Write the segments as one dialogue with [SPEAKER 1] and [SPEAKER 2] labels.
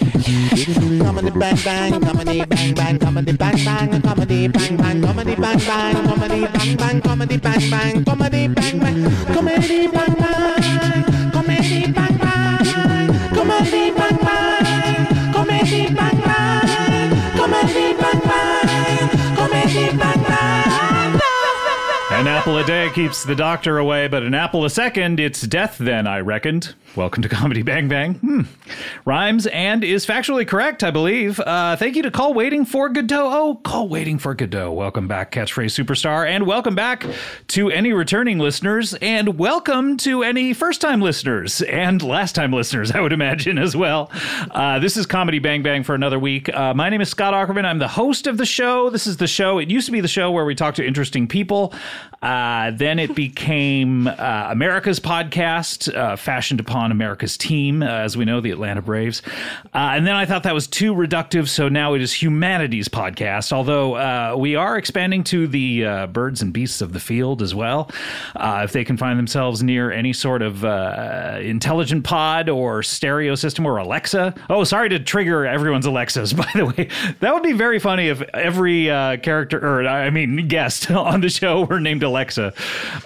[SPEAKER 1] Comedy bang bang, comedy bang bang, comedy bang bang, comedy bang bang, comedy bang bang, comedy bang bang, comedy bang bang, comedy bang bang, comedy bang bang, comedy bang bang, comedy bang bang, comedy bang bang, comedy bang bang, comedy bang bang.
[SPEAKER 2] An apple a day keeps the doctor away, but an apple a second, it's death then, I reckoned. Welcome to Comedy Bang Bang. Hmm. Rhymes and is factually correct, I believe. Uh, thank you to Call Waiting for Godot. Oh, Call Waiting for Godot. Welcome back, catchphrase superstar, and welcome back to any returning listeners, and welcome to any first time listeners and last time listeners, I would imagine, as well. Uh, this is Comedy Bang Bang for another week. Uh, my name is Scott Ackerman. I'm the host of the show. This is the show. It used to be the show where we talk to interesting people. Uh, then it became uh, America's podcast, uh, fashioned upon America's team, uh, as we know, the Atlanta Braves. Uh, and then I thought that was too reductive, so now it is humanities podcast. Although uh, we are expanding to the uh, birds and beasts of the field as well, uh, if they can find themselves near any sort of uh, intelligent pod or stereo system or Alexa. Oh, sorry to trigger everyone's Alexas, by the way. That would be very funny if every uh, character, or I mean, guest on the show were named Alexa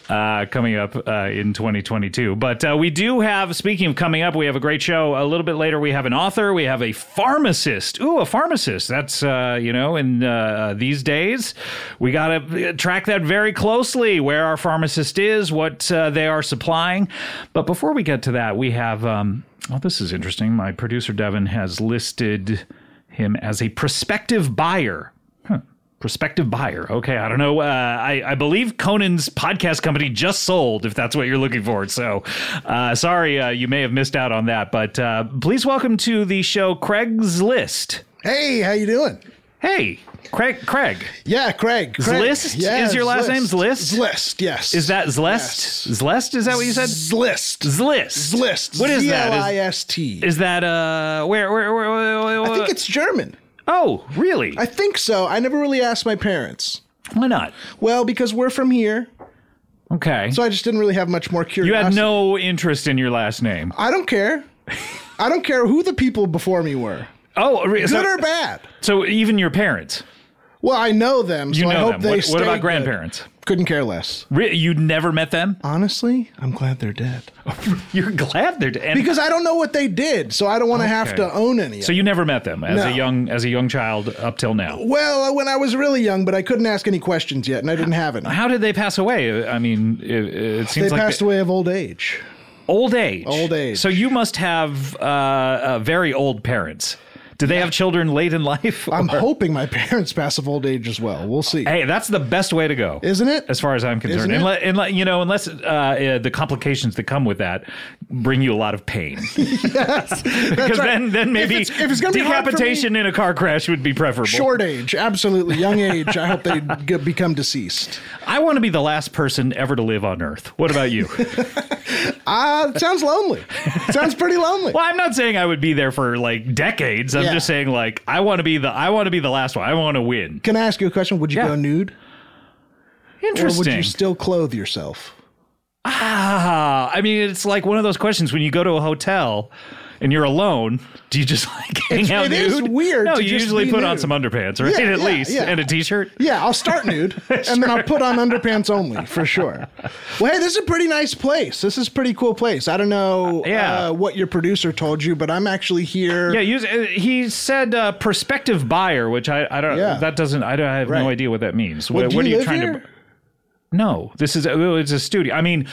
[SPEAKER 2] uh, coming up uh, in 2022. But uh, we do have, speaking of coming up, we have a great show. A little bit later, we have an author, we have a pharmacist. Ooh, a pharmacist. That's, uh, you know, in uh, these days, we got to track that very closely where our pharmacist is, what uh, they are supplying. But before we get to that, we have. Um, well, this is interesting. My producer Devin has listed him as a prospective buyer. Huh. Prospective buyer. Okay, I don't know. Uh, I, I believe Conan's podcast company just sold, if that's what you're looking for. So uh, sorry, uh, you may have missed out on that. But uh, please welcome to the show Craig's List.
[SPEAKER 3] Hey, how you doing?
[SPEAKER 2] Hey, Craig. Craig,
[SPEAKER 3] Yeah, Craig. Craig.
[SPEAKER 2] Zlist? Is your last name Zlist?
[SPEAKER 3] Zlist, yes.
[SPEAKER 2] is that Zlest? Zlest? Is that what you said?
[SPEAKER 3] Zlist.
[SPEAKER 2] Zlist.
[SPEAKER 3] Zlist.
[SPEAKER 2] What is that? Is-
[SPEAKER 3] Z-L-I-S-T.
[SPEAKER 2] Is that uh? Where? Where? Where? where, where,
[SPEAKER 3] I think it's German.
[SPEAKER 2] Oh, really?
[SPEAKER 3] I think so. I never really asked my parents.
[SPEAKER 2] Why not?
[SPEAKER 3] Well, because we're from here,
[SPEAKER 2] Okay.
[SPEAKER 3] so I just didn't really have much more
[SPEAKER 2] you
[SPEAKER 3] curiosity.
[SPEAKER 2] had no interest in your last name.
[SPEAKER 3] I don't care. I don't care who the people before me were,
[SPEAKER 2] Oh, re- so,
[SPEAKER 3] good or bad.
[SPEAKER 2] so even your parents.
[SPEAKER 3] Well, I know them, so
[SPEAKER 2] You
[SPEAKER 3] I
[SPEAKER 2] know
[SPEAKER 3] hope
[SPEAKER 2] them.
[SPEAKER 3] they
[SPEAKER 2] What,
[SPEAKER 3] stay
[SPEAKER 2] what about
[SPEAKER 3] good.
[SPEAKER 2] grandparents?
[SPEAKER 3] Couldn't care less.
[SPEAKER 2] Re- you never met them.
[SPEAKER 3] Honestly, I'm glad they're dead
[SPEAKER 2] You're glad they're dead.
[SPEAKER 3] because I don't know what they did, so I don't want to have
[SPEAKER 2] Okay.
[SPEAKER 3] to own any. of
[SPEAKER 2] so you never met them as a
[SPEAKER 3] No.
[SPEAKER 2] young as a young child up till now.
[SPEAKER 3] Well, uh, when I was really young, but I couldn't ask any questions yet, and I didn't have any.
[SPEAKER 2] How did they pass away? I mean, it, it
[SPEAKER 3] They
[SPEAKER 2] seems like
[SPEAKER 3] passed
[SPEAKER 2] they-
[SPEAKER 3] away of old age.
[SPEAKER 2] old age.
[SPEAKER 3] Old age.
[SPEAKER 2] So you must have uh, uh, very old parents. Do they have children late in life?
[SPEAKER 3] I'm
[SPEAKER 2] Or-
[SPEAKER 3] hoping my parents pass of old age as well. We'll see.
[SPEAKER 2] Hey, that's the best way to go,
[SPEAKER 3] Isn't it?
[SPEAKER 2] As far as I'm concerned,
[SPEAKER 3] Isn't it?
[SPEAKER 2] unless, unless you know, unless uh, uh, the complications that come with that bring you a lot of pain, because
[SPEAKER 3] right.
[SPEAKER 2] then then
[SPEAKER 3] If
[SPEAKER 2] maybe
[SPEAKER 3] it's- if it's gonna be hard for me-
[SPEAKER 2] decapitation in a car crash would be preferable.
[SPEAKER 3] Short age, absolutely. Young age, I hope they g- become deceased.
[SPEAKER 2] I want to be the last person ever to live on Earth. What about you?
[SPEAKER 3] Ah, it sounds lonely. sounds pretty lonely.
[SPEAKER 2] well, I'm not saying I would be there for like decades. I'm
[SPEAKER 3] Yeah.
[SPEAKER 2] just saying like I want to be the I want to be the last one. I want to win.
[SPEAKER 3] Can I ask you a question? Would you
[SPEAKER 2] Yeah.
[SPEAKER 3] go nude? Or
[SPEAKER 2] Interesting.
[SPEAKER 3] would you still clothe yourself?
[SPEAKER 2] Ah, I mean, it's like one of those questions when you go to a hotel and you're alone, do you just like hang
[SPEAKER 3] It's-
[SPEAKER 2] out
[SPEAKER 3] it
[SPEAKER 2] nude?
[SPEAKER 3] is weird
[SPEAKER 2] No,
[SPEAKER 3] to
[SPEAKER 2] you
[SPEAKER 3] just
[SPEAKER 2] usually
[SPEAKER 3] be
[SPEAKER 2] put on
[SPEAKER 3] nude.
[SPEAKER 2] some underpants, right?
[SPEAKER 3] Yeah,
[SPEAKER 2] At
[SPEAKER 3] yeah,
[SPEAKER 2] least
[SPEAKER 3] yeah.
[SPEAKER 2] and a t-shirt.
[SPEAKER 3] Yeah, I'll start nude and then I'll put on underpants only for sure. Well, hey, this is a pretty nice place. This is a pretty cool place. I don't know
[SPEAKER 2] Uh, yeah.
[SPEAKER 3] uh, what your producer told you, but I'm actually here.
[SPEAKER 2] Yeah, use, uh, he said uh, prospective buyer, which I, I don't.
[SPEAKER 3] Yeah.
[SPEAKER 2] That doesn't. I, don't, I have no
[SPEAKER 3] Right.
[SPEAKER 2] idea what that means.
[SPEAKER 3] Well,
[SPEAKER 2] what,
[SPEAKER 3] do
[SPEAKER 2] what
[SPEAKER 3] you
[SPEAKER 2] are you
[SPEAKER 3] live
[SPEAKER 2] trying
[SPEAKER 3] here?
[SPEAKER 2] to? No, this is well, it's a studio. I mean,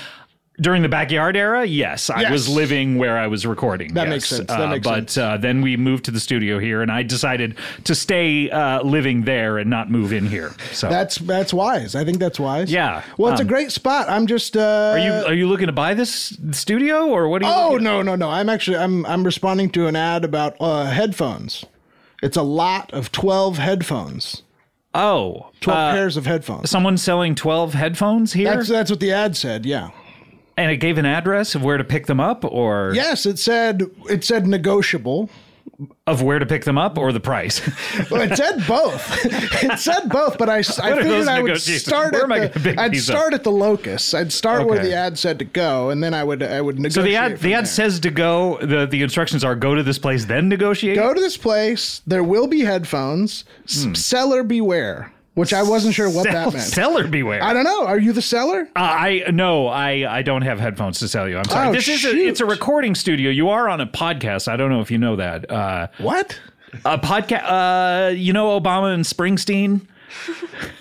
[SPEAKER 2] during the backyard era, yes, I
[SPEAKER 3] Yes.
[SPEAKER 2] was living where I was recording.
[SPEAKER 3] That
[SPEAKER 2] yes.
[SPEAKER 3] makes sense. That
[SPEAKER 2] Uh,
[SPEAKER 3] makes
[SPEAKER 2] but
[SPEAKER 3] sense.
[SPEAKER 2] Uh, then we moved to the studio here, and I decided to stay uh, living there and not move in here. So
[SPEAKER 3] That's that's wise. I think that's wise.
[SPEAKER 2] Yeah.
[SPEAKER 3] Well, it's
[SPEAKER 2] Um,
[SPEAKER 3] a great spot. I'm just. Uh,
[SPEAKER 2] are you are you looking to buy this studio or what? Are you
[SPEAKER 3] Oh
[SPEAKER 2] looking-
[SPEAKER 3] no no no! I'm actually I'm I'm responding to an ad about uh, headphones. It's a lot of twelve headphones,
[SPEAKER 2] oh,
[SPEAKER 3] twelve
[SPEAKER 2] uh,
[SPEAKER 3] pairs of headphones.
[SPEAKER 2] someone selling twelve headphones here,
[SPEAKER 3] That's that's what the ad said. Yeah.
[SPEAKER 2] and it gave an address of where to pick them up, or
[SPEAKER 3] Yes, it said it said negotiable.
[SPEAKER 2] of where to pick them up or the price.
[SPEAKER 3] Well, it said both. it said both, but I, I
[SPEAKER 2] are those
[SPEAKER 3] figured I would
[SPEAKER 2] negotiations?
[SPEAKER 3] start
[SPEAKER 2] Where am I
[SPEAKER 3] at
[SPEAKER 2] gonna pick
[SPEAKER 3] the, I'd
[SPEAKER 2] these up?
[SPEAKER 3] start at the locus. I'd start where
[SPEAKER 2] Okay.
[SPEAKER 3] the ad said to go, and then I would I would
[SPEAKER 2] so
[SPEAKER 3] negotiate.
[SPEAKER 2] the ad
[SPEAKER 3] from
[SPEAKER 2] the ad
[SPEAKER 3] there.
[SPEAKER 2] says to go. the The instructions are go to this place, then negotiate.
[SPEAKER 3] go to this place. There will be headphones. S- Seller beware, which I wasn't sure what
[SPEAKER 2] Hmm. Sell-
[SPEAKER 3] that meant.
[SPEAKER 2] Seller beware.
[SPEAKER 3] I don't know. Are you the seller?
[SPEAKER 2] Uh, I no, I I don't have headphones to sell you. I'm sorry.
[SPEAKER 3] Oh,
[SPEAKER 2] this is a,
[SPEAKER 3] shoot.
[SPEAKER 2] it's a recording studio. You are on a podcast. I don't know if you know that. Uh,
[SPEAKER 3] What?
[SPEAKER 2] a podcast. Uh, you know Obama and Springsteen.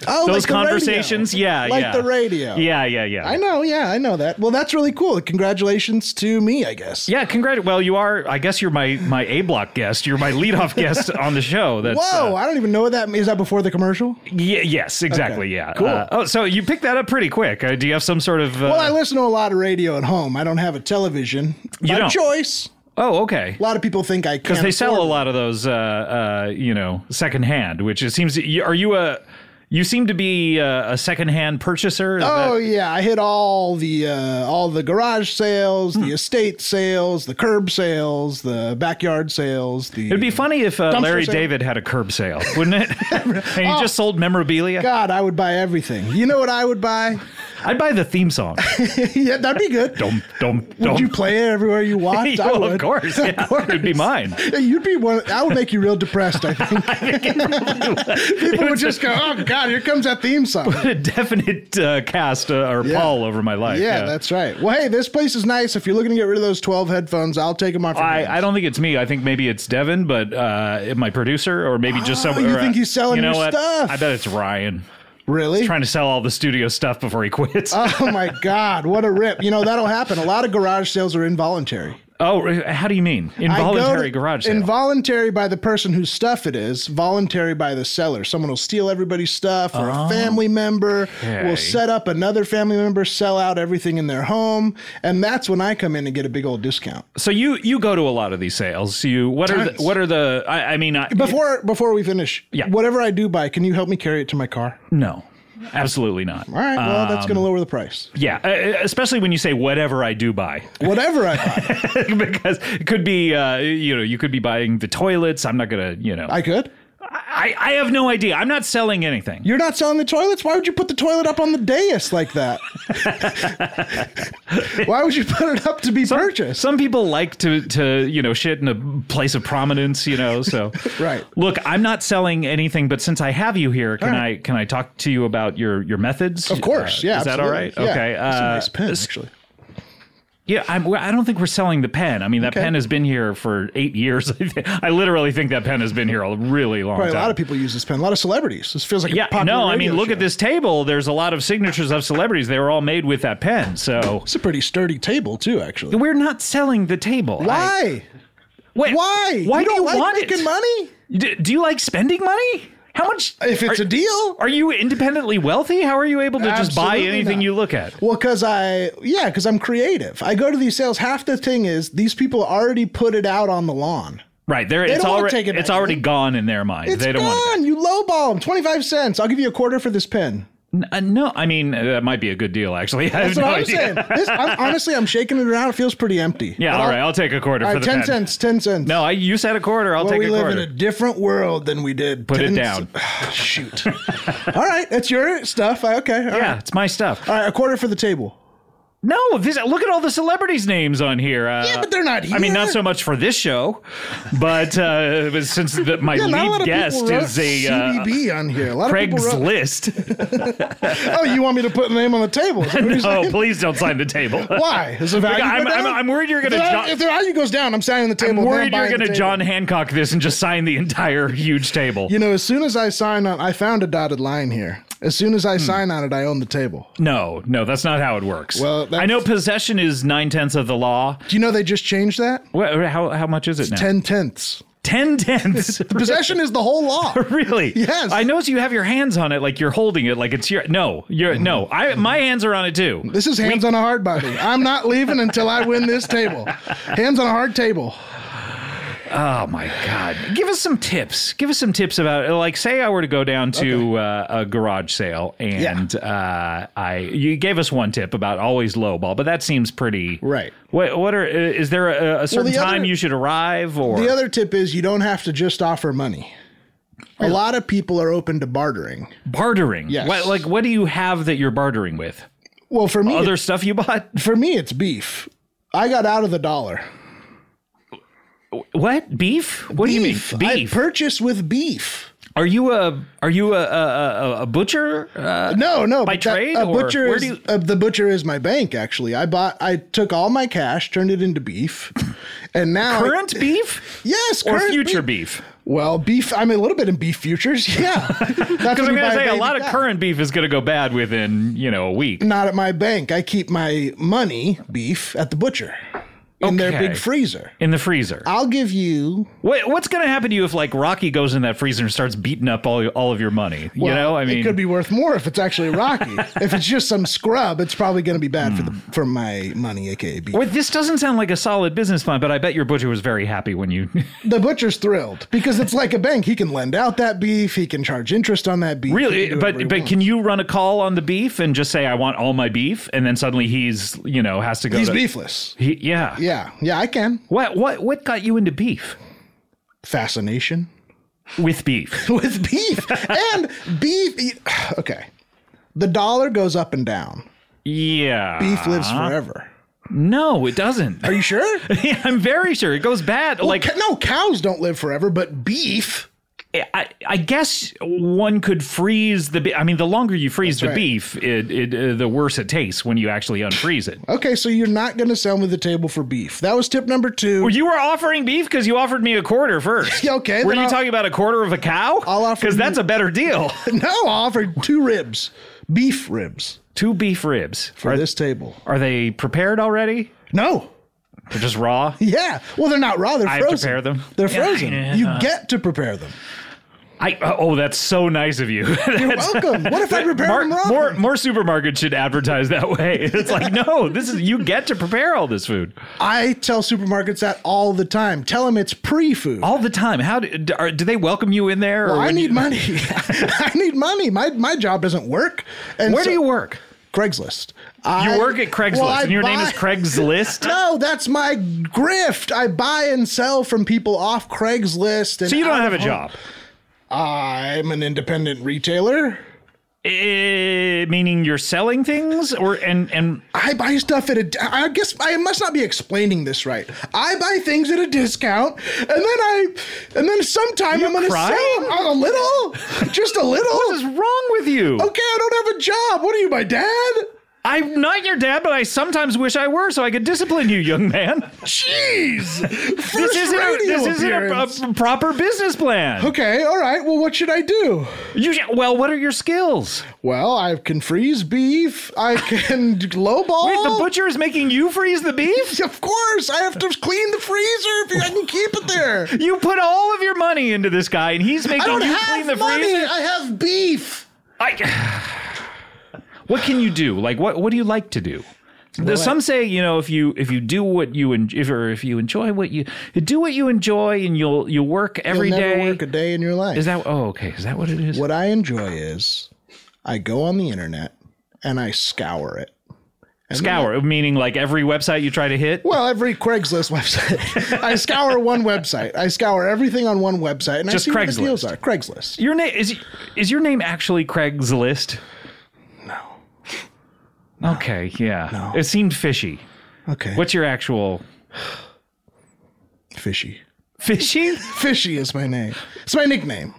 [SPEAKER 3] Oh,
[SPEAKER 2] Those
[SPEAKER 3] like the radio.
[SPEAKER 2] conversations. Yeah,
[SPEAKER 3] like
[SPEAKER 2] yeah.
[SPEAKER 3] the radio.
[SPEAKER 2] Yeah, yeah, yeah.
[SPEAKER 3] I know. Yeah, I know that. Well, that's really cool. Congratulations to me, I guess.
[SPEAKER 2] Yeah, congrat. Well, you are. I guess you're my my A block guest. You're my leadoff guest on the show. That's
[SPEAKER 3] Whoa!
[SPEAKER 2] uh,
[SPEAKER 3] I don't even know what that is. That before the commercial?
[SPEAKER 2] y- yes, exactly. Yeah.
[SPEAKER 3] cool.
[SPEAKER 2] Uh, oh, so you picked that up pretty quick. Uh, do you have some sort of? Uh,
[SPEAKER 3] Well, I listen to a lot of radio at home. I don't have a television by
[SPEAKER 2] don't?
[SPEAKER 3] choice.
[SPEAKER 2] oh, okay.
[SPEAKER 3] A lot of people think I can.
[SPEAKER 2] Because they sell a lot of those, uh, uh, you know, secondhand. Which it seems. you- Are you a? You seem to be uh, a, a secondhand purchaser. Is
[SPEAKER 3] Oh
[SPEAKER 2] that-
[SPEAKER 3] yeah, I hit all the uh, all the garage sales,
[SPEAKER 2] Hmm.
[SPEAKER 3] the estate sales, the curb sales, the backyard sales. The
[SPEAKER 2] It'd be funny if uh,
[SPEAKER 3] Dumpster
[SPEAKER 2] Larry
[SPEAKER 3] sale. Oh.
[SPEAKER 2] David had a curb sale, wouldn't it? and he just sold memorabilia.
[SPEAKER 3] God, I would buy everything. You know what I would buy?
[SPEAKER 2] I'd buy the theme song.
[SPEAKER 3] yeah, that'd be good.
[SPEAKER 2] dum dum dum.
[SPEAKER 3] Would you play it everywhere you walked? I
[SPEAKER 2] well,
[SPEAKER 3] would.
[SPEAKER 2] of course, yeah. it'd be mine.
[SPEAKER 3] Yeah, You'd be one. That would make you real depressed. I think. People would just go, "Oh God, here comes that theme song."
[SPEAKER 2] a definite uh, cast uh, or pall over my life.
[SPEAKER 3] Yeah, that's right. Well, hey, this place is nice. If you're looking to get rid of those 12 headphones, I'll take them off. Your
[SPEAKER 2] I,
[SPEAKER 3] hands.
[SPEAKER 2] I don't think it's me. I think maybe it's Devin, but uh, my producer, or maybe just
[SPEAKER 3] Oh,
[SPEAKER 2] someone.
[SPEAKER 3] you
[SPEAKER 2] or, uh,
[SPEAKER 3] think he's selling
[SPEAKER 2] you know
[SPEAKER 3] your
[SPEAKER 2] what?
[SPEAKER 3] stuff.
[SPEAKER 2] I bet it's Ryan
[SPEAKER 3] really.
[SPEAKER 2] trying to sell all the studio stuff before he quits.
[SPEAKER 3] oh my God, what a rip! You know that'll happen. A lot of garage sales are involuntary.
[SPEAKER 2] oh, re- how do you mean
[SPEAKER 3] I go to-
[SPEAKER 2] involuntary garage sale?
[SPEAKER 3] Involuntary by the person whose stuff it is. Voluntary by the seller. Someone will steal everybody's stuff, or a family member
[SPEAKER 2] Oh. okay.
[SPEAKER 3] will set up another family member, sell out everything in their home, and that's when I come in and get a big old discount.
[SPEAKER 2] so you you go to a lot of these sales. You what are the,
[SPEAKER 3] Tons.
[SPEAKER 2] what are the? I, I mean, I,
[SPEAKER 3] Before before we finish,
[SPEAKER 2] Yeah.
[SPEAKER 3] whatever I do buy, can you help me carry it to my car?
[SPEAKER 2] no, absolutely not.
[SPEAKER 3] All right, well, that's
[SPEAKER 2] Um,
[SPEAKER 3] going to lower the price.
[SPEAKER 2] Yeah, uh, especially when you say whatever I do buy.
[SPEAKER 3] Whatever I buy,
[SPEAKER 2] because it could be uh, you know you could be buying the toilets. I'm not gonna you know
[SPEAKER 3] I could.
[SPEAKER 2] I I have no idea. I'm not selling anything.
[SPEAKER 3] You're not selling the toilets. Why would you put the toilet up on the dais like that? Why would you put it up to be purchased?
[SPEAKER 2] Some people like to to you know shit in a place of prominence, you know. So
[SPEAKER 3] Right.
[SPEAKER 2] Look, I'm not selling anything, but since I have you here, can
[SPEAKER 3] All
[SPEAKER 2] I can I talk to you about your your methods?
[SPEAKER 3] Of course,
[SPEAKER 2] Uh,
[SPEAKER 3] yeah.
[SPEAKER 2] Is that all right?
[SPEAKER 3] absolutely. Yeah.
[SPEAKER 2] Okay.
[SPEAKER 3] That's a nice
[SPEAKER 2] uh,
[SPEAKER 3] pen,
[SPEAKER 2] s-
[SPEAKER 3] actually.
[SPEAKER 2] Yeah, I'm, well, I don't think we're selling the pen. I mean, that
[SPEAKER 3] Okay.
[SPEAKER 2] pen has been here for eight years. I, think. I literally think that pen has been here a really long
[SPEAKER 3] Probably a
[SPEAKER 2] time.
[SPEAKER 3] lot of people use this pen. A lot of celebrities. This feels like a
[SPEAKER 2] yeah,
[SPEAKER 3] popular
[SPEAKER 2] no, I
[SPEAKER 3] radio
[SPEAKER 2] mean, look
[SPEAKER 3] show.
[SPEAKER 2] at this table. There's a lot of signatures of celebrities. They were all made with that pen. So
[SPEAKER 3] It's a pretty sturdy table too, actually.
[SPEAKER 2] we're not selling the table. I-
[SPEAKER 3] Why?
[SPEAKER 2] wait,
[SPEAKER 3] Why?
[SPEAKER 2] Why
[SPEAKER 3] you
[SPEAKER 2] do
[SPEAKER 3] don't
[SPEAKER 2] you
[SPEAKER 3] like
[SPEAKER 2] want
[SPEAKER 3] making
[SPEAKER 2] it?
[SPEAKER 3] money?
[SPEAKER 2] Do, do you like spending money? How much?
[SPEAKER 3] If it's
[SPEAKER 2] are,
[SPEAKER 3] a deal.
[SPEAKER 2] are you independently wealthy? How are you able to just buy
[SPEAKER 3] Absolutely
[SPEAKER 2] anything
[SPEAKER 3] not.
[SPEAKER 2] you look at?
[SPEAKER 3] Well, because I, yeah, because I'm creative. I go to these sales. Half the thing is these people already put it out on the lawn.
[SPEAKER 2] Right there, it's
[SPEAKER 3] don't wanna
[SPEAKER 2] already
[SPEAKER 3] take it
[SPEAKER 2] it's
[SPEAKER 3] back.
[SPEAKER 2] already gone in their mind.
[SPEAKER 3] It's
[SPEAKER 2] they don't
[SPEAKER 3] gone.
[SPEAKER 2] want
[SPEAKER 3] You lowball them. 25 cents. I'll give you a quarter for this pen.
[SPEAKER 2] it. back. N- uh, no, I mean uh, that might be a good deal actually. I have
[SPEAKER 3] That's what
[SPEAKER 2] no
[SPEAKER 3] I'm
[SPEAKER 2] idea.
[SPEAKER 3] saying. This, I'm, honestly, I'm shaking it around. It feels pretty empty.
[SPEAKER 2] Yeah,
[SPEAKER 3] But
[SPEAKER 2] all right, I'll take a quarter
[SPEAKER 3] all
[SPEAKER 2] for
[SPEAKER 3] right,
[SPEAKER 2] the
[SPEAKER 3] 10
[SPEAKER 2] pen.
[SPEAKER 3] cents. 10 cents.
[SPEAKER 2] No, I, you said a quarter. I'll
[SPEAKER 3] Well,
[SPEAKER 2] take
[SPEAKER 3] we
[SPEAKER 2] a
[SPEAKER 3] live
[SPEAKER 2] quarter.
[SPEAKER 3] in a different world than we did.
[SPEAKER 2] Put it
[SPEAKER 3] 10
[SPEAKER 2] down.
[SPEAKER 3] cents. Shoot. all right, that's your stuff. I, okay. all right.
[SPEAKER 2] yeah, it's my stuff.
[SPEAKER 3] All right, a quarter for the table.
[SPEAKER 2] No, this, look at all the celebrities' names on here. Uh,
[SPEAKER 3] Yeah, but they're not
[SPEAKER 2] I mean,
[SPEAKER 3] here.
[SPEAKER 2] not so much for this show, but uh, but since the, my
[SPEAKER 3] Yeah, not a lot
[SPEAKER 2] lead
[SPEAKER 3] of
[SPEAKER 2] guest
[SPEAKER 3] people wrote
[SPEAKER 2] is a uh,
[SPEAKER 3] CBB on here. A lot of people wrote,
[SPEAKER 2] Craigslist.
[SPEAKER 3] Oh, you want me to put a name on the table? Is that what you're
[SPEAKER 2] oh,
[SPEAKER 3] saying?
[SPEAKER 2] please don't sign the table.
[SPEAKER 3] Why? Is the value
[SPEAKER 2] I'm-
[SPEAKER 3] go down?
[SPEAKER 2] I'm- I'm worried you're gonna
[SPEAKER 3] If the-
[SPEAKER 2] jo-
[SPEAKER 3] If the value goes down, I'm signing the
[SPEAKER 2] I'm
[SPEAKER 3] table. then
[SPEAKER 2] worried you're
[SPEAKER 3] buying the
[SPEAKER 2] going to
[SPEAKER 3] table.
[SPEAKER 2] John Hancock this and just sign the entire huge table.
[SPEAKER 3] You know, as soon as I sign on, I found a dotted line here. As soon as I
[SPEAKER 2] Hmm.
[SPEAKER 3] sign on it, I own the table.
[SPEAKER 2] no, no, that's not how it works.
[SPEAKER 3] Well,
[SPEAKER 2] I
[SPEAKER 3] that's-
[SPEAKER 2] know possession is nine tenths of the law.
[SPEAKER 3] Do you know they just changed that?
[SPEAKER 2] Wha- How, how much is it now?
[SPEAKER 3] Ten tenths.
[SPEAKER 2] Ten tenths.
[SPEAKER 3] Possession is the whole law.
[SPEAKER 2] really?
[SPEAKER 3] Yes.
[SPEAKER 2] I notice you have your hands on it, like you're holding it, like it's your. No, you're no. I my hands are on it too.
[SPEAKER 3] This is hands on a hard body. I'm not leaving until I win this table. Hands on a hard table.
[SPEAKER 2] Oh my god! Give us some tips. Give us some tips about like say I were to go down to uh, a garage sale and uh, I you gave us one tip about always lowball, but that seems pretty
[SPEAKER 3] Right.
[SPEAKER 2] What what are is there a, a certain
[SPEAKER 3] the other-
[SPEAKER 2] time you should arrive or
[SPEAKER 3] The other tip is you don't have to just offer money. A lot of people are open to bartering.
[SPEAKER 2] bartering?
[SPEAKER 3] Yes.
[SPEAKER 2] What, like what do you have that you're bartering with?
[SPEAKER 3] Well, for me,
[SPEAKER 2] Other stuff you bought?
[SPEAKER 3] for me, it's beef. I got out of the dollar.
[SPEAKER 2] What beef? What do you mean beef?
[SPEAKER 3] I purchased with beef.
[SPEAKER 2] are you a are you a a, a, a butcher? Uh,
[SPEAKER 3] No, no.
[SPEAKER 2] By
[SPEAKER 3] but that-
[SPEAKER 2] trade
[SPEAKER 3] a
[SPEAKER 2] or
[SPEAKER 3] butcher
[SPEAKER 2] where
[SPEAKER 3] is,
[SPEAKER 2] do you-
[SPEAKER 3] uh, the butcher is my bank. Actually, I bought. I took all my cash, turned it into beef, and now
[SPEAKER 2] current beef
[SPEAKER 3] yes,
[SPEAKER 2] or
[SPEAKER 3] current
[SPEAKER 2] future beef?
[SPEAKER 3] Well, beef. I'm a little bit in beef futures. Yeah, because
[SPEAKER 2] Because I'm going to say a lot of current beef is going to go bad within you know a week.
[SPEAKER 3] Not at my bank. I keep my money beef at the butcher in their
[SPEAKER 2] Okay.
[SPEAKER 3] big freezer.
[SPEAKER 2] In the freezer.
[SPEAKER 3] I'll give you.
[SPEAKER 2] What, what's going to happen to you if like Rocky goes in that freezer and starts beating up all all of your money? you know, I mean,
[SPEAKER 3] it could be worth more if it's actually Rocky. if it's just some scrub, it's probably going to be bad for the
[SPEAKER 2] Hmm.
[SPEAKER 3] for my money, aka beef.
[SPEAKER 2] Wait, this doesn't sound like a solid business plan, but I bet your butcher was very happy when you.
[SPEAKER 3] The butcher's thrilled because it's like a bank. He can lend out that beef. He can charge interest on that beef. He
[SPEAKER 2] really,
[SPEAKER 3] can do whatever he
[SPEAKER 2] but but
[SPEAKER 3] wants.
[SPEAKER 2] can you run a call on the beef and just say I want all my beef, and then suddenly he's you know has to go.
[SPEAKER 3] he's
[SPEAKER 2] to,
[SPEAKER 3] beefless?
[SPEAKER 2] He, yeah.
[SPEAKER 3] Yeah, yeah, I can.
[SPEAKER 2] What what what got you into beef?
[SPEAKER 3] Fascination.
[SPEAKER 2] With beef.
[SPEAKER 3] with beef and beef. e-, Okay, the dollar goes up and down.
[SPEAKER 2] Yeah.
[SPEAKER 3] Beef lives
[SPEAKER 2] Uh-huh.
[SPEAKER 3] forever.
[SPEAKER 2] No, it doesn't.
[SPEAKER 3] Are you sure?
[SPEAKER 2] Yeah, I'm very sure it goes bad. like
[SPEAKER 3] Like no, cows don't live forever, but beef.
[SPEAKER 2] I, I guess one could freeze the. Be- I mean, the longer you freeze the
[SPEAKER 3] right.
[SPEAKER 2] beef, it, it uh, the worse it tastes when you actually unfreeze it.
[SPEAKER 3] Okay, so you're not going to sell me the table for beef. That was tip number two.
[SPEAKER 2] You were offering beef because you offered me a quarter first.
[SPEAKER 3] Yeah, okay,
[SPEAKER 2] Were
[SPEAKER 3] then
[SPEAKER 2] you
[SPEAKER 3] I'll-
[SPEAKER 2] talking about a quarter of a cow?
[SPEAKER 3] I'll offer
[SPEAKER 2] because
[SPEAKER 3] you-
[SPEAKER 2] that's a better deal.
[SPEAKER 3] no, I offered two ribs, beef ribs
[SPEAKER 2] Two beef ribs.
[SPEAKER 3] for this table.
[SPEAKER 2] Are they prepared already?
[SPEAKER 3] No.
[SPEAKER 2] They're just raw.
[SPEAKER 3] Yeah. Well, they're not raw. They're
[SPEAKER 2] I have to
[SPEAKER 3] frozen.
[SPEAKER 2] prepare them?
[SPEAKER 3] They're
[SPEAKER 2] Yeah,
[SPEAKER 3] frozen.
[SPEAKER 2] yeah.
[SPEAKER 3] You get to prepare them.
[SPEAKER 2] I oh, that's so nice of you.
[SPEAKER 3] You're welcome. What if I prepare
[SPEAKER 2] Mar-
[SPEAKER 3] them wrong?
[SPEAKER 2] more more supermarkets should advertise that way. It's like no, this is you get to prepare all this food.
[SPEAKER 3] I tell supermarkets that all the time. Tell them it's pre-food.
[SPEAKER 2] all the time. How do, d- are, do they welcome you in there? or
[SPEAKER 3] Well, I
[SPEAKER 2] when
[SPEAKER 3] need
[SPEAKER 2] you-
[SPEAKER 3] money. I need money. My my job doesn't work. And
[SPEAKER 2] Where
[SPEAKER 3] so-
[SPEAKER 2] do you work?
[SPEAKER 3] Craigslist.
[SPEAKER 2] You
[SPEAKER 3] I-
[SPEAKER 2] work at Craigslist,
[SPEAKER 3] well, I
[SPEAKER 2] and your name
[SPEAKER 3] buy-
[SPEAKER 2] is Craigslist.
[SPEAKER 3] No, that's my grift. I buy and sell from people off Craigslist. And
[SPEAKER 2] So you don't
[SPEAKER 3] out
[SPEAKER 2] have a
[SPEAKER 3] of home.
[SPEAKER 2] job,
[SPEAKER 3] I'm an independent retailer.
[SPEAKER 2] Eh, meaning you're selling things, or and and
[SPEAKER 3] I buy stuff at a. I guess I must not be explaining this right. I buy things at a discount, and then I, and then sometime I'm going to sell
[SPEAKER 2] crying?
[SPEAKER 3] them a little, just a little.
[SPEAKER 2] what is wrong with you?
[SPEAKER 3] okay, I don't have a job. What are you, my dad?
[SPEAKER 2] I'm not your dad, but I sometimes wish I were, so I could discipline you, young man.
[SPEAKER 3] Jeez, first
[SPEAKER 2] This isn't a,
[SPEAKER 3] radio
[SPEAKER 2] this isn't a,
[SPEAKER 3] appearance.
[SPEAKER 2] a proper business plan.
[SPEAKER 3] Okay, all right. Well, what should I do?
[SPEAKER 2] You sh- well, what are your skills?
[SPEAKER 3] Well, I can freeze beef. I can lowball.
[SPEAKER 2] Wait, the butcher is making you freeze the beef.
[SPEAKER 3] Of course, I have to clean the freezer if you- I can keep it there.
[SPEAKER 2] You put all of your money into this guy, and he's making
[SPEAKER 3] I don't
[SPEAKER 2] you
[SPEAKER 3] have
[SPEAKER 2] clean the
[SPEAKER 3] money.
[SPEAKER 2] freezer.
[SPEAKER 3] I have beef.
[SPEAKER 2] I, what can you do? Like, what what do you like to do? Some say, you know, if you if you do what you en- if or if you enjoy what you do what you enjoy, and you'll you'll work every
[SPEAKER 3] You'll
[SPEAKER 2] day.
[SPEAKER 3] never work a day in your life.
[SPEAKER 2] is that oh okay? Is that what it is?
[SPEAKER 3] what I enjoy? Is I go on the internet and I scour it.
[SPEAKER 2] Scour meaning like every website you try to hit.
[SPEAKER 3] Well, every Craigslist website. I scour one website. I scour everything on one website, and
[SPEAKER 2] Just
[SPEAKER 3] I see what the deals
[SPEAKER 2] Craigslist.
[SPEAKER 3] are. Craigslist.
[SPEAKER 2] Your name is is your name actually Craigslist? Okay, yeah. It seemed fishy.
[SPEAKER 3] Okay.
[SPEAKER 2] What's your actual
[SPEAKER 3] fishy?
[SPEAKER 2] fishy?
[SPEAKER 3] Fishy is my name. It's my nickname.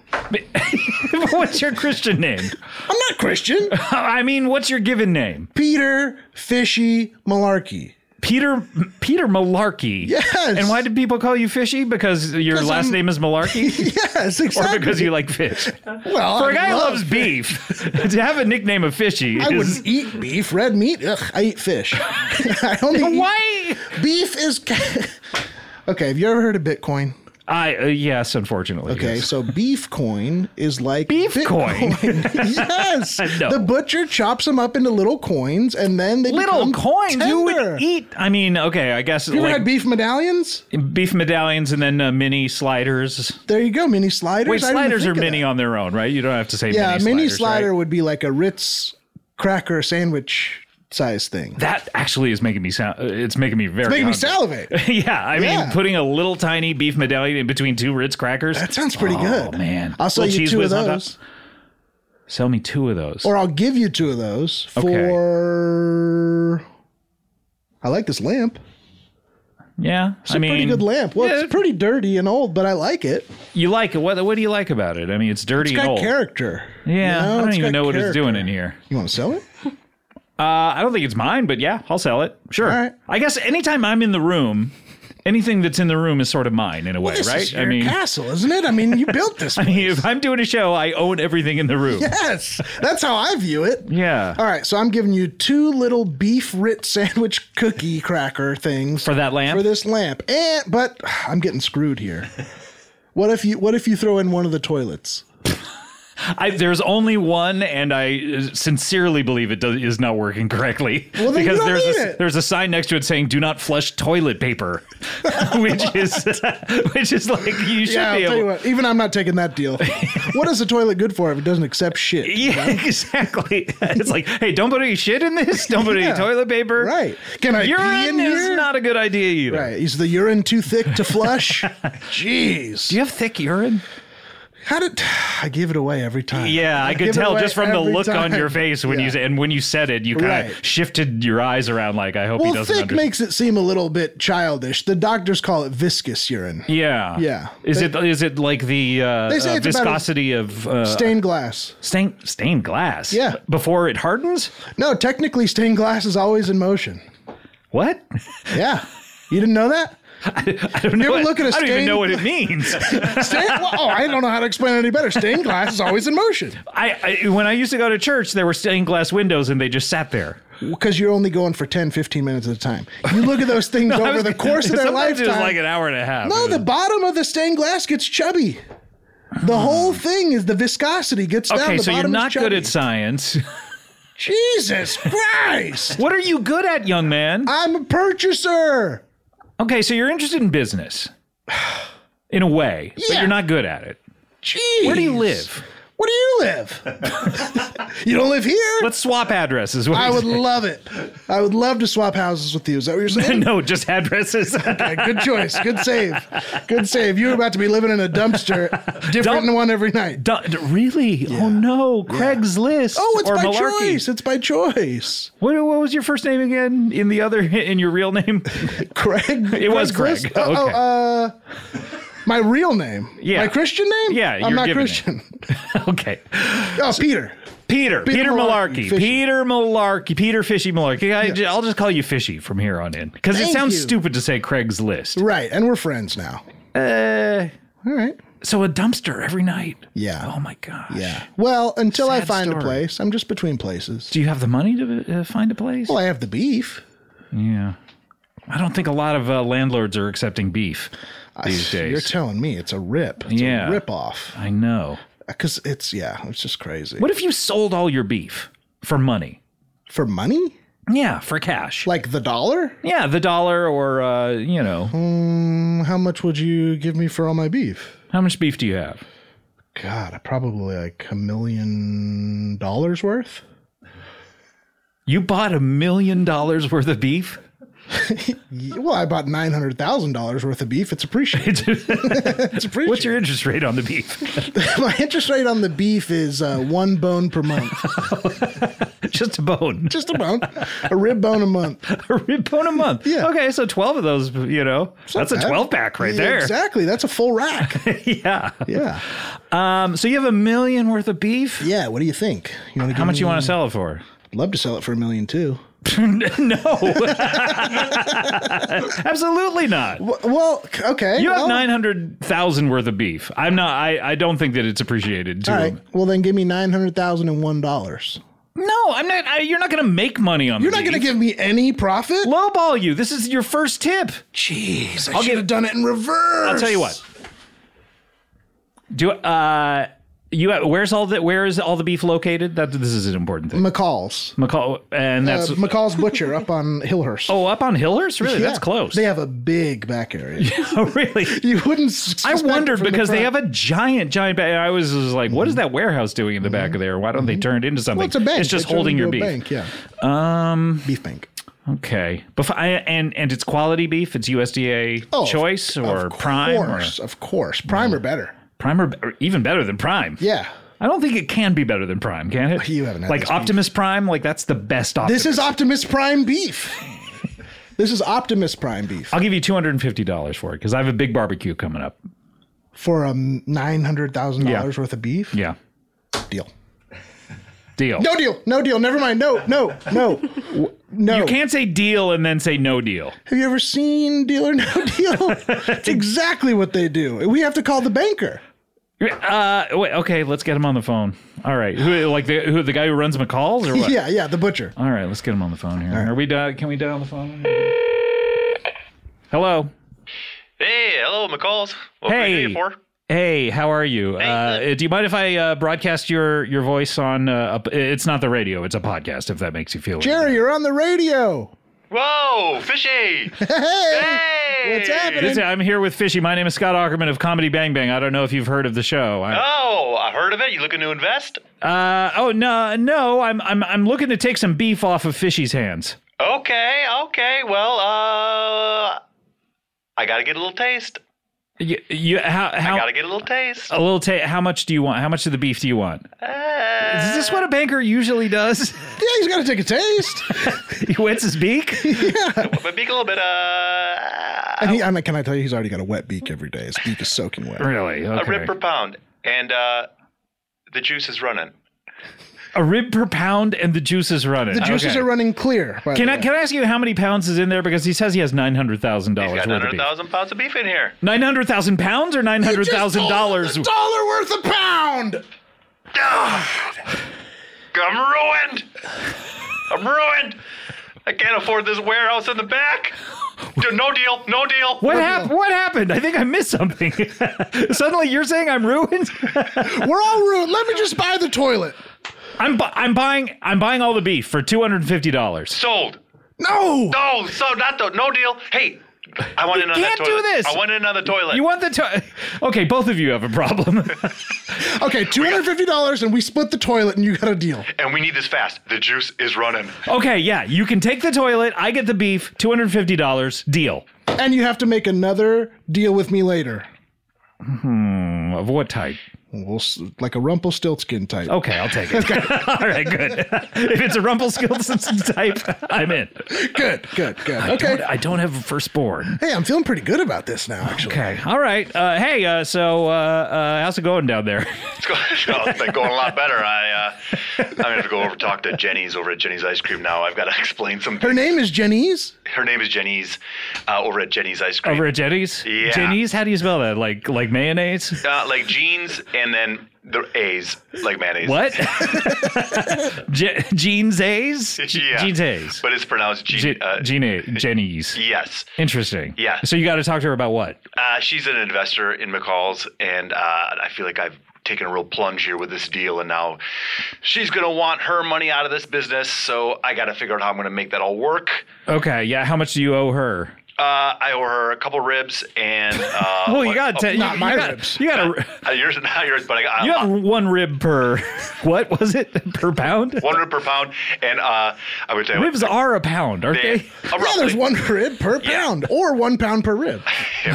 [SPEAKER 2] what's your Christian name?
[SPEAKER 3] I'm not Christian.
[SPEAKER 2] I mean, what's your given name?
[SPEAKER 3] Peter Fishy Malarkey.
[SPEAKER 2] Peter Peter Malarkey.
[SPEAKER 3] Yes.
[SPEAKER 2] And why do people call you fishy? Because your
[SPEAKER 3] 'Cause
[SPEAKER 2] last
[SPEAKER 3] I'm-
[SPEAKER 2] name is Malarkey,
[SPEAKER 3] Yes,
[SPEAKER 2] or
[SPEAKER 3] exactly.
[SPEAKER 2] because you like fish.
[SPEAKER 3] well,
[SPEAKER 2] For a
[SPEAKER 3] I
[SPEAKER 2] guy who
[SPEAKER 3] love-
[SPEAKER 2] loves beef, to have a nickname of fishy
[SPEAKER 3] I
[SPEAKER 2] is
[SPEAKER 3] wouldn't eat beef, red meat. Ugh, I eat fish. I only eat-
[SPEAKER 2] why.
[SPEAKER 3] beef is. okay, have you ever heard of Bitcoin?
[SPEAKER 2] I uh, yes, unfortunately.
[SPEAKER 3] Okay,
[SPEAKER 2] yes.
[SPEAKER 3] so beef coin is like
[SPEAKER 2] Beef coin?
[SPEAKER 3] Bitcoin. yes,
[SPEAKER 2] No.
[SPEAKER 3] the butcher chops them up into little coins, and then they
[SPEAKER 2] Little
[SPEAKER 3] become
[SPEAKER 2] coins
[SPEAKER 3] Tender.
[SPEAKER 2] you would eat. I mean, okay, I guess
[SPEAKER 3] You ever
[SPEAKER 2] like
[SPEAKER 3] had beef medallions?
[SPEAKER 2] beef medallions and then uh, mini sliders.
[SPEAKER 3] There you go, mini sliders.
[SPEAKER 2] Wait,
[SPEAKER 3] I didn't
[SPEAKER 2] sliders
[SPEAKER 3] think
[SPEAKER 2] are
[SPEAKER 3] of
[SPEAKER 2] mini
[SPEAKER 3] that.
[SPEAKER 2] on their own, right? You don't have to say
[SPEAKER 3] Yeah,
[SPEAKER 2] mini
[SPEAKER 3] a mini
[SPEAKER 2] sliders,
[SPEAKER 3] slider
[SPEAKER 2] right?
[SPEAKER 3] would be like a Ritz cracker sandwich size thing.
[SPEAKER 2] That actually is making me sound. uh, It's making me very.
[SPEAKER 3] Make me
[SPEAKER 2] hungry.
[SPEAKER 3] salivate.
[SPEAKER 2] yeah, I mean,
[SPEAKER 3] Yeah.
[SPEAKER 2] putting a little tiny beef medallion in between two Ritz crackers.
[SPEAKER 3] That sounds pretty
[SPEAKER 2] oh,
[SPEAKER 3] good.
[SPEAKER 2] man.
[SPEAKER 3] I'll sell
[SPEAKER 2] Little
[SPEAKER 3] you
[SPEAKER 2] cheese
[SPEAKER 3] two of
[SPEAKER 2] whiz on top.
[SPEAKER 3] those,
[SPEAKER 2] Sell me two of those.
[SPEAKER 3] or I'll give you two of those
[SPEAKER 2] Okay.
[SPEAKER 3] for. I like this lamp.
[SPEAKER 2] yeah,
[SPEAKER 3] It's
[SPEAKER 2] I
[SPEAKER 3] a
[SPEAKER 2] mean,
[SPEAKER 3] pretty good lamp. Well,
[SPEAKER 2] yeah,
[SPEAKER 3] it's pretty dirty and old, but I like it.
[SPEAKER 2] You like it? What? What do you like about it? I mean, it's dirty
[SPEAKER 3] It's got
[SPEAKER 2] and old.
[SPEAKER 3] character.
[SPEAKER 2] yeah,
[SPEAKER 3] you know?
[SPEAKER 2] I don't
[SPEAKER 3] It's
[SPEAKER 2] even
[SPEAKER 3] got
[SPEAKER 2] know what it's doing
[SPEAKER 3] character.
[SPEAKER 2] in here.
[SPEAKER 3] You want to sell it?
[SPEAKER 2] Uh, I don't think it's mine, but yeah, I'll sell it. Sure.
[SPEAKER 3] All right.
[SPEAKER 2] I guess anytime I'm in the room, anything that's in the room is sort of mine in a way,
[SPEAKER 3] This
[SPEAKER 2] right?
[SPEAKER 3] is
[SPEAKER 2] I
[SPEAKER 3] your
[SPEAKER 2] mean,
[SPEAKER 3] castle, isn't it? I mean, you built this.
[SPEAKER 2] I
[SPEAKER 3] place.
[SPEAKER 2] mean, if I'm doing a show, I own everything in the room.
[SPEAKER 3] yes, that's how I view it.
[SPEAKER 2] Yeah.
[SPEAKER 3] All right, so I'm giving you two little beef Ritz sandwich cookie cracker things
[SPEAKER 2] For that lamp?
[SPEAKER 3] For this lamp, and but I'm getting screwed here. What if you What if you throw in one of the toilets?
[SPEAKER 2] I, there's only one, and I uh, sincerely believe it does, is not working correctly.
[SPEAKER 3] Well, then you
[SPEAKER 2] because
[SPEAKER 3] don't
[SPEAKER 2] there's
[SPEAKER 3] need
[SPEAKER 2] a,
[SPEAKER 3] it.
[SPEAKER 2] there's a sign next to it saying "Do not flush toilet paper," which is which is like you should
[SPEAKER 3] Yeah, I'll
[SPEAKER 2] be
[SPEAKER 3] tell
[SPEAKER 2] able.
[SPEAKER 3] you what. Even I'm not taking that deal. what is a toilet good for if it doesn't accept shit?
[SPEAKER 2] yeah, exactly. It's like, hey, don't put any shit in this. Don't put
[SPEAKER 3] Yeah,
[SPEAKER 2] any toilet paper.
[SPEAKER 3] Right? Can I pee
[SPEAKER 2] Urine
[SPEAKER 3] in
[SPEAKER 2] is
[SPEAKER 3] here?
[SPEAKER 2] not a good idea either.
[SPEAKER 3] right? Is the urine too thick to flush? Jeez,
[SPEAKER 2] Do you have thick urine?
[SPEAKER 3] how did I give it away every time?
[SPEAKER 2] Yeah, I could
[SPEAKER 3] give it
[SPEAKER 2] tell
[SPEAKER 3] away
[SPEAKER 2] just from the
[SPEAKER 3] every
[SPEAKER 2] look on
[SPEAKER 3] time.
[SPEAKER 2] your face when you
[SPEAKER 3] Yeah.
[SPEAKER 2] you and when you said it, you kind of
[SPEAKER 3] Right.
[SPEAKER 2] shifted your eyes around. Like, I hope he
[SPEAKER 3] Well,
[SPEAKER 2] doesn't.
[SPEAKER 3] thick
[SPEAKER 2] under-
[SPEAKER 3] makes it seem a little bit childish. The doctors call it viscous urine.
[SPEAKER 2] Yeah.
[SPEAKER 3] Yeah.
[SPEAKER 2] Is it is it like the uh,
[SPEAKER 3] They say
[SPEAKER 2] uh,
[SPEAKER 3] it's about a
[SPEAKER 2] viscosity of uh,
[SPEAKER 3] Stained glass.
[SPEAKER 2] stain, stained glass?
[SPEAKER 3] Yeah.
[SPEAKER 2] Before it hardens?
[SPEAKER 3] No, technically, stained glass is always in motion.
[SPEAKER 2] What?
[SPEAKER 3] Yeah. You didn't know that?
[SPEAKER 2] I don't know.
[SPEAKER 3] ever
[SPEAKER 2] what-
[SPEAKER 3] look at a
[SPEAKER 2] I don't even
[SPEAKER 3] stained
[SPEAKER 2] know what it means.
[SPEAKER 3] Stained, well, oh, I don't know how to explain it any better. Stained glass is always in motion
[SPEAKER 2] I, I when I used to go to church, there were stained glass windows, and they just sat there.
[SPEAKER 3] because you're only going for 10, 15 minutes at a time. You look at those things
[SPEAKER 2] I
[SPEAKER 3] over
[SPEAKER 2] was-
[SPEAKER 3] the course of their
[SPEAKER 2] sometimes
[SPEAKER 3] lifetime.
[SPEAKER 2] it was like an hour and a half.
[SPEAKER 3] no,
[SPEAKER 2] It
[SPEAKER 3] the
[SPEAKER 2] was-
[SPEAKER 3] bottom of the stained glass gets chubby. The whole thing is the viscosity gets down.
[SPEAKER 2] Hmm. okay,
[SPEAKER 3] the
[SPEAKER 2] so you're
[SPEAKER 3] bottom is
[SPEAKER 2] not good
[SPEAKER 3] chubby.
[SPEAKER 2] at science.
[SPEAKER 3] Jesus Christ!
[SPEAKER 2] What are you good at, young man?
[SPEAKER 3] I'm a purchaser.
[SPEAKER 2] Okay, so you're interested in business, in a way, but
[SPEAKER 3] Yeah.
[SPEAKER 2] you're not good at it.
[SPEAKER 3] Jeez.
[SPEAKER 2] Where do you live?
[SPEAKER 3] Where do you live? you don't live here.
[SPEAKER 2] Let's swap addresses. What do
[SPEAKER 3] I
[SPEAKER 2] you
[SPEAKER 3] would
[SPEAKER 2] say?
[SPEAKER 3] love it. I would love to swap houses with you. Is that what you're saying?
[SPEAKER 2] no, just addresses.
[SPEAKER 3] Okay, good choice. Good save. Good save. You're about to be living in a dumpster, different
[SPEAKER 2] Dump-
[SPEAKER 3] one every night.
[SPEAKER 2] Du- d- really? Oh no, Craigslist.
[SPEAKER 3] Oh, it's
[SPEAKER 2] or
[SPEAKER 3] by
[SPEAKER 2] Malarkey.
[SPEAKER 3] choice. It's by choice.
[SPEAKER 2] What, what was your first name again? In the other, in your real name?
[SPEAKER 3] Craig.
[SPEAKER 2] It was
[SPEAKER 3] Craigslist?
[SPEAKER 2] Craig.
[SPEAKER 3] Oh,
[SPEAKER 2] Okay.
[SPEAKER 3] oh, uh, my real name.
[SPEAKER 2] Yeah.
[SPEAKER 3] My Christian name?
[SPEAKER 2] Yeah,
[SPEAKER 3] I'm
[SPEAKER 2] your
[SPEAKER 3] not
[SPEAKER 2] given
[SPEAKER 3] Christian.
[SPEAKER 2] okay,
[SPEAKER 3] Oh, Peter.
[SPEAKER 2] Peter. Peter,
[SPEAKER 3] Malarkey,
[SPEAKER 2] Malarkey.
[SPEAKER 3] Fishy.
[SPEAKER 2] Peter Malarkey. Peter Fishy Malarkey. I, will just call you Fishy from here on in because it
[SPEAKER 3] Thank
[SPEAKER 2] sounds
[SPEAKER 3] you.
[SPEAKER 2] stupid to say Craigslist.
[SPEAKER 3] Right. And we're friends now.
[SPEAKER 2] Uh,
[SPEAKER 3] All right.
[SPEAKER 2] so a dumpster every night.
[SPEAKER 3] Yeah.
[SPEAKER 2] Oh my gosh.
[SPEAKER 3] Yeah. Well, until I
[SPEAKER 2] Sad
[SPEAKER 3] find
[SPEAKER 2] story.
[SPEAKER 3] a place, I'm just between places.
[SPEAKER 2] Do you have the money to uh, find a place?
[SPEAKER 3] Well, I have the beef.
[SPEAKER 2] Yeah. I don't think a lot of uh, landlords are accepting beef these
[SPEAKER 3] You're
[SPEAKER 2] days.
[SPEAKER 3] telling me it's a rip. It's
[SPEAKER 2] Yeah.
[SPEAKER 3] a rip off.
[SPEAKER 2] I know.
[SPEAKER 3] Because it's, yeah, it's just crazy.
[SPEAKER 2] What if you sold all your beef for money?
[SPEAKER 3] For money?
[SPEAKER 2] Yeah, for cash.
[SPEAKER 3] Like the dollar?
[SPEAKER 2] yeah, the dollar or uh, you know,
[SPEAKER 3] Mm, How much would you give me for all my beef?
[SPEAKER 2] how much beef do you have?
[SPEAKER 3] God, probably like a million dollars worth.
[SPEAKER 2] You bought a million dollars worth of beef?
[SPEAKER 3] Y- Well, I bought nine hundred thousand dollars worth of beef. It's appreciated. It's appreciated.
[SPEAKER 2] What's your interest rate on the beef?
[SPEAKER 3] my interest rate on the beef is uh, one bone per month.
[SPEAKER 2] just a bone.
[SPEAKER 3] Just a bone, a rib bone a month.
[SPEAKER 2] a rib bone a month.
[SPEAKER 3] Yeah.
[SPEAKER 2] Okay, so 12 of those, you know, that's a
[SPEAKER 3] bad.
[SPEAKER 2] 12 pack right
[SPEAKER 3] Yeah,
[SPEAKER 2] there.
[SPEAKER 3] Exactly. That's a full rack.
[SPEAKER 2] yeah.
[SPEAKER 3] yeah.
[SPEAKER 2] Um, so you have a million worth of beef?
[SPEAKER 3] Yeah. What do you think? You want to?
[SPEAKER 2] How much you want to sell it for?
[SPEAKER 3] Love to sell it for a million too.
[SPEAKER 2] no. Absolutely not.
[SPEAKER 3] Well, well c- okay.
[SPEAKER 2] You have
[SPEAKER 3] well,
[SPEAKER 2] 900,000 worth of beef. I'm not I I don't think that it's appreciated to
[SPEAKER 3] All right. Well, then give me nine hundred thousand and one dollars.
[SPEAKER 2] No, I'm not I, you're not going to make money on
[SPEAKER 3] You're
[SPEAKER 2] the
[SPEAKER 3] not going to
[SPEAKER 2] beef.
[SPEAKER 3] give me any profit.
[SPEAKER 2] lowball you. This is your first tip.
[SPEAKER 3] Jeez, I
[SPEAKER 2] I'll
[SPEAKER 3] should
[SPEAKER 2] give-
[SPEAKER 3] have done it in reverse.
[SPEAKER 2] I'll tell you what. Do uh you where's all the where is all the beef located? That this is an important thing.
[SPEAKER 3] McCall's.
[SPEAKER 2] McCall and
[SPEAKER 3] Uh,
[SPEAKER 2] that's
[SPEAKER 3] McCall's Butcher up on Hillhurst.
[SPEAKER 2] oh up on Hillhurst. Really,
[SPEAKER 3] Yeah.
[SPEAKER 2] that's close.
[SPEAKER 3] They have a big back area.
[SPEAKER 2] oh really?
[SPEAKER 3] you wouldn't. s-
[SPEAKER 2] I
[SPEAKER 3] suspect
[SPEAKER 2] wondered
[SPEAKER 3] from the
[SPEAKER 2] because they have
[SPEAKER 3] front. Mm-hmm.
[SPEAKER 2] a giant, giant bag. I was, was like, what is that warehouse doing in the back of there? Why don't they turn it into something?
[SPEAKER 3] Well, it's a bank.
[SPEAKER 2] It's just
[SPEAKER 3] They turned
[SPEAKER 2] holding
[SPEAKER 3] it
[SPEAKER 2] your
[SPEAKER 3] into
[SPEAKER 2] beef.
[SPEAKER 3] a Bank, yeah. Um, beef bank.
[SPEAKER 2] Okay, Bef- I, and and it's quality beef. It's USDA
[SPEAKER 3] Oh,
[SPEAKER 2] choice
[SPEAKER 3] of-
[SPEAKER 2] or
[SPEAKER 3] of
[SPEAKER 2] prime or Mm.
[SPEAKER 3] course, of course, prime or better.
[SPEAKER 2] prime or, or even better than prime.
[SPEAKER 3] Yeah.
[SPEAKER 2] I don't think it can be better than Prime, can it?
[SPEAKER 3] You haven't had
[SPEAKER 2] like
[SPEAKER 3] this beef.
[SPEAKER 2] Optimus Prime. Like that's the best Optimus.
[SPEAKER 3] This is Optimus Prime beef. this is Optimus Prime beef
[SPEAKER 2] I'll give you two hundred and fifty dollars for it because I have a big barbecue coming up.
[SPEAKER 3] for um nine hundred thousand dollars
[SPEAKER 2] Yeah.
[SPEAKER 3] worth of beef.
[SPEAKER 2] Yeah,
[SPEAKER 3] Deal.
[SPEAKER 2] deal.
[SPEAKER 3] No deal. No deal. Never mind. No. No. No. W- No.
[SPEAKER 2] you can't say deal and then say no deal.
[SPEAKER 3] Have you ever seen Deal or No Deal? it's exactly what they do. We have to call the banker.
[SPEAKER 2] Uh, wait, okay, let's get him on the phone. All right, who like the who the guy who runs McCall's or what?
[SPEAKER 3] Yeah. Yeah. The butcher.
[SPEAKER 2] All right, let's get him on the phone here. Are we di- Can we dial the phone? Hello.
[SPEAKER 4] Hey, hello, McCalls. What can I do
[SPEAKER 2] Hey.
[SPEAKER 4] you for?
[SPEAKER 2] Hey, how are you?
[SPEAKER 4] Hey.
[SPEAKER 2] Uh, do you mind if I uh, broadcast your your voice on? Uh, a, it's not the radio; it's a podcast. If that makes you feel. any
[SPEAKER 3] Jerry, you're on the radio.
[SPEAKER 4] Whoa, fishy!
[SPEAKER 3] Hey.
[SPEAKER 4] Hey,
[SPEAKER 3] What's happening?
[SPEAKER 2] This- I'm here with Fishy. My name is Scott Ackerman of Comedy Bang Bang. I don't know if you've heard of the show. I,
[SPEAKER 4] Oh, I heard of it. You looking to invest?
[SPEAKER 2] uh, oh no, no, I'm I'm I'm looking to take some beef off of Fishy's hands.
[SPEAKER 4] Okay, okay. Well, uh, I gotta get a little taste.
[SPEAKER 2] You, you how how
[SPEAKER 4] I gotta get a little taste.
[SPEAKER 2] a little ta- how much do you want? How much of the beef do you want?
[SPEAKER 4] Uh,
[SPEAKER 2] Is this what a banker usually does?
[SPEAKER 3] Yeah, he's got to take a taste.
[SPEAKER 2] he wets his beak.
[SPEAKER 4] but be a little bit. Uh,
[SPEAKER 3] And he, I mean, can I tell you, he's already got a wet beak every day. His beak is soaking wet.
[SPEAKER 2] really? Okay.
[SPEAKER 4] a rip per pound, and uh, the juice is running.
[SPEAKER 2] A rib per pound, and the juice is running.
[SPEAKER 3] The juices
[SPEAKER 2] Okay.
[SPEAKER 3] are running clear. by the
[SPEAKER 2] Can I
[SPEAKER 3] way.
[SPEAKER 2] can I ask you how many pounds is in there? Because he says he has nine hundred thousand
[SPEAKER 4] He's
[SPEAKER 2] dollars
[SPEAKER 4] got
[SPEAKER 2] Oh, worth of
[SPEAKER 4] hundred
[SPEAKER 2] beef.
[SPEAKER 4] thousand pounds of beef in here.
[SPEAKER 2] Nine hundred thousand pounds or nine hundred thousand dollars?
[SPEAKER 3] A dollar worth a pound.
[SPEAKER 4] I'm ruined. I'm ruined. I can't afford this warehouse in the back. Dude, no deal. No deal.
[SPEAKER 2] What happened? What happened? I think I missed something. Suddenly, you're saying I'm ruined.
[SPEAKER 3] We're all ruined. Let me just buy the toilet.
[SPEAKER 2] I'm bu- I'm buying I'm buying all the beef for two hundred and fifty dollars.
[SPEAKER 4] Sold.
[SPEAKER 3] No.
[SPEAKER 4] No, Oh, so not the no deal. Hey, I want in on that
[SPEAKER 2] can't do
[SPEAKER 4] toilet.
[SPEAKER 2] this.
[SPEAKER 4] I want in on the toilet.
[SPEAKER 2] You want the to- okay? Both of you have a problem.
[SPEAKER 3] Okay, two hundred fifty dollars, and we split the toilet, and you got a deal.
[SPEAKER 4] and we need this fast. The juice is running.
[SPEAKER 2] okay, yeah, you can take the toilet. I get the beef. Two hundred fifty dollars deal.
[SPEAKER 3] And you have to make another deal with me later.
[SPEAKER 2] Of what type?
[SPEAKER 3] Well, s- like a Rumpelstiltskin type.
[SPEAKER 2] Okay, I'll take it. all right, good. if it's a Rumpelstiltskin type, I'm in.
[SPEAKER 3] good, good, good. Okay.
[SPEAKER 2] I don't have a firstborn.
[SPEAKER 3] Hey, I'm feeling pretty good about this now. Actually,
[SPEAKER 2] Okay, all right. Uh, hey, uh, so uh, uh, how's it going down there?
[SPEAKER 4] It's going, no, it's been going a lot better. I uh, I'm gonna have to go over talk to Jenny's over at Jenny's Ice Cream now. I've got to explain some.
[SPEAKER 3] her name is Jenny's.
[SPEAKER 4] Her name is Jenny's uh, over at Jenny's Ice Cream.
[SPEAKER 2] Over at Jenny's?
[SPEAKER 4] Yeah.
[SPEAKER 2] Jenny's? How do you spell that? Like like mayonnaise?
[SPEAKER 4] uh, like jeans and then the A's like mayonnaise.
[SPEAKER 2] What? Je- Jeans A's? Je-
[SPEAKER 4] Yeah.
[SPEAKER 2] Jeans A's.
[SPEAKER 4] But it's pronounced G.
[SPEAKER 2] Je-
[SPEAKER 4] uh,
[SPEAKER 2] Jean A- Jenny's.
[SPEAKER 4] yes.
[SPEAKER 2] Interesting.
[SPEAKER 4] Yeah.
[SPEAKER 2] So you got to talk to her about what?
[SPEAKER 4] Uh, she's an investor in McCall's, and uh, I feel like I've taken a real plunge here with this deal, and now she's going to want her money out of this business. So I got to figure out how I'm going to make that all work.
[SPEAKER 2] Okay. Yeah. How much do you owe her?
[SPEAKER 4] Uh, I owe her a couple ribs, and uh,
[SPEAKER 2] Oh, you got to.
[SPEAKER 3] not
[SPEAKER 2] you,
[SPEAKER 3] my
[SPEAKER 2] you got,
[SPEAKER 3] ribs. uh,
[SPEAKER 2] You got a.
[SPEAKER 4] uh, yours, not yours, but I got
[SPEAKER 2] You have one rib per. What was it? Per pound?
[SPEAKER 4] one rib per pound, and uh, I would say
[SPEAKER 2] Ribs are a pound, aren't
[SPEAKER 4] They,
[SPEAKER 2] they?
[SPEAKER 4] uh,
[SPEAKER 3] Oh, Yeah, there's
[SPEAKER 4] roughly,
[SPEAKER 3] one rib per pound, or one pound per rib.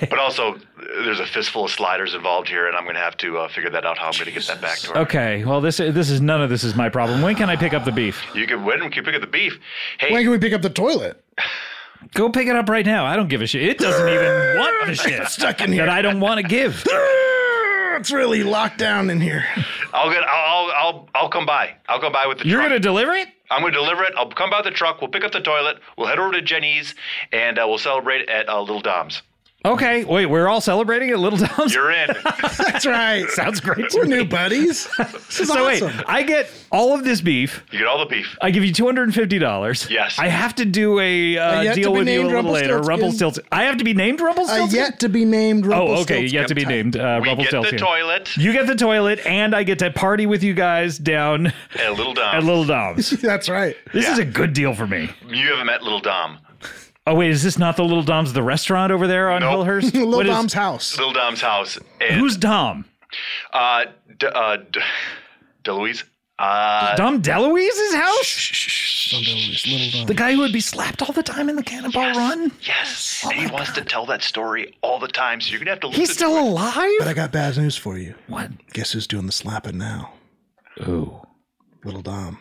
[SPEAKER 4] but also there's a fistful of sliders involved here, and I'm going to have to uh, figure that out how I'm going to get that back to her.
[SPEAKER 2] Okay. Well, this this is none of this is my problem. When can I pick up the beef?
[SPEAKER 4] You can win. We can pick up the beef. Hey,
[SPEAKER 3] When can we pick up the toilet?
[SPEAKER 2] Go pick it up right now. I don't give a shit. It doesn't even want the shit
[SPEAKER 3] stuck in here.
[SPEAKER 2] that I don't want to give.
[SPEAKER 3] It's really locked down in here.
[SPEAKER 4] I'll get. I'll. I'll. I'll, I'll come by. I'll come by with the.
[SPEAKER 2] You're
[SPEAKER 4] truck.
[SPEAKER 2] gonna deliver it?
[SPEAKER 4] I'm going to deliver it. I'll come by with the truck. We'll pick up the toilet. We'll head over to Jenny's, and uh, we'll celebrate at uh, Little Dom's.
[SPEAKER 2] Okay. Wait, we're all celebrating at Little Tom's.
[SPEAKER 4] You're in.
[SPEAKER 3] That's right.
[SPEAKER 2] Sounds great. To
[SPEAKER 3] We're
[SPEAKER 2] me.
[SPEAKER 3] new buddies. This is
[SPEAKER 2] So wait,
[SPEAKER 3] awesome. Uh,
[SPEAKER 2] I get all of this beef.
[SPEAKER 4] you get all the beef.
[SPEAKER 2] I give you two hundred and fifty dollars.
[SPEAKER 4] Yes.
[SPEAKER 2] I have to do a
[SPEAKER 3] Uh,
[SPEAKER 2] uh,
[SPEAKER 3] yet to
[SPEAKER 2] deal
[SPEAKER 3] be
[SPEAKER 2] with you a
[SPEAKER 3] named
[SPEAKER 2] little later.
[SPEAKER 3] Rumpelstiltskin.
[SPEAKER 2] Rumpelstiltskin. I have to be named
[SPEAKER 3] A
[SPEAKER 2] Rumpelstiltskin.
[SPEAKER 3] yet to be named.
[SPEAKER 2] oh, okay. Yet to be
[SPEAKER 3] Rumpelstiltskin
[SPEAKER 2] named uh,
[SPEAKER 4] We get the
[SPEAKER 2] Rumpelstiltskin.
[SPEAKER 4] toilet
[SPEAKER 2] You get the toilet, and I get to party with you guys down
[SPEAKER 4] at Little
[SPEAKER 2] at
[SPEAKER 4] Dom.
[SPEAKER 2] Little Dom's.
[SPEAKER 3] type. That's right.
[SPEAKER 2] This
[SPEAKER 4] Yeah.
[SPEAKER 2] is a good deal for me.
[SPEAKER 4] you haven't met Little Dom.
[SPEAKER 2] Oh wait, is this not the Little Dom's the restaurant over there on
[SPEAKER 4] Nope.
[SPEAKER 2] Hillhurst?
[SPEAKER 3] Little
[SPEAKER 2] What is-
[SPEAKER 3] Dom's house.
[SPEAKER 4] Little Dom's house. And,
[SPEAKER 2] Who's Dom?
[SPEAKER 4] uh, D- uh, D- Deluise? Uh,
[SPEAKER 2] Dom DeLuise's house?
[SPEAKER 3] Little Dom.
[SPEAKER 2] The guy who would be slapped all the time in the Cannonball Run?
[SPEAKER 4] yes. and he wants to tell that story all the time, so you're gonna have to listen.
[SPEAKER 2] He's still
[SPEAKER 3] But
[SPEAKER 2] alive?
[SPEAKER 3] I got bad news for you.
[SPEAKER 2] What?
[SPEAKER 3] Guess who's doing the slapping now?
[SPEAKER 2] Ooh.
[SPEAKER 3] Little Dom.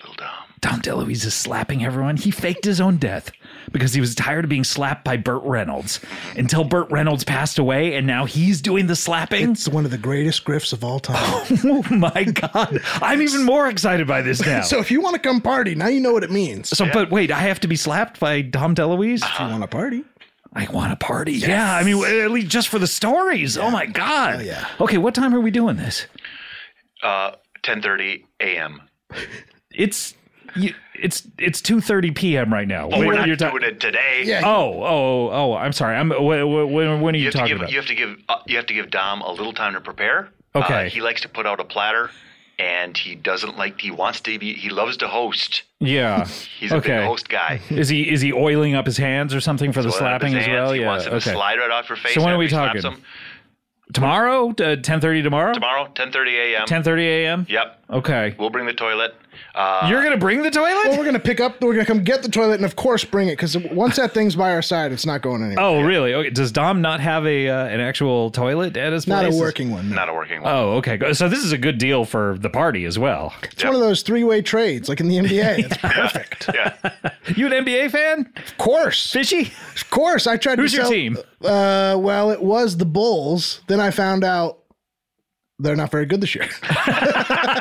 [SPEAKER 4] Little Dom.
[SPEAKER 2] Dom DeLuise is slapping everyone. He faked his own death because he was tired of being slapped by Burt Reynolds until Burt Reynolds passed away and now he's doing the slapping.
[SPEAKER 3] It's one of the greatest grifts of all time.
[SPEAKER 2] oh my god. I'm even more excited by this now.
[SPEAKER 3] so
[SPEAKER 2] so,
[SPEAKER 3] if you want to come party, now you know what it means. If
[SPEAKER 2] but wait, I have to be slapped by Dom DeLuise?
[SPEAKER 3] you want to party,
[SPEAKER 2] I want to party. Yeah, I mean, at least just for the stories. Oh my god.
[SPEAKER 3] yeah.
[SPEAKER 2] Okay, what time are we doing this?
[SPEAKER 4] Uh, 10:30 a.m.
[SPEAKER 2] It's you, it's it's two thirty p.m. right now.
[SPEAKER 4] Oh,
[SPEAKER 2] When
[SPEAKER 4] we're
[SPEAKER 2] are
[SPEAKER 4] not
[SPEAKER 2] you ta-
[SPEAKER 4] doing it today.
[SPEAKER 3] Yeah.
[SPEAKER 2] Oh, oh, oh! I'm sorry. I'm. When, when, when are you,
[SPEAKER 4] You have, to
[SPEAKER 2] talking
[SPEAKER 4] give,
[SPEAKER 2] about?
[SPEAKER 4] you have to give uh, you have to give Dom a little time to prepare.
[SPEAKER 2] Okay.
[SPEAKER 4] Uh, he likes to put out a platter, and he doesn't like. He wants to be. He loves to host.
[SPEAKER 2] yeah.
[SPEAKER 4] He's a
[SPEAKER 2] okay.
[SPEAKER 4] big host guy.
[SPEAKER 2] Is he is he oiling up his hands or something for the
[SPEAKER 4] Oil up
[SPEAKER 2] slapping
[SPEAKER 4] his
[SPEAKER 2] as well?
[SPEAKER 4] hands, He
[SPEAKER 2] yeah.
[SPEAKER 4] wants him to
[SPEAKER 2] okay.
[SPEAKER 4] slide right off your face.
[SPEAKER 2] So when are
[SPEAKER 4] after
[SPEAKER 2] we
[SPEAKER 4] he slaps
[SPEAKER 2] talking?
[SPEAKER 4] him.
[SPEAKER 2] Tomorrow, uh, ten thirty tomorrow,
[SPEAKER 4] Tomorrow, 10:30 a.m.
[SPEAKER 2] ten thirty a.m.
[SPEAKER 4] Yep.
[SPEAKER 2] Okay.
[SPEAKER 4] We'll bring the toilet. Uh,
[SPEAKER 2] You're gonna bring the toilet?
[SPEAKER 3] well, we're gonna pick up. We're gonna come get the toilet, and of course, bring it because once that thing's by our side, it's not going anywhere.
[SPEAKER 2] oh, really? Okay. Does Dom not have a uh, an actual toilet at his
[SPEAKER 3] not
[SPEAKER 2] place?
[SPEAKER 3] a working one. no.
[SPEAKER 4] not a working one.
[SPEAKER 2] Oh, okay. So this is a good deal for the party as well.
[SPEAKER 3] It's one of those three-way trades, like in the NBA. It's perfect.
[SPEAKER 4] Yeah.
[SPEAKER 2] You an NBA fan?
[SPEAKER 3] Of course,
[SPEAKER 2] Fishy?
[SPEAKER 3] of course. I tried.
[SPEAKER 2] Who's
[SPEAKER 3] to
[SPEAKER 2] your
[SPEAKER 3] sell-
[SPEAKER 2] team?
[SPEAKER 3] Uh, well, it was the Bulls. Then I found out they're not very good this year.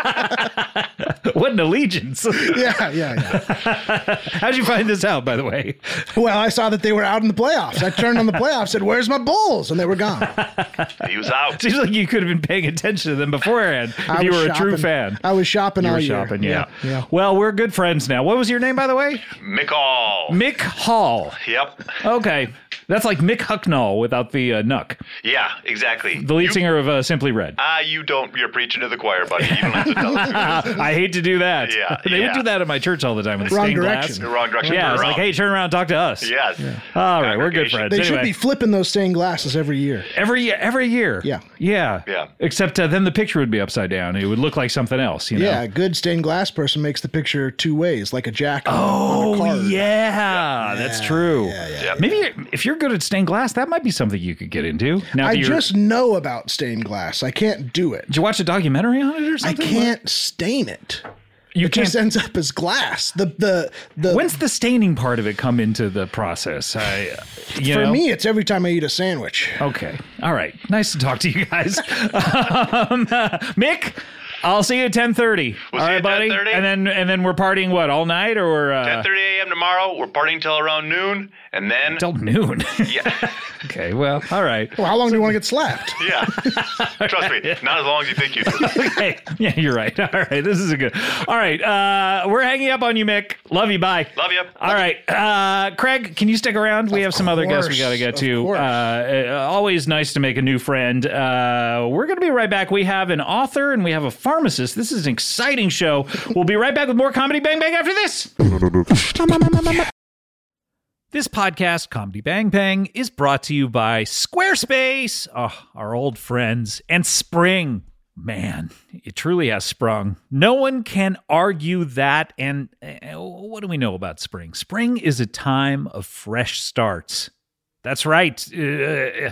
[SPEAKER 2] What an allegiance.
[SPEAKER 3] yeah, yeah, yeah.
[SPEAKER 2] How'd you find this out, by the way?
[SPEAKER 3] Well, I saw that they were out in the playoffs. I turned on the playoffs, said, "Where's my Bulls?" and they were gone.
[SPEAKER 2] Oh.
[SPEAKER 4] he was out.
[SPEAKER 2] Seems like you could have been paying attention to them beforehand if
[SPEAKER 3] I
[SPEAKER 2] you
[SPEAKER 3] was
[SPEAKER 2] were a
[SPEAKER 3] shopping.
[SPEAKER 2] true fan.
[SPEAKER 3] I was shopping
[SPEAKER 2] You
[SPEAKER 3] all
[SPEAKER 2] were
[SPEAKER 3] year.
[SPEAKER 2] shopping, yeah.
[SPEAKER 3] yeah. yeah.
[SPEAKER 2] Well, we're good friends now. What was your name, by the way?
[SPEAKER 4] McCall.
[SPEAKER 2] Mick Hall.
[SPEAKER 4] Yep.
[SPEAKER 2] Okay. That's like Mick Hucknall without the uh, Nuck,
[SPEAKER 4] Yeah, exactly.
[SPEAKER 2] the lead
[SPEAKER 4] You-
[SPEAKER 2] singer of uh, Simply Red.
[SPEAKER 4] Ah, you don't. You're preaching to the choir, buddy. You don't have to tell us.
[SPEAKER 2] I hate to do that.
[SPEAKER 4] Yeah,
[SPEAKER 2] they
[SPEAKER 4] yeah.
[SPEAKER 2] would do that at my church all the time with the
[SPEAKER 3] Wrong
[SPEAKER 2] stained
[SPEAKER 3] direction.
[SPEAKER 4] The
[SPEAKER 2] glass.
[SPEAKER 4] wrong direction.
[SPEAKER 2] Yeah,
[SPEAKER 4] turn
[SPEAKER 2] it's like,
[SPEAKER 4] around.
[SPEAKER 2] hey, turn around, talk to us.
[SPEAKER 4] Yes.
[SPEAKER 2] All right, we're good
[SPEAKER 4] Congregation.
[SPEAKER 2] friends.
[SPEAKER 3] They
[SPEAKER 2] anyway.
[SPEAKER 3] should be flipping those stained glasses every year.
[SPEAKER 2] Every year, every year.
[SPEAKER 3] Yeah.
[SPEAKER 2] yeah,
[SPEAKER 4] Yeah.
[SPEAKER 2] Except uh, then the picture would be upside down. It would look like something else. You know?
[SPEAKER 3] Yeah, a good stained glass person makes the picture two ways, like a jack. on a
[SPEAKER 2] Oh
[SPEAKER 3] card.
[SPEAKER 2] yeah, that's true.
[SPEAKER 4] yeah.
[SPEAKER 2] Maybe if you're good at stained glass, that might be something you could get into. Now that
[SPEAKER 3] I
[SPEAKER 2] you're,
[SPEAKER 3] just know about stained glass. I can't do it.
[SPEAKER 2] did you watch a documentary on it or
[SPEAKER 3] I
[SPEAKER 2] something?
[SPEAKER 3] can't stain it.
[SPEAKER 2] You
[SPEAKER 3] It just
[SPEAKER 2] can't.
[SPEAKER 3] ends up as glass. The the the
[SPEAKER 2] When's the staining part of it come into the process? I, uh, you
[SPEAKER 3] for
[SPEAKER 2] know?
[SPEAKER 3] me it's every time I eat a sandwich.
[SPEAKER 2] Okay. All right. Nice to talk to you guys. um, uh, Mick, I'll see you at ten thirty.
[SPEAKER 4] We'll
[SPEAKER 2] all
[SPEAKER 4] see
[SPEAKER 2] right,
[SPEAKER 4] you at
[SPEAKER 2] buddy.
[SPEAKER 4] 10:30.
[SPEAKER 2] And then and then we're partying what all night or uh,
[SPEAKER 4] 10:30 a.m. tomorrow. We're partying till around noon, and then
[SPEAKER 2] till noon.
[SPEAKER 4] yeah,
[SPEAKER 2] okay. Well. All right.
[SPEAKER 3] Well, how long do you want to get slapped?
[SPEAKER 4] yeah. Trust me, not as long as you think you do.
[SPEAKER 2] okay. Yeah, you're right. All right. This is a good. All right. Uh, we're hanging up on you, Mick. Love you. Bye.
[SPEAKER 4] Love you.
[SPEAKER 2] All right. Uh, Craig, can you stick around? We have some other guests we
[SPEAKER 3] course,
[SPEAKER 2] got to get
[SPEAKER 3] of
[SPEAKER 2] to.
[SPEAKER 3] course.
[SPEAKER 2] Uh, uh, always nice to make a new friend. Uh, we're going to be right back. We have an author and we have a pharmacist. This is an exciting show. We'll be right back with more Comedy Bang Bang after this. This podcast, Comedy Bang Bang, is brought to you by Squarespace, oh, our old friends, and Spring. Man, it truly has sprung. No one can argue that. And eh, what do we know about spring? Spring is a time of fresh starts That's right. Uh,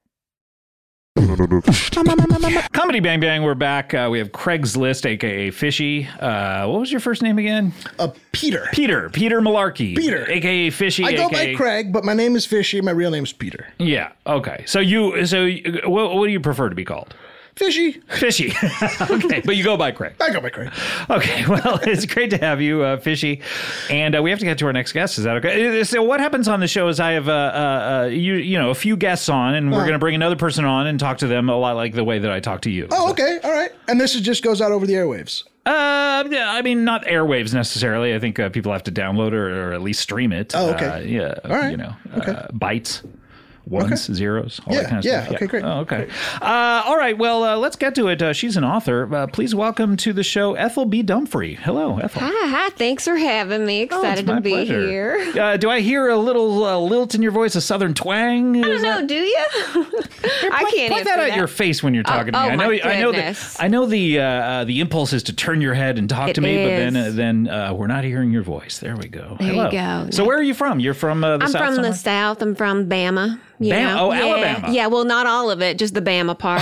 [SPEAKER 5] Comedy Bang Bang, we're back. Uh, we have Craigslist, aka Fishy. Uh, what was your first name again?
[SPEAKER 3] Uh, Peter.
[SPEAKER 5] Peter. Peter Malarkey.
[SPEAKER 3] Peter.
[SPEAKER 5] aka Fishy.
[SPEAKER 3] I go
[SPEAKER 5] aka
[SPEAKER 3] by Craig, but my name is Fishy. My real name's Peter.
[SPEAKER 5] Yeah. Okay. So you. So you, what, what do you prefer to be called?
[SPEAKER 3] Fishy.
[SPEAKER 5] Fishy. okay. But you go by Craig.
[SPEAKER 3] I go by Craig. Oh,
[SPEAKER 5] Okay. Well, it's great to have you, uh, Fishy. And uh, we have to get to our next guest. Is that okay? Uh, So what happens on the show is I have uh, uh, uh, you you know a few guests on, and we're going to bring another person on and talk to them a lot like the way that I talk to you.
[SPEAKER 3] Oh, okay. All right. And this is just goes out over the airwaves.
[SPEAKER 5] Uh, yeah, I mean, not airwaves necessarily. I think uh, people have to download or, or at least stream it.
[SPEAKER 3] Oh, okay.
[SPEAKER 5] Uh, yeah.
[SPEAKER 3] All right.
[SPEAKER 5] You know, uh, bytes, ones, zeros, all
[SPEAKER 3] Yeah,
[SPEAKER 5] that kind of
[SPEAKER 3] yeah,
[SPEAKER 5] stuff.
[SPEAKER 3] okay, great.
[SPEAKER 5] Oh, okay. Uh, all right. Well, uh, let's get to it. Uh, she's an author. Uh, please welcome to the show Ethel B. Dumfrey. Hello, Ethel.
[SPEAKER 6] Hi, hi, Ah, thanks for having me.
[SPEAKER 5] Oh, it's
[SPEAKER 6] Excited
[SPEAKER 5] my
[SPEAKER 6] to be
[SPEAKER 5] pleasure.
[SPEAKER 6] here.
[SPEAKER 5] Uh, do I hear a little uh, lilt in your voice, a southern twang?
[SPEAKER 6] I don't know, do you? I
[SPEAKER 5] Point-
[SPEAKER 6] can't
[SPEAKER 5] point
[SPEAKER 6] answer
[SPEAKER 5] that at your face when you're talking
[SPEAKER 6] oh
[SPEAKER 5] to me. I know.
[SPEAKER 6] my
[SPEAKER 5] I know that.
[SPEAKER 6] goodness.
[SPEAKER 5] I know the uh, uh, the impulse is to turn your head and talk
[SPEAKER 6] It
[SPEAKER 5] to me, but then uh,
[SPEAKER 6] is.
[SPEAKER 5] then uh, we're not hearing your voice. There we go.
[SPEAKER 6] There you
[SPEAKER 5] Hello.
[SPEAKER 6] go.
[SPEAKER 5] So where are you from? You're from uh, the
[SPEAKER 6] I'm
[SPEAKER 5] south.
[SPEAKER 6] from
[SPEAKER 5] somewhere?
[SPEAKER 6] the South. I'm from Bama. You
[SPEAKER 5] Bama-
[SPEAKER 6] know?
[SPEAKER 5] oh,
[SPEAKER 6] yeah.
[SPEAKER 5] Alabama.
[SPEAKER 6] Yeah, well, not all of it, just the Bama part.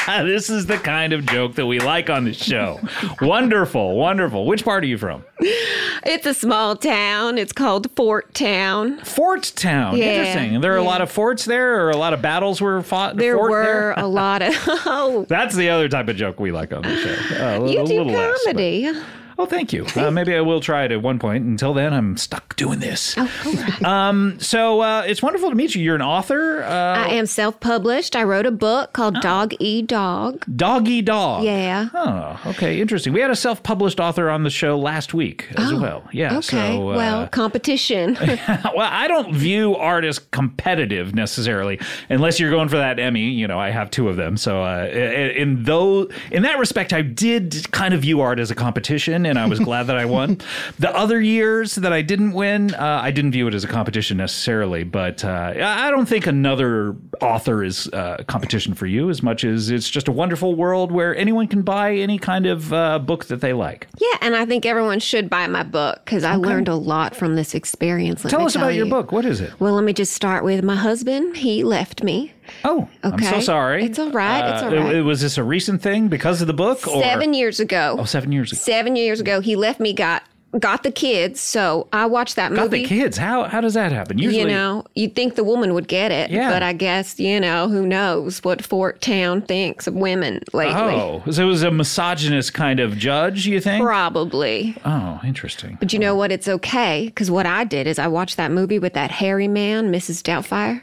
[SPEAKER 5] this is the kind of joke that we like on this show. wonderful, wonderful. Which part are you from?
[SPEAKER 6] It's a small town. It's called Fort Town.
[SPEAKER 2] Fort Town.
[SPEAKER 6] Yeah,
[SPEAKER 2] Interesting. There are a
[SPEAKER 6] yeah.
[SPEAKER 2] lot of forts there, or a lot of battles were fought.
[SPEAKER 6] There
[SPEAKER 2] fought
[SPEAKER 6] were a lot of. Oh,
[SPEAKER 2] That's the other type of joke we like on the show. Uh, a
[SPEAKER 6] you
[SPEAKER 2] little-
[SPEAKER 6] do
[SPEAKER 2] little less, but-
[SPEAKER 6] comedy.
[SPEAKER 2] oh, thank you. Uh, maybe I will try it at one point. Until then, I'm stuck doing this.
[SPEAKER 6] Oh, all right.
[SPEAKER 2] So uh, it's wonderful to meet you. You're an author. Uh,
[SPEAKER 6] I am self published. I wrote a book called
[SPEAKER 2] Oh.
[SPEAKER 6] Dog E Dog.
[SPEAKER 2] Doggy Dog.
[SPEAKER 6] Yeah.
[SPEAKER 2] Oh, okay. Interesting. We had a self published author on the show last week as well. Yeah.
[SPEAKER 6] Oh, Okay.
[SPEAKER 2] So, uh,
[SPEAKER 6] well, competition.
[SPEAKER 2] well, I don't view art as competitive necessarily, unless you're going for that Emmy. You know, I have two of them, so uh, i- i- in though in that respect, I did kind of view art as a competition, and I was glad that I won. The other years that I didn't win, uh, I didn't view it as a competition necessarily, but uh, I I don't think another author is uh, a competition for you as much as it's just a wonderful world where anyone can buy any kind of uh, book that they like.
[SPEAKER 6] yeah, and I think everyone should buy my book because I learned a lot from this experience. Let
[SPEAKER 2] Tell
[SPEAKER 6] me
[SPEAKER 2] us about your
[SPEAKER 6] you.
[SPEAKER 2] book. What is it?
[SPEAKER 6] Well, let me just start with my husband. He left me.
[SPEAKER 2] Oh, I'm so
[SPEAKER 6] Okay.
[SPEAKER 2] sorry.
[SPEAKER 6] It's all right. It's all
[SPEAKER 2] it-
[SPEAKER 6] right.
[SPEAKER 2] it- was this a recent thing because of the book? Or?
[SPEAKER 6] Seven years ago.
[SPEAKER 2] Oh, seven years ago.
[SPEAKER 6] Seven years ago, he left me. Got got the kids. So I watched that
[SPEAKER 2] Got
[SPEAKER 6] movie.
[SPEAKER 2] the kids. How how does that happen? Usually,
[SPEAKER 6] you know, you'd think the woman would get it,
[SPEAKER 2] Yeah.
[SPEAKER 6] but I guess you know who knows what Fort Town thinks of women lately.
[SPEAKER 2] Oh, so it was a misogynist kind of judge. You think?
[SPEAKER 6] Probably.
[SPEAKER 2] Oh, interesting.
[SPEAKER 6] But you know what? It's okay because what I did is I watched that movie with that hairy man, Mrs. Doubtfire.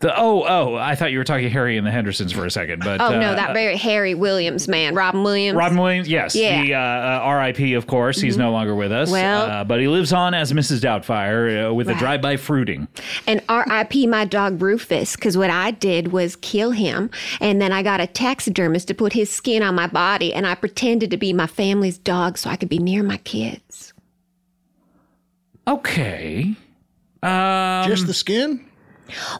[SPEAKER 2] The, oh oh, I thought you were talking Harry and the Hendersons for a second, but
[SPEAKER 6] Oh
[SPEAKER 2] uh,
[SPEAKER 6] no, that very hairy Williams man, Robin Williams.
[SPEAKER 2] Robin Williams, yes,
[SPEAKER 6] Yeah. Mm-hmm.
[SPEAKER 2] the uh, uh, R.I.P. Of course, he's no longer with us.
[SPEAKER 6] Well-
[SPEAKER 2] uh, but he lives on as Mrs. Doubtfire uh, with a
[SPEAKER 6] Right.
[SPEAKER 2] drive-by fruiting.
[SPEAKER 6] And R.I.P. my dog Rufus, because what I did was kill him, and then I got a taxidermist to put his skin on my body, and I pretended to be my family's dog so I could be near my kids.
[SPEAKER 2] Okay. Um,
[SPEAKER 3] Just the skin?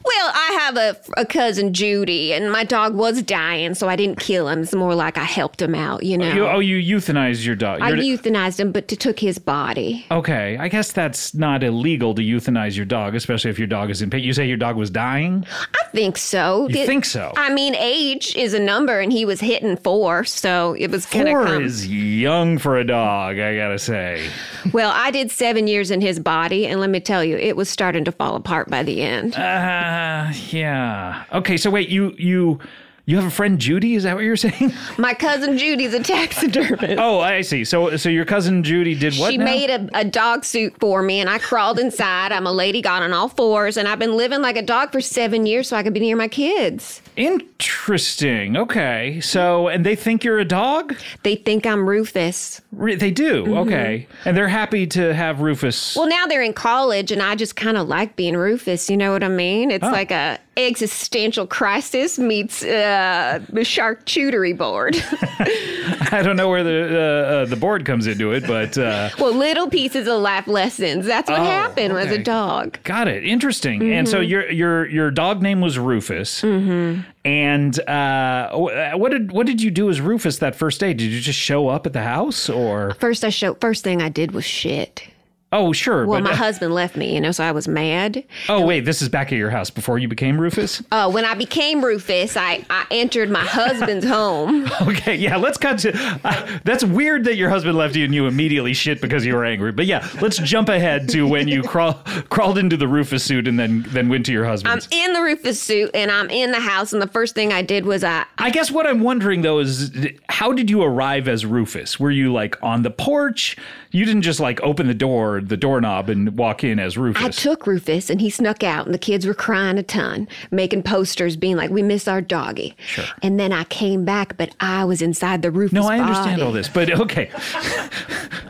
[SPEAKER 6] Well, I have a, a cousin Judy, and my dog was dying, so I didn't kill him. It's more like I helped him out, you know.
[SPEAKER 2] you, oh, you euthanized your dog.
[SPEAKER 6] I
[SPEAKER 2] You're-
[SPEAKER 6] euthanized him, but t- took his body.
[SPEAKER 2] Okay, I guess that's not illegal to euthanize your dog, especially if your dog is in pain. You say your dog was dying?
[SPEAKER 6] I think so.
[SPEAKER 2] You
[SPEAKER 6] It-
[SPEAKER 2] think so?
[SPEAKER 6] I mean, age is a number, and he was hitting four, so it was gonna
[SPEAKER 2] Four
[SPEAKER 6] come.
[SPEAKER 2] is young for a dog, I gotta say.
[SPEAKER 6] Well, I did seven years in his body, and let me tell you, it was starting to fall apart by the end.
[SPEAKER 2] Uh, yeah. Okay, so wait, you you you have a friend Judy? Is that what you're saying?
[SPEAKER 6] My cousin Judy's a taxidermist.
[SPEAKER 2] oh, I see. So so your cousin Judy did what?
[SPEAKER 6] She
[SPEAKER 2] now?
[SPEAKER 6] made a, a dog suit for me, and I crawled inside. I'm a lady, got on all fours, and I've been living like a dog for seven years so I could be near my kids.
[SPEAKER 2] Interesting. Okay, so and they think you're a dog?
[SPEAKER 6] They think I'm Rufus.
[SPEAKER 2] Re- they do. Okay, and they're happy to have Rufus.
[SPEAKER 6] Mm-hmm. Well, now they're in college, and I just kind of like being Rufus. You know what I mean? It's like a existential crisis meets uh, a charcuterie board.
[SPEAKER 2] I don't know where the uh, uh, the board comes into it, but. Uh,
[SPEAKER 6] well, little pieces of life lessons. That's what
[SPEAKER 2] Oh,
[SPEAKER 6] happened was
[SPEAKER 2] okay.
[SPEAKER 6] a dog.
[SPEAKER 2] Got it. Interesting. And so
[SPEAKER 6] Mm-hmm.
[SPEAKER 2] your your your dog name was Rufus. Mm-hmm. And uh, wh- uh, what did what did you do as Rufus that first day? Did you just show up at the house or?
[SPEAKER 6] First, I show. First thing I did was shit.
[SPEAKER 2] Oh, sure.
[SPEAKER 6] Well,
[SPEAKER 2] but,
[SPEAKER 6] my husband left me, you know, so I was mad.
[SPEAKER 2] oh, wait. This is back at your house before you became Rufus.
[SPEAKER 6] Uh, when I became Rufus, I, I entered my husband's home.
[SPEAKER 2] okay. Yeah. Let's cut to. Uh, that's weird that your husband left you and you immediately shit because you were angry. But yeah, let's jump ahead to when you crawl crawled into the Rufus suit and then then went to your
[SPEAKER 6] I'm
[SPEAKER 2] husband's.
[SPEAKER 6] in the Rufus suit and I'm in the house. And the first thing I did was I,
[SPEAKER 2] I guess what I'm wondering though is th- how did you arrive as Rufus? Were you like on the porch? You didn't just like open the door, the doorknob, and walk in as Rufus.
[SPEAKER 6] I took Rufus and he snuck out, and the kids were crying a ton, making posters being like, We miss our doggy. Sure. And then I came back, but I was inside the Rufus.
[SPEAKER 2] no, I understand
[SPEAKER 6] body.
[SPEAKER 2] all this, but okay.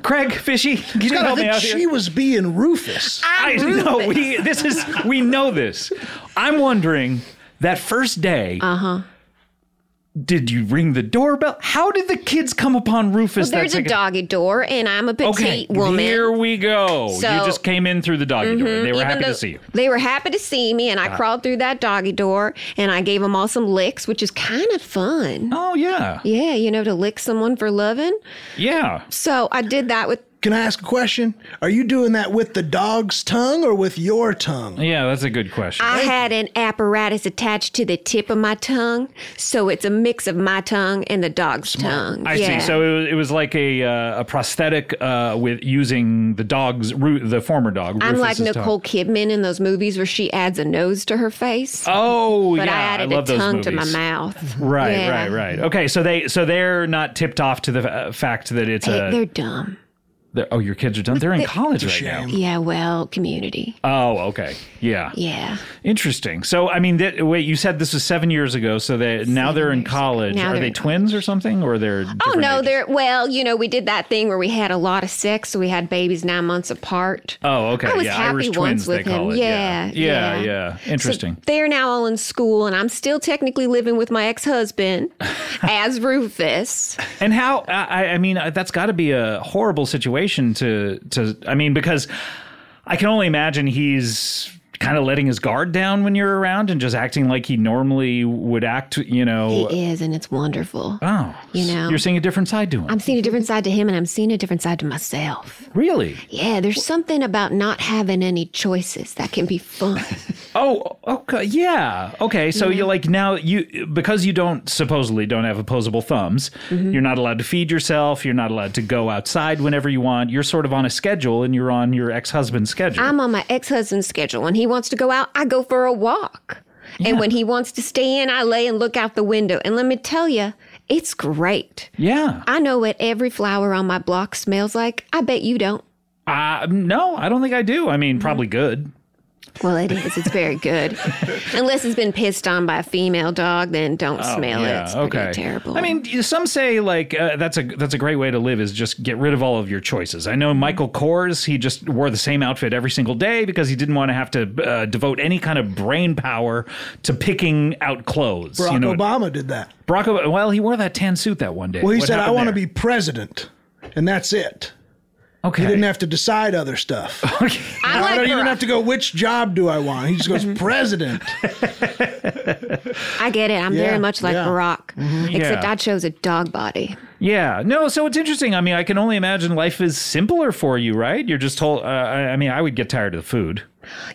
[SPEAKER 2] Craig, Fishy, can you
[SPEAKER 3] God, I
[SPEAKER 2] help me
[SPEAKER 3] think
[SPEAKER 2] out
[SPEAKER 3] she
[SPEAKER 2] here?
[SPEAKER 3] was being Rufus.
[SPEAKER 2] I
[SPEAKER 6] I'm Rufus.
[SPEAKER 2] know we this is we know this. I'm wondering that first day. Uh huh.
[SPEAKER 6] Uh-huh.
[SPEAKER 2] Did you ring the doorbell? How did the kids come upon Rufus? that
[SPEAKER 6] There's a
[SPEAKER 2] second-
[SPEAKER 6] doggy door, and I'm a
[SPEAKER 2] Okay,
[SPEAKER 6] petite woman.
[SPEAKER 2] here we go. you
[SPEAKER 6] So- Mm-hmm,
[SPEAKER 2] just came in through the doggy door. and They were
[SPEAKER 6] Even
[SPEAKER 2] happy
[SPEAKER 6] though
[SPEAKER 2] to see you. Uh-huh.
[SPEAKER 6] They were happy to see me, and I crawled through that doggy door, and I gave them all some licks, which is kind of fun.
[SPEAKER 2] Oh yeah,
[SPEAKER 6] Yeah, you know, to lick someone for loving.
[SPEAKER 2] yeah.
[SPEAKER 6] So I did that with
[SPEAKER 3] Can I ask a question? Are you doing that with the dog's tongue or with your tongue?
[SPEAKER 2] Yeah, that's a good question.
[SPEAKER 6] I had an apparatus attached to the tip of my tongue, so it's a mix of my tongue and the dog's tongue.
[SPEAKER 2] I
[SPEAKER 6] yeah.
[SPEAKER 2] see. So it was, it was like a uh, a prosthetic uh, with using the dog's Ru- the former dog.
[SPEAKER 6] I'm like
[SPEAKER 2] Rufus's tongue.
[SPEAKER 6] Nicole Kidman in those movies where she adds a nose to her face,
[SPEAKER 2] Oh
[SPEAKER 6] but
[SPEAKER 2] yeah,
[SPEAKER 6] I added
[SPEAKER 2] love
[SPEAKER 6] a
[SPEAKER 2] those
[SPEAKER 6] tongue
[SPEAKER 2] movies.
[SPEAKER 6] to my mouth.
[SPEAKER 2] Right,
[SPEAKER 6] Yeah.
[SPEAKER 2] right, right. Okay, so they so they're not tipped off to the uh, fact that it's
[SPEAKER 6] Hey,
[SPEAKER 2] a.
[SPEAKER 6] they're dumb.
[SPEAKER 2] They're, oh, your kids are done. They're in college right now.
[SPEAKER 6] Yeah, well, community.
[SPEAKER 2] Oh, okay. Yeah.
[SPEAKER 6] Yeah.
[SPEAKER 2] Interesting. So, I mean, that, wait, you said this was seven years ago. So they now they're in college.
[SPEAKER 6] Now
[SPEAKER 2] Are
[SPEAKER 6] they're
[SPEAKER 2] they
[SPEAKER 6] in
[SPEAKER 2] twins or something? Or they're
[SPEAKER 6] Oh
[SPEAKER 2] different
[SPEAKER 6] no,
[SPEAKER 2] ages?
[SPEAKER 6] they're well, you know, we did that thing where we had a lot of sex, so we had babies nine months apart.
[SPEAKER 2] Oh, okay.
[SPEAKER 6] I was
[SPEAKER 2] yeah,
[SPEAKER 6] happy
[SPEAKER 2] Irish
[SPEAKER 6] once
[SPEAKER 2] twins.
[SPEAKER 6] with
[SPEAKER 2] they call
[SPEAKER 6] him.
[SPEAKER 2] it.
[SPEAKER 6] Yeah,
[SPEAKER 2] Yeah. Yeah.
[SPEAKER 6] yeah.
[SPEAKER 2] yeah. Interesting.
[SPEAKER 6] So they're now all in school, and I'm still technically living with my ex husband as Rufus.
[SPEAKER 2] And how? I, I mean, uh, that's got to be a horrible situation to to. I mean, because I can only imagine he's kind of letting his guard down when you're around and just acting like he normally would act. You know.
[SPEAKER 6] He is, and it's wonderful.
[SPEAKER 2] Oh,
[SPEAKER 6] You know.
[SPEAKER 2] you're seeing a different side to him.
[SPEAKER 6] I'm seeing a different side to him, and I'm seeing a different side to myself.
[SPEAKER 2] really?
[SPEAKER 6] Yeah, there's something about not having any choices that can be fun.
[SPEAKER 2] Oh, okay. Yeah. Okay. So you're like now you because you don't supposedly don't have opposable thumbs, you're not allowed to feed yourself, you're not allowed to go outside whenever you want. You're sort of on a schedule and you're on your ex-husband's schedule.
[SPEAKER 6] I'm on my ex husband's schedule. When he wants to go out, I go for a walk. And when he wants to stay in, I lay and look out the window. And let me tell you, it's great.
[SPEAKER 2] yeah.
[SPEAKER 6] I know what every flower on my block smells like. I bet you don't.
[SPEAKER 2] Uh, no, I don't think I do. I mean, probably good.
[SPEAKER 6] Well, it is. It's very good. Unless it's been pissed on by a female dog, then don't smell it. It's pretty terrible.
[SPEAKER 2] I mean, some say like uh, that's a that's a great way to live is just get rid of all of your choices. I
[SPEAKER 6] Mm-hmm.
[SPEAKER 2] know Michael Kors, he just wore the same outfit every single day because he didn't want to have to uh, devote any kind of brain power to picking out clothes.
[SPEAKER 3] Barack
[SPEAKER 2] you know,
[SPEAKER 3] Obama did that.
[SPEAKER 2] Barack Obama. Well, he wore that tan suit that one day.
[SPEAKER 3] Well, he
[SPEAKER 2] What
[SPEAKER 3] said, I
[SPEAKER 2] happened
[SPEAKER 3] want to
[SPEAKER 2] there?"
[SPEAKER 3] be president. And that's it.
[SPEAKER 2] okay.
[SPEAKER 3] He didn't have to decide other stuff.
[SPEAKER 6] I
[SPEAKER 3] I
[SPEAKER 6] like
[SPEAKER 3] don't even
[SPEAKER 6] Barack.
[SPEAKER 3] have to go, which job do I want? He just goes, president.
[SPEAKER 6] I get it. I'm
[SPEAKER 3] Yeah,
[SPEAKER 6] very much like
[SPEAKER 3] yeah.
[SPEAKER 6] Barack, except
[SPEAKER 2] Yeah.
[SPEAKER 6] I chose a dog body.
[SPEAKER 2] Yeah, no. So it's interesting. I mean, I can only imagine life is simpler for you, right? You're just told. Uh, I I mean, I would get tired of the food.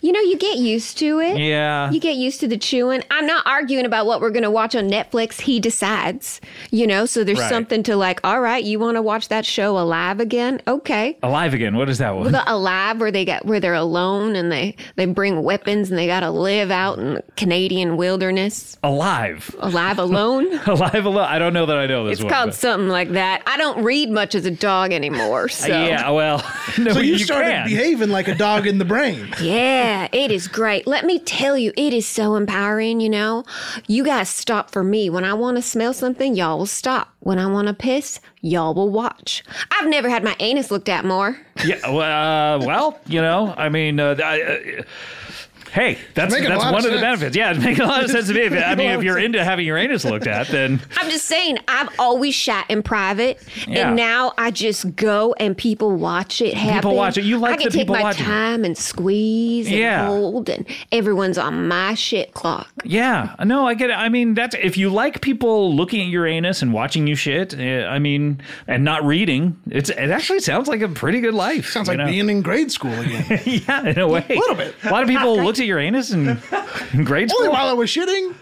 [SPEAKER 6] You know, you get used to it.
[SPEAKER 2] Yeah.
[SPEAKER 6] You get used to the chewing. I'm not arguing about what we're going to watch on Netflix. He decides, you know, so there's
[SPEAKER 2] Right.
[SPEAKER 6] something to like, all right, you want to watch that show Alive again? Okay.
[SPEAKER 2] Alive again. What is that one?
[SPEAKER 6] The Alive where they got where they're alone and they they bring weapons and they got to live out in the Canadian wilderness.
[SPEAKER 2] Alive.
[SPEAKER 6] Alive alone?
[SPEAKER 2] Alive alone. I don't know that I know this
[SPEAKER 6] It's
[SPEAKER 2] one.
[SPEAKER 6] called
[SPEAKER 2] but-
[SPEAKER 6] something like that. I don't read much as a dog
[SPEAKER 2] Uh,
[SPEAKER 6] anymore. So
[SPEAKER 2] Yeah, well, no,
[SPEAKER 3] So you, started
[SPEAKER 2] can.
[SPEAKER 3] behaving like a dog in the brain.
[SPEAKER 6] Yeah, it is great. Let me tell you, it is so empowering, you know. You guys stop for me. When I want to smell something, y'all will stop. When I want to piss, y'all will watch. I've never had my anus looked at more.
[SPEAKER 2] Yeah, well, uh, well, you know, I mean, uh, I, uh, hey, that's
[SPEAKER 3] making a
[SPEAKER 2] that's
[SPEAKER 3] lot
[SPEAKER 2] one
[SPEAKER 3] of
[SPEAKER 2] of, the
[SPEAKER 3] sense.
[SPEAKER 2] benefits. Yeah, it makes a lot of sense to me. If, I mean, if you're into having your anus looked at, then
[SPEAKER 6] I'm just saying, I've always shot in private,
[SPEAKER 2] Yeah.
[SPEAKER 6] and now I just go and people watch it happen.
[SPEAKER 2] watch it. You like
[SPEAKER 6] I can
[SPEAKER 2] the
[SPEAKER 6] take
[SPEAKER 2] people
[SPEAKER 6] my
[SPEAKER 2] watching it.
[SPEAKER 6] time and squeeze and
[SPEAKER 2] Yeah.
[SPEAKER 6] hold, and everyone's on my shit clock.
[SPEAKER 2] yeah, no, I get it. I mean, that's if you like people looking at your anus and watching you shit. eh, I mean, and not reading, it's it actually sounds like a pretty good life.
[SPEAKER 3] Sounds
[SPEAKER 2] you know?
[SPEAKER 3] like being in grade school again.
[SPEAKER 2] yeah, in a way, a
[SPEAKER 3] little bit.
[SPEAKER 2] A lot of people looked at your anus in, in grade
[SPEAKER 3] Only
[SPEAKER 2] school.
[SPEAKER 3] while I was shitting.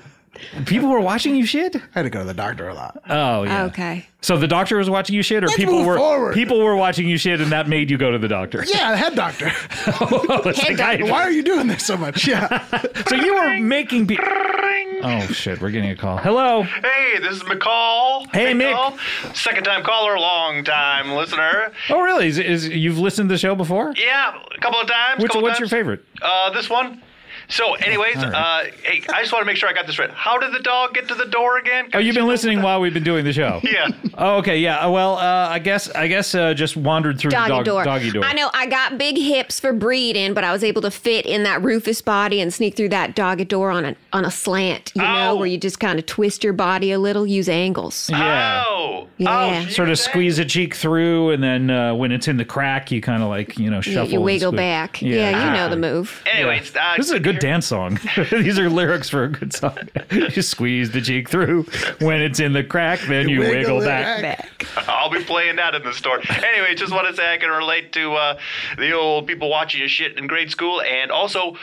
[SPEAKER 2] People were watching you shit.
[SPEAKER 3] I had to go to the doctor a lot.
[SPEAKER 2] Oh yeah.
[SPEAKER 6] Okay.
[SPEAKER 2] So the doctor was watching you shit, or people
[SPEAKER 3] move
[SPEAKER 2] were
[SPEAKER 3] forward.
[SPEAKER 2] people were watching you shit, and that made you go to the doctor.
[SPEAKER 3] yeah, the head doctor.
[SPEAKER 2] It's like, I-
[SPEAKER 3] Why are you doing this so much? Yeah.
[SPEAKER 2] so you were making. Be- oh shit, we're getting a call. Hello.
[SPEAKER 7] Hey, this is McCall.
[SPEAKER 2] Hey, Mick.
[SPEAKER 7] McCall. Second time caller, long time listener.
[SPEAKER 2] Oh really? Is, is you've listened to the show before?
[SPEAKER 7] Yeah, a couple of times.
[SPEAKER 2] Which
[SPEAKER 7] couple
[SPEAKER 2] what's your
[SPEAKER 7] times.
[SPEAKER 2] favorite?
[SPEAKER 7] Uh, this one. So, anyways, uh, hey, I just want to make sure I got this right. How did the dog get to the door again?
[SPEAKER 2] Oh, you've been listening while we've been doing the show.
[SPEAKER 7] Yeah.
[SPEAKER 2] Oh, okay. Yeah. uh, Well, uh, I guess I guess uh, just wandered through
[SPEAKER 6] doggy
[SPEAKER 2] the dog,
[SPEAKER 6] door.
[SPEAKER 2] doggy door.
[SPEAKER 6] I know I got big hips for breeding, but I was able to fit in that Rufus body and sneak through that doggy door on a on a slant, you
[SPEAKER 7] Ow.
[SPEAKER 6] know, where you just kind of twist your body a little, use angles.
[SPEAKER 2] Oh. Yeah.
[SPEAKER 7] Oh.
[SPEAKER 6] Yeah.
[SPEAKER 7] Oh,
[SPEAKER 2] Sort
[SPEAKER 7] you're
[SPEAKER 2] of
[SPEAKER 7] saying-
[SPEAKER 2] squeeze a cheek through, and then uh, when it's in the crack, you kind of like you know
[SPEAKER 6] Yeah,
[SPEAKER 2] shuffle.
[SPEAKER 6] you
[SPEAKER 2] and
[SPEAKER 6] wiggle
[SPEAKER 2] squeeze.
[SPEAKER 6] back.
[SPEAKER 2] Yeah,
[SPEAKER 6] Yeah, you know
[SPEAKER 2] exactly.
[SPEAKER 6] the move.
[SPEAKER 7] Anyways, uh,
[SPEAKER 2] This is a good dance song. These are lyrics for a good song. you squeeze the cheek through. When it's in the crack, then you wiggle,
[SPEAKER 3] it
[SPEAKER 2] back.
[SPEAKER 4] I'll be playing that in the store. Anyway, just want to say I can relate to uh, the old people watching your shit in grade school, and also.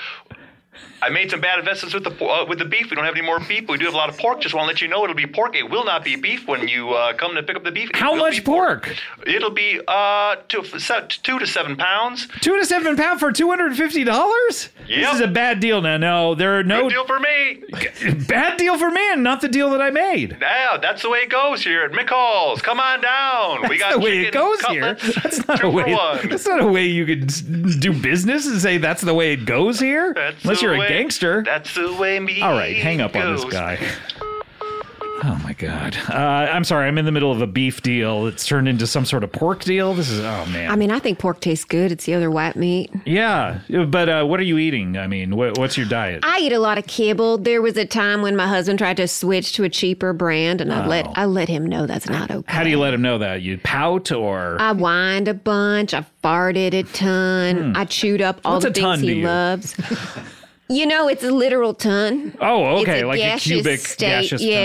[SPEAKER 4] I made some bad investments with the po- uh, with the beef. We don't have any more beef. We do have a lot of pork. Just want to let you know it'll be pork. It will not be beef when you uh, come to pick up the beef. It
[SPEAKER 2] How
[SPEAKER 4] will
[SPEAKER 2] much
[SPEAKER 4] be
[SPEAKER 2] pork?
[SPEAKER 4] It'll be uh two, se- two to seven pounds.
[SPEAKER 2] Two to seven pound for two hundred and fifty dollars. This
[SPEAKER 4] Yep.
[SPEAKER 2] is a bad deal. Now, no, there are no
[SPEAKER 4] Good deal for me.
[SPEAKER 2] bad deal for me, and not the deal that I made.
[SPEAKER 4] Now that's the way it goes here at McCall's. Come on down. we got
[SPEAKER 2] the way it
[SPEAKER 4] chicken,
[SPEAKER 2] goes
[SPEAKER 4] cutlets,
[SPEAKER 2] here. That's not
[SPEAKER 4] two
[SPEAKER 2] a
[SPEAKER 4] for
[SPEAKER 2] way.
[SPEAKER 4] one.
[SPEAKER 2] That's not a way you could s- do business and say that's the way it goes here.
[SPEAKER 4] That's
[SPEAKER 2] Unless
[SPEAKER 4] the
[SPEAKER 2] you're a
[SPEAKER 4] way-
[SPEAKER 2] gangster.
[SPEAKER 4] That's the way me.
[SPEAKER 2] All right, hang up on this
[SPEAKER 4] goes.
[SPEAKER 2] guy. Oh my god! Uh, I'm sorry. I'm in the middle of a beef deal. It's turned into some sort of pork deal. This is oh man.
[SPEAKER 6] I mean, I think pork tastes good. It's the other white meat.
[SPEAKER 2] yeah, but uh, what are you eating? I mean, what, what's your diet?
[SPEAKER 6] I eat a lot of kibble. There was a time when my husband tried to switch to a cheaper brand, and I let
[SPEAKER 2] Oh.
[SPEAKER 6] I let him know that's not okay.
[SPEAKER 2] How do you let him know that? You pout or
[SPEAKER 6] I whined a bunch. I farted a ton. I chewed up all
[SPEAKER 2] Hmm. What's
[SPEAKER 6] the
[SPEAKER 2] a ton
[SPEAKER 6] things
[SPEAKER 2] to
[SPEAKER 6] he
[SPEAKER 2] you?
[SPEAKER 6] loves. you know, it's a literal ton.
[SPEAKER 2] oh, okay,
[SPEAKER 6] it's a
[SPEAKER 2] like a
[SPEAKER 6] gaseous
[SPEAKER 2] cubic
[SPEAKER 6] state.
[SPEAKER 2] gaseous. tongue.
[SPEAKER 6] Yeah,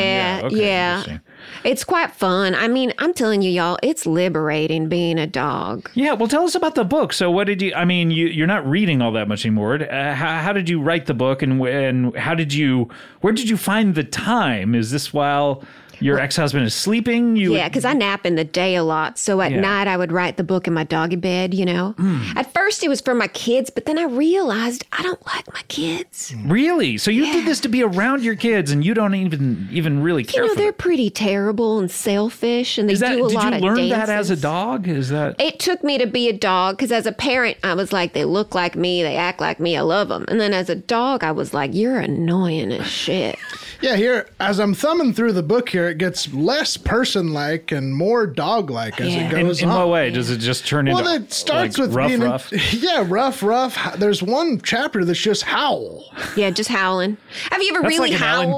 [SPEAKER 2] yeah, okay,
[SPEAKER 6] yeah.
[SPEAKER 2] interesting.
[SPEAKER 6] It's quite fun. I mean, I'm telling you, y'all, it's liberating being a dog.
[SPEAKER 2] Yeah, well, tell us about the book. So, what did you? I mean, you, you're not reading all that much anymore. Uh, how, how did you write the book, and wh- and how did you? Where did you find the time? Is this while your ex husband is sleeping? You
[SPEAKER 6] Yeah, because I nap in the day a lot. So at
[SPEAKER 2] Yeah. Hmm.
[SPEAKER 6] night, I would write the book in my doggy bed, you know? At first, it was for my kids, but then I realized I don't like my kids.
[SPEAKER 2] really? So you did
[SPEAKER 6] Yeah.
[SPEAKER 2] this to be around your kids, and you don't even even really care.
[SPEAKER 6] You know,
[SPEAKER 2] for them.
[SPEAKER 6] they're pretty terrible and selfish, and they
[SPEAKER 2] Is that,
[SPEAKER 6] do a
[SPEAKER 2] did
[SPEAKER 6] lot
[SPEAKER 2] you
[SPEAKER 6] of
[SPEAKER 2] learn that as a
[SPEAKER 6] dances.
[SPEAKER 2] dog? Is that
[SPEAKER 6] It took me to be a dog because as a parent, I was like, they look like me, they act like me, I love them. And then as a dog, I was like, you're annoying as shit.
[SPEAKER 3] Yeah, here as I'm thumbing through the book here, it gets less person-like and more dog-like as
[SPEAKER 6] Oh, Yeah.
[SPEAKER 3] it
[SPEAKER 2] in,
[SPEAKER 3] goes
[SPEAKER 2] in
[SPEAKER 3] on.
[SPEAKER 2] what way does it just turn
[SPEAKER 3] Well,
[SPEAKER 2] into?
[SPEAKER 3] it starts
[SPEAKER 2] like,
[SPEAKER 3] with
[SPEAKER 2] rough,
[SPEAKER 3] being a-
[SPEAKER 2] rough.
[SPEAKER 3] yeah, rough, rough. Ho- There's one chapter that's just howl.
[SPEAKER 6] yeah, just howling. Have you ever
[SPEAKER 2] That's
[SPEAKER 6] really
[SPEAKER 2] like an
[SPEAKER 6] howled?
[SPEAKER 2] Allen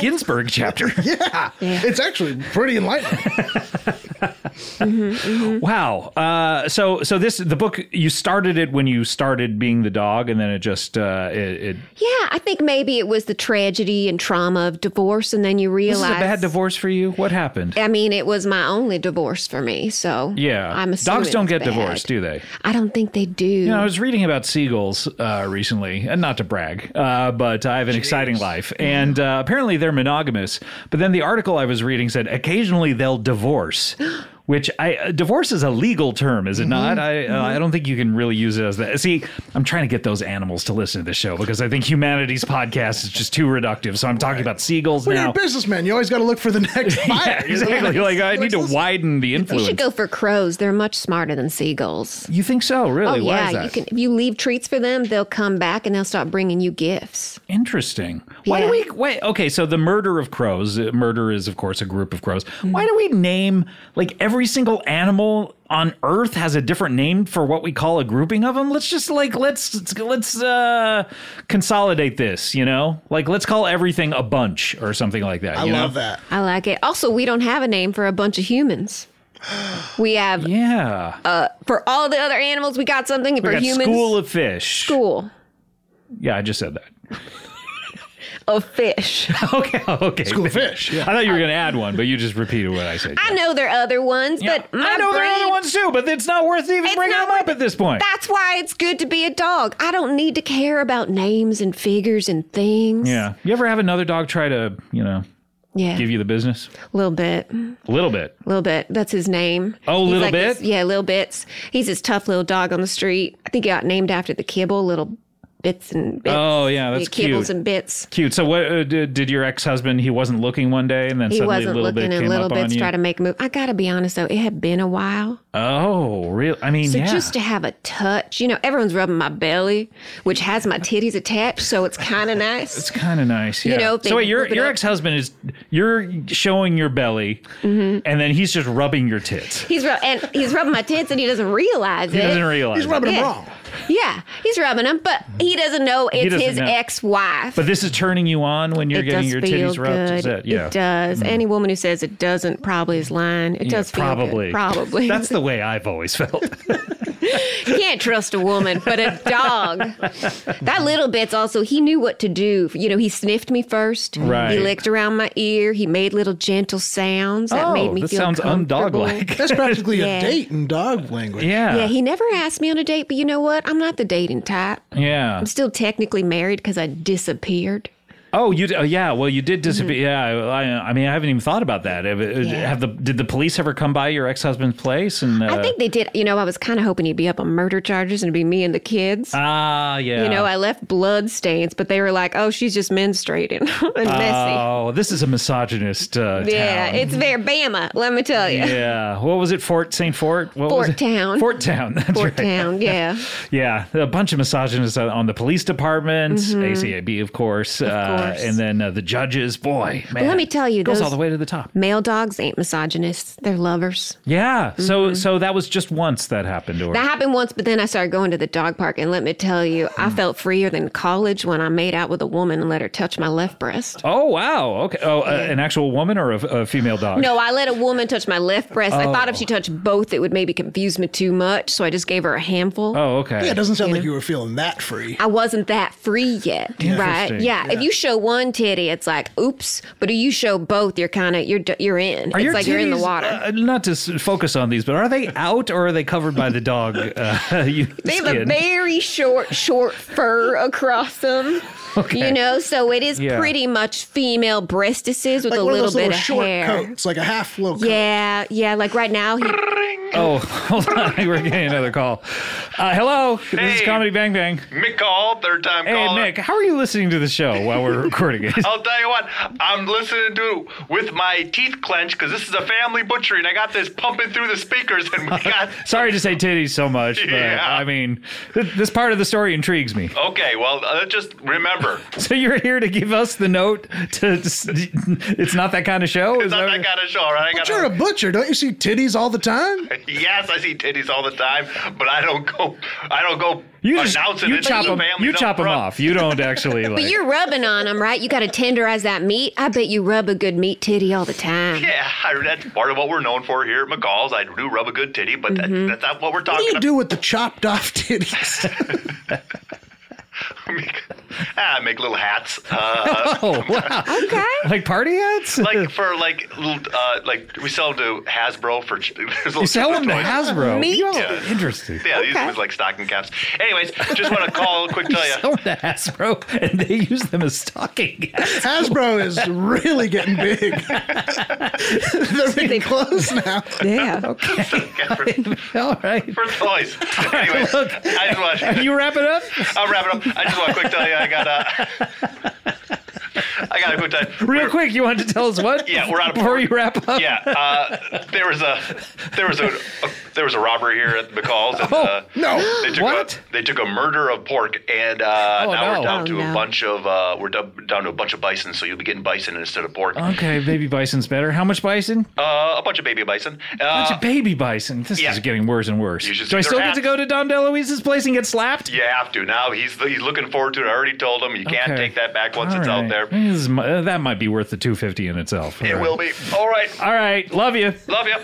[SPEAKER 2] Ginsberg chapter.
[SPEAKER 3] Yeah, it's actually pretty enlightening.
[SPEAKER 2] Wow. Uh, so so this the book you started it when you started being the dog, and then it just uh, it, it
[SPEAKER 6] yeah, I think maybe it was the tragedy and trauma of divorce, and then you
[SPEAKER 2] this
[SPEAKER 6] realize
[SPEAKER 2] is a bad divorce for you. What happened?
[SPEAKER 6] I mean, it was my only divorce for me, so
[SPEAKER 2] Yeah,
[SPEAKER 6] I'm assuming
[SPEAKER 2] dogs don't
[SPEAKER 6] it's
[SPEAKER 2] get
[SPEAKER 6] bad.
[SPEAKER 2] divorced, do they?
[SPEAKER 6] I don't think they do.
[SPEAKER 2] You know, I was reading about seagulls uh, recently, and not to brag, uh, but I have an exciting life, and uh, apparently they're monogamous. But then the article I was reading said occasionally they'll divorce. Which I uh, divorce is a legal term,
[SPEAKER 6] Mm-hmm.
[SPEAKER 2] is it not? I uh, I don't think you can really use it as that. See, I'm trying to get those animals to listen to this show because I think humanity's podcast is just too reductive. So I'm talking about seagulls
[SPEAKER 3] When you're
[SPEAKER 2] now.
[SPEAKER 3] a businessman, you always got to look for the next buyer. you know?
[SPEAKER 2] exactly. Like I
[SPEAKER 3] Like,
[SPEAKER 2] need to
[SPEAKER 3] listen-
[SPEAKER 2] widen the
[SPEAKER 6] you
[SPEAKER 2] influence.
[SPEAKER 6] should go for crows. They're much smarter than seagulls.
[SPEAKER 2] You think so? Really?
[SPEAKER 6] oh
[SPEAKER 2] Why
[SPEAKER 6] yeah,
[SPEAKER 2] is that?
[SPEAKER 6] you can. If you leave treats for them, they'll come back and they'll start bringing you gifts.
[SPEAKER 2] Interesting. Why do
[SPEAKER 6] Yeah.
[SPEAKER 2] we wait? Okay, so the murder of crows. uh, Murder is, of course, a group of crows.
[SPEAKER 6] Mm-hmm.
[SPEAKER 2] Why do we name like every single animal on Earth has a different name for what we call a grouping of them? Let's just like let's let's, let's uh, consolidate this. You know, like let's call everything a bunch or something like that.
[SPEAKER 3] I
[SPEAKER 2] you know?
[SPEAKER 3] love that.
[SPEAKER 6] I like it. Also, we don't have a name for a bunch of humans. We have
[SPEAKER 2] Yeah,
[SPEAKER 6] for all the other animals. We got something
[SPEAKER 2] we
[SPEAKER 6] for
[SPEAKER 2] got
[SPEAKER 6] humans.
[SPEAKER 2] school of fish.
[SPEAKER 6] School
[SPEAKER 2] Yeah, I just said that.
[SPEAKER 6] of fish.
[SPEAKER 2] okay, okay.
[SPEAKER 3] School of fish.
[SPEAKER 2] I
[SPEAKER 3] Yeah.
[SPEAKER 2] thought you were going to add one, but you just repeated what I said.
[SPEAKER 6] I know there are other ones, but my
[SPEAKER 2] I know there are
[SPEAKER 6] brain-
[SPEAKER 2] other ones too, but it's not worth even
[SPEAKER 6] It's
[SPEAKER 2] bringing
[SPEAKER 6] not
[SPEAKER 2] them up
[SPEAKER 6] worth
[SPEAKER 2] at this point.
[SPEAKER 6] That's why it's good to be a dog. I don't need to care about names and figures and things.
[SPEAKER 2] Yeah. You ever have another dog try to, you know,
[SPEAKER 6] yeah,
[SPEAKER 2] give you the business?
[SPEAKER 6] a little bit.
[SPEAKER 2] A little bit.
[SPEAKER 6] Little Bit. That's his name.
[SPEAKER 2] Oh,
[SPEAKER 6] He's
[SPEAKER 2] Little
[SPEAKER 6] like
[SPEAKER 2] Bit?
[SPEAKER 6] this- yeah, Little Bits. He's this tough little dog on the street. I think he got named after the kibble, Little Bits and Bits.
[SPEAKER 2] Oh, yeah,
[SPEAKER 6] The
[SPEAKER 2] that's
[SPEAKER 6] Kibbles
[SPEAKER 2] cute.
[SPEAKER 6] and Bits.
[SPEAKER 2] Cute. So what uh, did, did your ex-husband, he wasn't looking one day and then
[SPEAKER 6] He
[SPEAKER 2] suddenly a
[SPEAKER 6] wasn't
[SPEAKER 2] little
[SPEAKER 6] looking,
[SPEAKER 2] bit
[SPEAKER 6] and
[SPEAKER 2] came
[SPEAKER 6] Little
[SPEAKER 2] up on
[SPEAKER 6] Bits
[SPEAKER 2] you?
[SPEAKER 6] tried to make a move. I got to be honest, though, it had been a while.
[SPEAKER 2] oh, real I mean,
[SPEAKER 6] So
[SPEAKER 2] yeah.
[SPEAKER 6] just to have a touch, you know, everyone's rubbing my belly, which has my titties attached, so it's kind of nice.
[SPEAKER 2] it's kind of nice, yeah.
[SPEAKER 6] You know, if they
[SPEAKER 2] so wait, your
[SPEAKER 6] whip it
[SPEAKER 2] your
[SPEAKER 6] up-
[SPEAKER 2] ex-husband is you're showing your belly,
[SPEAKER 6] Mm-hmm.
[SPEAKER 2] and then he's just rubbing your tits.
[SPEAKER 6] He's rub- and he's rubbing my tits, and he doesn't realize
[SPEAKER 2] He
[SPEAKER 6] it.
[SPEAKER 2] doesn't realize.
[SPEAKER 3] He's
[SPEAKER 2] it.
[SPEAKER 3] rubbing
[SPEAKER 6] Yeah.
[SPEAKER 3] them wrong.
[SPEAKER 6] yeah, he's rubbing them, but he doesn't know it's
[SPEAKER 2] doesn't
[SPEAKER 6] his
[SPEAKER 2] know.
[SPEAKER 6] ex-wife.
[SPEAKER 2] But this is turning you on when you're
[SPEAKER 6] it
[SPEAKER 2] getting
[SPEAKER 6] does
[SPEAKER 2] your
[SPEAKER 6] feel
[SPEAKER 2] titties rubbed. Is
[SPEAKER 6] good.
[SPEAKER 2] that- yeah. Mm.
[SPEAKER 6] It does. Any woman who says it doesn't probably is lying. It
[SPEAKER 2] Yeah,
[SPEAKER 6] does feel
[SPEAKER 2] probably.
[SPEAKER 6] good. Probably.
[SPEAKER 2] That's the way I've always felt.
[SPEAKER 6] Can't trust a woman, but a dog. That little bit's also, he knew what to do. You know, he sniffed me first.
[SPEAKER 2] Right.
[SPEAKER 6] He licked around my ear. He made little gentle sounds that
[SPEAKER 2] oh,
[SPEAKER 6] made me
[SPEAKER 2] that
[SPEAKER 6] feel
[SPEAKER 2] sounds
[SPEAKER 6] comfortable.
[SPEAKER 2] undog-like.
[SPEAKER 3] That's practically
[SPEAKER 6] Yeah.
[SPEAKER 3] a date in dog language.
[SPEAKER 2] yeah.
[SPEAKER 6] Yeah, he never asked me on a date, but you know what? I'm not the dating type.
[SPEAKER 2] yeah.
[SPEAKER 6] I'm still technically married because I disappeared.
[SPEAKER 2] Oh, you? d- Oh, yeah. Well, you
[SPEAKER 6] Mm-hmm.
[SPEAKER 2] did disappear. Yeah. I, I mean, I haven't even thought about that. Have, uh, have the did the police ever come by your ex husband's place? And uh,
[SPEAKER 6] I think they did. You know, I was kind of hoping he'd be up on murder charges and it'd be me and the kids.
[SPEAKER 2] ah, yeah.
[SPEAKER 6] You know, I left blood stains, but they were like, "Oh, she's just menstruating and messy."
[SPEAKER 2] oh, this is a misogynist uh,
[SPEAKER 6] Yeah,
[SPEAKER 2] town.
[SPEAKER 6] it's very Bama. Let me tell you,
[SPEAKER 2] yeah. What was it? Fort Saint Fort. What
[SPEAKER 6] Fort
[SPEAKER 2] was it?
[SPEAKER 6] Town.
[SPEAKER 2] Fort Town. That's
[SPEAKER 6] Fort
[SPEAKER 2] right.
[SPEAKER 6] Town. Yeah,
[SPEAKER 2] Yeah, a bunch of misogynists on- on the police department, ACAB, of course, uh,
[SPEAKER 6] Mm-hmm. course.
[SPEAKER 2] and then uh, the judges. Boy, man,
[SPEAKER 6] let me tell you,
[SPEAKER 2] goes
[SPEAKER 6] those-
[SPEAKER 2] all the way to the top.
[SPEAKER 6] male dogs ain't misogynists; they're lovers.
[SPEAKER 2] Yeah. So, so that was just once that happened, or
[SPEAKER 6] Mm-hmm. That happened once, but then I started going to the dog park, and let me tell you, I
[SPEAKER 2] Mm.
[SPEAKER 6] felt freer than college when I made out with a woman and let her touch my left breast.
[SPEAKER 2] oh wow, okay, oh, uh, an actual woman or a, a female dog?
[SPEAKER 6] No, I let a woman touch my left breast. I thought
[SPEAKER 2] Oh.
[SPEAKER 6] if she touched both, it would maybe confuse me too much, so I just gave her a handful.
[SPEAKER 2] Oh, okay.
[SPEAKER 3] Yeah, it doesn't sound like you were feeling that free.
[SPEAKER 6] I wasn't that free yet, right?
[SPEAKER 2] Interesting.
[SPEAKER 6] Yeah. If you show one titty, it's like oops, but if you show both, you're kind of you're d- you're in.
[SPEAKER 2] Are
[SPEAKER 6] it's
[SPEAKER 2] your
[SPEAKER 6] like you're in the
[SPEAKER 2] titties,
[SPEAKER 6] water.
[SPEAKER 2] uh, not to s- focus on these, but are they out or are they covered by the dog? Uh, you,
[SPEAKER 6] they have a
[SPEAKER 2] skin?
[SPEAKER 6] very short, short fur across them.
[SPEAKER 2] Okay.
[SPEAKER 6] You know, so it is
[SPEAKER 2] Yeah.
[SPEAKER 6] pretty much female breastises with
[SPEAKER 3] like
[SPEAKER 6] a
[SPEAKER 3] one of
[SPEAKER 6] little
[SPEAKER 3] those
[SPEAKER 6] bit
[SPEAKER 3] little
[SPEAKER 6] of
[SPEAKER 3] short
[SPEAKER 6] hair.
[SPEAKER 3] coats, like a half low coat.
[SPEAKER 6] Yeah, yeah. Like right now, he,
[SPEAKER 2] Oh, hold on, we're getting another call. Uh, hello, this is
[SPEAKER 4] Hey.
[SPEAKER 2] Comedy Bang Bang.
[SPEAKER 4] Mick called, third time
[SPEAKER 2] Hey,
[SPEAKER 4] caller.
[SPEAKER 2] Nick, how are you listening to the show while we're recording it?
[SPEAKER 4] I'll tell you what, I'm listening to it with my teeth clenched because this is a family butchery and I got this pumping through the speakers and we got.
[SPEAKER 2] Sorry to say titties so much, but
[SPEAKER 4] Yeah.
[SPEAKER 2] I mean, th- this part of the story intrigues me.
[SPEAKER 4] Okay, well, uh, just remember,
[SPEAKER 2] So you're here to give us the note to, it's not that kind of show? Is
[SPEAKER 4] it's not
[SPEAKER 2] that-
[SPEAKER 4] that kind of show, all right? I
[SPEAKER 3] But you're a
[SPEAKER 4] got
[SPEAKER 3] butcher, don't you see titties all the time?
[SPEAKER 4] yes, I see titties all the time, but I don't go, I don't go
[SPEAKER 2] you just
[SPEAKER 4] announcing
[SPEAKER 2] you
[SPEAKER 4] it
[SPEAKER 2] chop
[SPEAKER 4] to the
[SPEAKER 2] them,
[SPEAKER 4] family.
[SPEAKER 2] you chop 'em off. You don't actually like.
[SPEAKER 6] but you're rubbing on them, right? You got to tenderize that meat. I bet you rub a good meat titty all the time.
[SPEAKER 4] Yeah, I, that's part of what we're known for here at McCall's. I do rub a good titty, but that, that's not what we're
[SPEAKER 3] What do
[SPEAKER 4] talking
[SPEAKER 3] you do with the chopped off titties?
[SPEAKER 4] about. ah, I make little hats. Uh,
[SPEAKER 2] oh wow!
[SPEAKER 6] Okay.
[SPEAKER 2] Like party hats?
[SPEAKER 4] like for like little uh, like we sell them to Hasbro for ch- there's little
[SPEAKER 2] you sell them to
[SPEAKER 4] toys.
[SPEAKER 2] Hasbro?
[SPEAKER 6] Meat?
[SPEAKER 2] You know, interesting.
[SPEAKER 4] Yeah, these
[SPEAKER 6] Okay.
[SPEAKER 4] ones like stocking caps. Anyways, just want to call quick tell you.
[SPEAKER 2] Sell them to Hasbro, and they use them as stocking. hats.
[SPEAKER 3] Hasbro is really getting big. They're getting close now.
[SPEAKER 6] Yeah. Okay.
[SPEAKER 2] All right.
[SPEAKER 4] For toys. Anyways, I just want
[SPEAKER 2] You wrap it up?
[SPEAKER 4] I'll wrap it up. I just want to quick tell you I got a I got a quick tell you.
[SPEAKER 2] Real quick, you wanted to tell us what?
[SPEAKER 4] Yeah, we're out of-
[SPEAKER 2] Before you wrap up?
[SPEAKER 4] Yeah, uh, there was a there was a, there was a robbery here at McCall's. And, uh,
[SPEAKER 3] No.
[SPEAKER 4] They took
[SPEAKER 2] Oh, What?
[SPEAKER 4] A, they took a murder of pork, and uh,
[SPEAKER 2] Oh,
[SPEAKER 4] now
[SPEAKER 2] no.
[SPEAKER 4] we're down
[SPEAKER 6] Oh,
[SPEAKER 4] to
[SPEAKER 6] no.
[SPEAKER 4] a bunch of uh, we're dub- down to a bunch of bison. So you'll be getting bison instead of pork.
[SPEAKER 2] Okay, baby bison's better. How much bison?
[SPEAKER 4] Uh, a bunch of baby bison.
[SPEAKER 2] bunch
[SPEAKER 4] Uh,
[SPEAKER 2] of baby bison. This
[SPEAKER 4] yeah.
[SPEAKER 2] is getting worse and worse.
[SPEAKER 4] You should
[SPEAKER 2] Do I
[SPEAKER 4] see their
[SPEAKER 2] still get
[SPEAKER 4] hats.
[SPEAKER 2] to go to Don DeLuise's place and get slapped?
[SPEAKER 4] you have to now. He's he's looking forward to it. I already told him you can't
[SPEAKER 2] Okay.
[SPEAKER 4] take that back once
[SPEAKER 2] All
[SPEAKER 4] it's
[SPEAKER 2] right.
[SPEAKER 4] out there.
[SPEAKER 2] This is my- uh, that might be worth the 250 in itself.
[SPEAKER 4] It will be all right.
[SPEAKER 2] All right, love you.
[SPEAKER 4] Love you.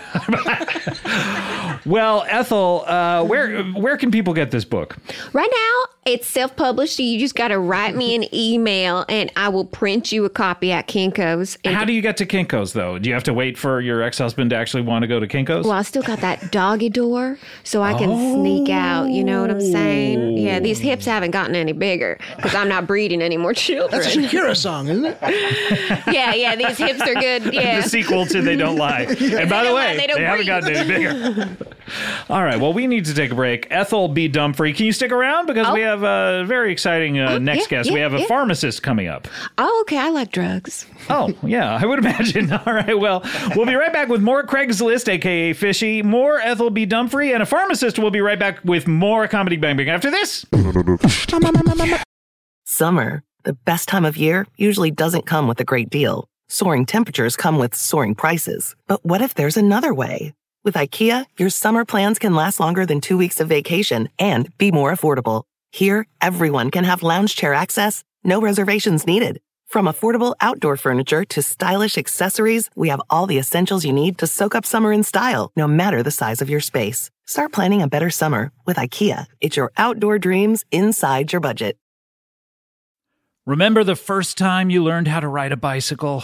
[SPEAKER 2] Well, Ethel, uh, where where can people get this book?
[SPEAKER 6] Right now, it's self published. You just got to write me an email and I will print you a copy at Kinko's. And
[SPEAKER 2] How do you get to Kinko's though? Do you have to wait for your ex husband to actually want to go to Kinko's?
[SPEAKER 6] well, I still got that doggy door so I can sneak out. You know what I'm saying? Yeah, these
[SPEAKER 2] Oh.
[SPEAKER 6] hips haven't gotten any bigger because I'm not breeding any more
[SPEAKER 3] That's a
[SPEAKER 6] children.
[SPEAKER 3] Shakira song, isn't it?
[SPEAKER 6] yeah, yeah, these hips are good. Yeah.
[SPEAKER 2] the sequel to They Don't Lie. And by the
[SPEAKER 6] don't lie,
[SPEAKER 2] way,
[SPEAKER 6] they
[SPEAKER 2] they,
[SPEAKER 6] don't
[SPEAKER 2] haven't
[SPEAKER 6] breathe.
[SPEAKER 2] gotten any bigger. All right, well, we need to take a break. Ethel B. Dumfrey, can you stick around? Because we
[SPEAKER 6] Oh.
[SPEAKER 2] have a very exciting uh, next
[SPEAKER 6] yeah,
[SPEAKER 2] guest. we
[SPEAKER 6] yeah,
[SPEAKER 2] have a
[SPEAKER 6] yeah.
[SPEAKER 2] pharmacist coming up.
[SPEAKER 6] Oh, okay. I like drugs.
[SPEAKER 2] Oh, yeah, I would imagine. All right, well, we'll be right back with more Craigslist, aka Fishy, more Ethel B. Dumfrey, and a pharmacist. We'll be right back with more Comedy Bang Bang after this.
[SPEAKER 8] Summer, the best time of year, usually doesn't come with a great deal. Soaring temperatures come with soaring prices. But what if there's another way? With IKEA, your summer plans can last longer than two weeks of vacation and be more affordable. Here, everyone can have lounge chair access, no reservations needed. From affordable outdoor furniture to stylish accessories, we have all the essentials you need to soak up summer in style, no matter the size of your space. Start planning a better summer with IKEA. It's your outdoor dreams inside your budget.
[SPEAKER 9] Remember the first time you learned how to ride a bicycle?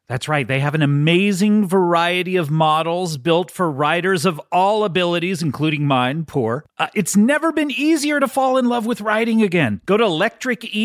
[SPEAKER 9] That's right, they have an amazing variety of models built for riders of all abilities, including mine, poor. Uh, it's never been easier to fall in love with riding again. Go to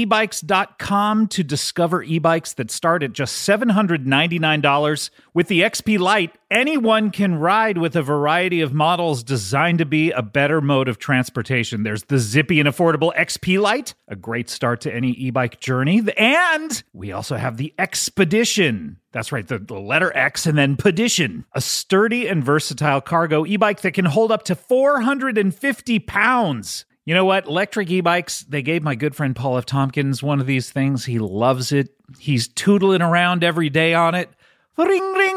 [SPEAKER 9] electricebikes.com to discover e bikes that start at just $799. With the XP Lite, anyone can ride with a variety of models designed to be a better mode of transportation. There's the zippy and affordable XP Lite, a great start to any e bike journey. And we also have the Expedition. That's right, the, the letter X and then Pedition, a sturdy and versatile cargo e bike that can hold up to 450 pounds. You know what? Electric e bikes, they gave my good friend Paul F. Tompkins one of these things. He loves it. He's tootling around every day on it. Ring, ring.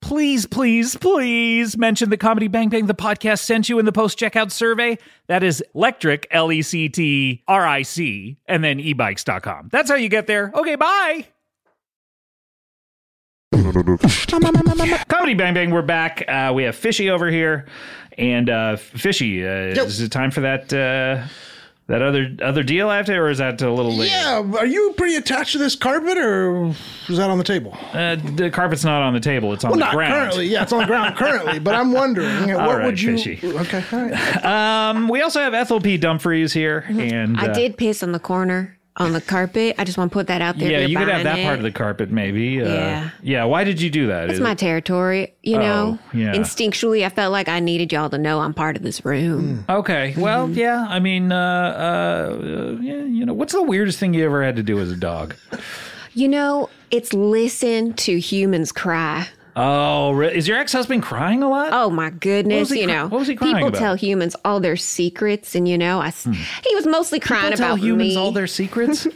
[SPEAKER 9] please, please, please mention the Comedy Bang Bang the podcast sent you in the post checkout survey. That is electric, L E C T R I
[SPEAKER 2] E
[SPEAKER 9] C, and then ebikes.com. That's how you get there. Okay, bye.
[SPEAKER 2] Comedy Bang Bang, we're back. Uh, we have Fishy over here, and uh, Fishy, uh, is it time for that uh, that other other deal I have to, or is that a little later?
[SPEAKER 3] Yeah, are you pretty attached to this carpet, or is that on the table?
[SPEAKER 2] Uh, the carpet's not on the table; it's on
[SPEAKER 3] Well,
[SPEAKER 2] the
[SPEAKER 3] not
[SPEAKER 2] ground.
[SPEAKER 3] currently. Yeah, it's on the ground currently, but I'm wondering what
[SPEAKER 2] All right,
[SPEAKER 3] would you?
[SPEAKER 2] fishy.
[SPEAKER 3] Okay, all right.
[SPEAKER 2] Um, we also have Ethel P. Dumfries here, and
[SPEAKER 6] Mm-hmm. I
[SPEAKER 2] uh,
[SPEAKER 6] did piss on the corner on the carpet. I just want to put that out there.
[SPEAKER 2] Yeah,
[SPEAKER 6] if you're
[SPEAKER 2] you could have
[SPEAKER 6] buying
[SPEAKER 2] that part of the carpet, maybe. Uh,
[SPEAKER 6] Yeah.
[SPEAKER 2] yeah. Why did you do that?
[SPEAKER 6] It's
[SPEAKER 2] Is-
[SPEAKER 6] my territory, you know.
[SPEAKER 2] Oh, yeah.
[SPEAKER 6] Instinctually, I felt like I needed y'all to know I'm part of this room.
[SPEAKER 2] Okay. Well, yeah. I mean, uh, uh, uh, yeah, you know, what's the weirdest thing you ever had to do as a dog? Mm.
[SPEAKER 6] You know, it's listen to humans cry.
[SPEAKER 2] Oh, re- is your ex-husband crying a lot?
[SPEAKER 6] Oh my goodness!
[SPEAKER 2] he
[SPEAKER 6] You
[SPEAKER 2] cr-
[SPEAKER 6] know,
[SPEAKER 2] what was he crying
[SPEAKER 6] people
[SPEAKER 2] about? Hmm.
[SPEAKER 6] tell humans all their secrets, and you know, I s he was mostly crying
[SPEAKER 2] People tell
[SPEAKER 6] about
[SPEAKER 2] humans
[SPEAKER 6] me.
[SPEAKER 2] all their secrets.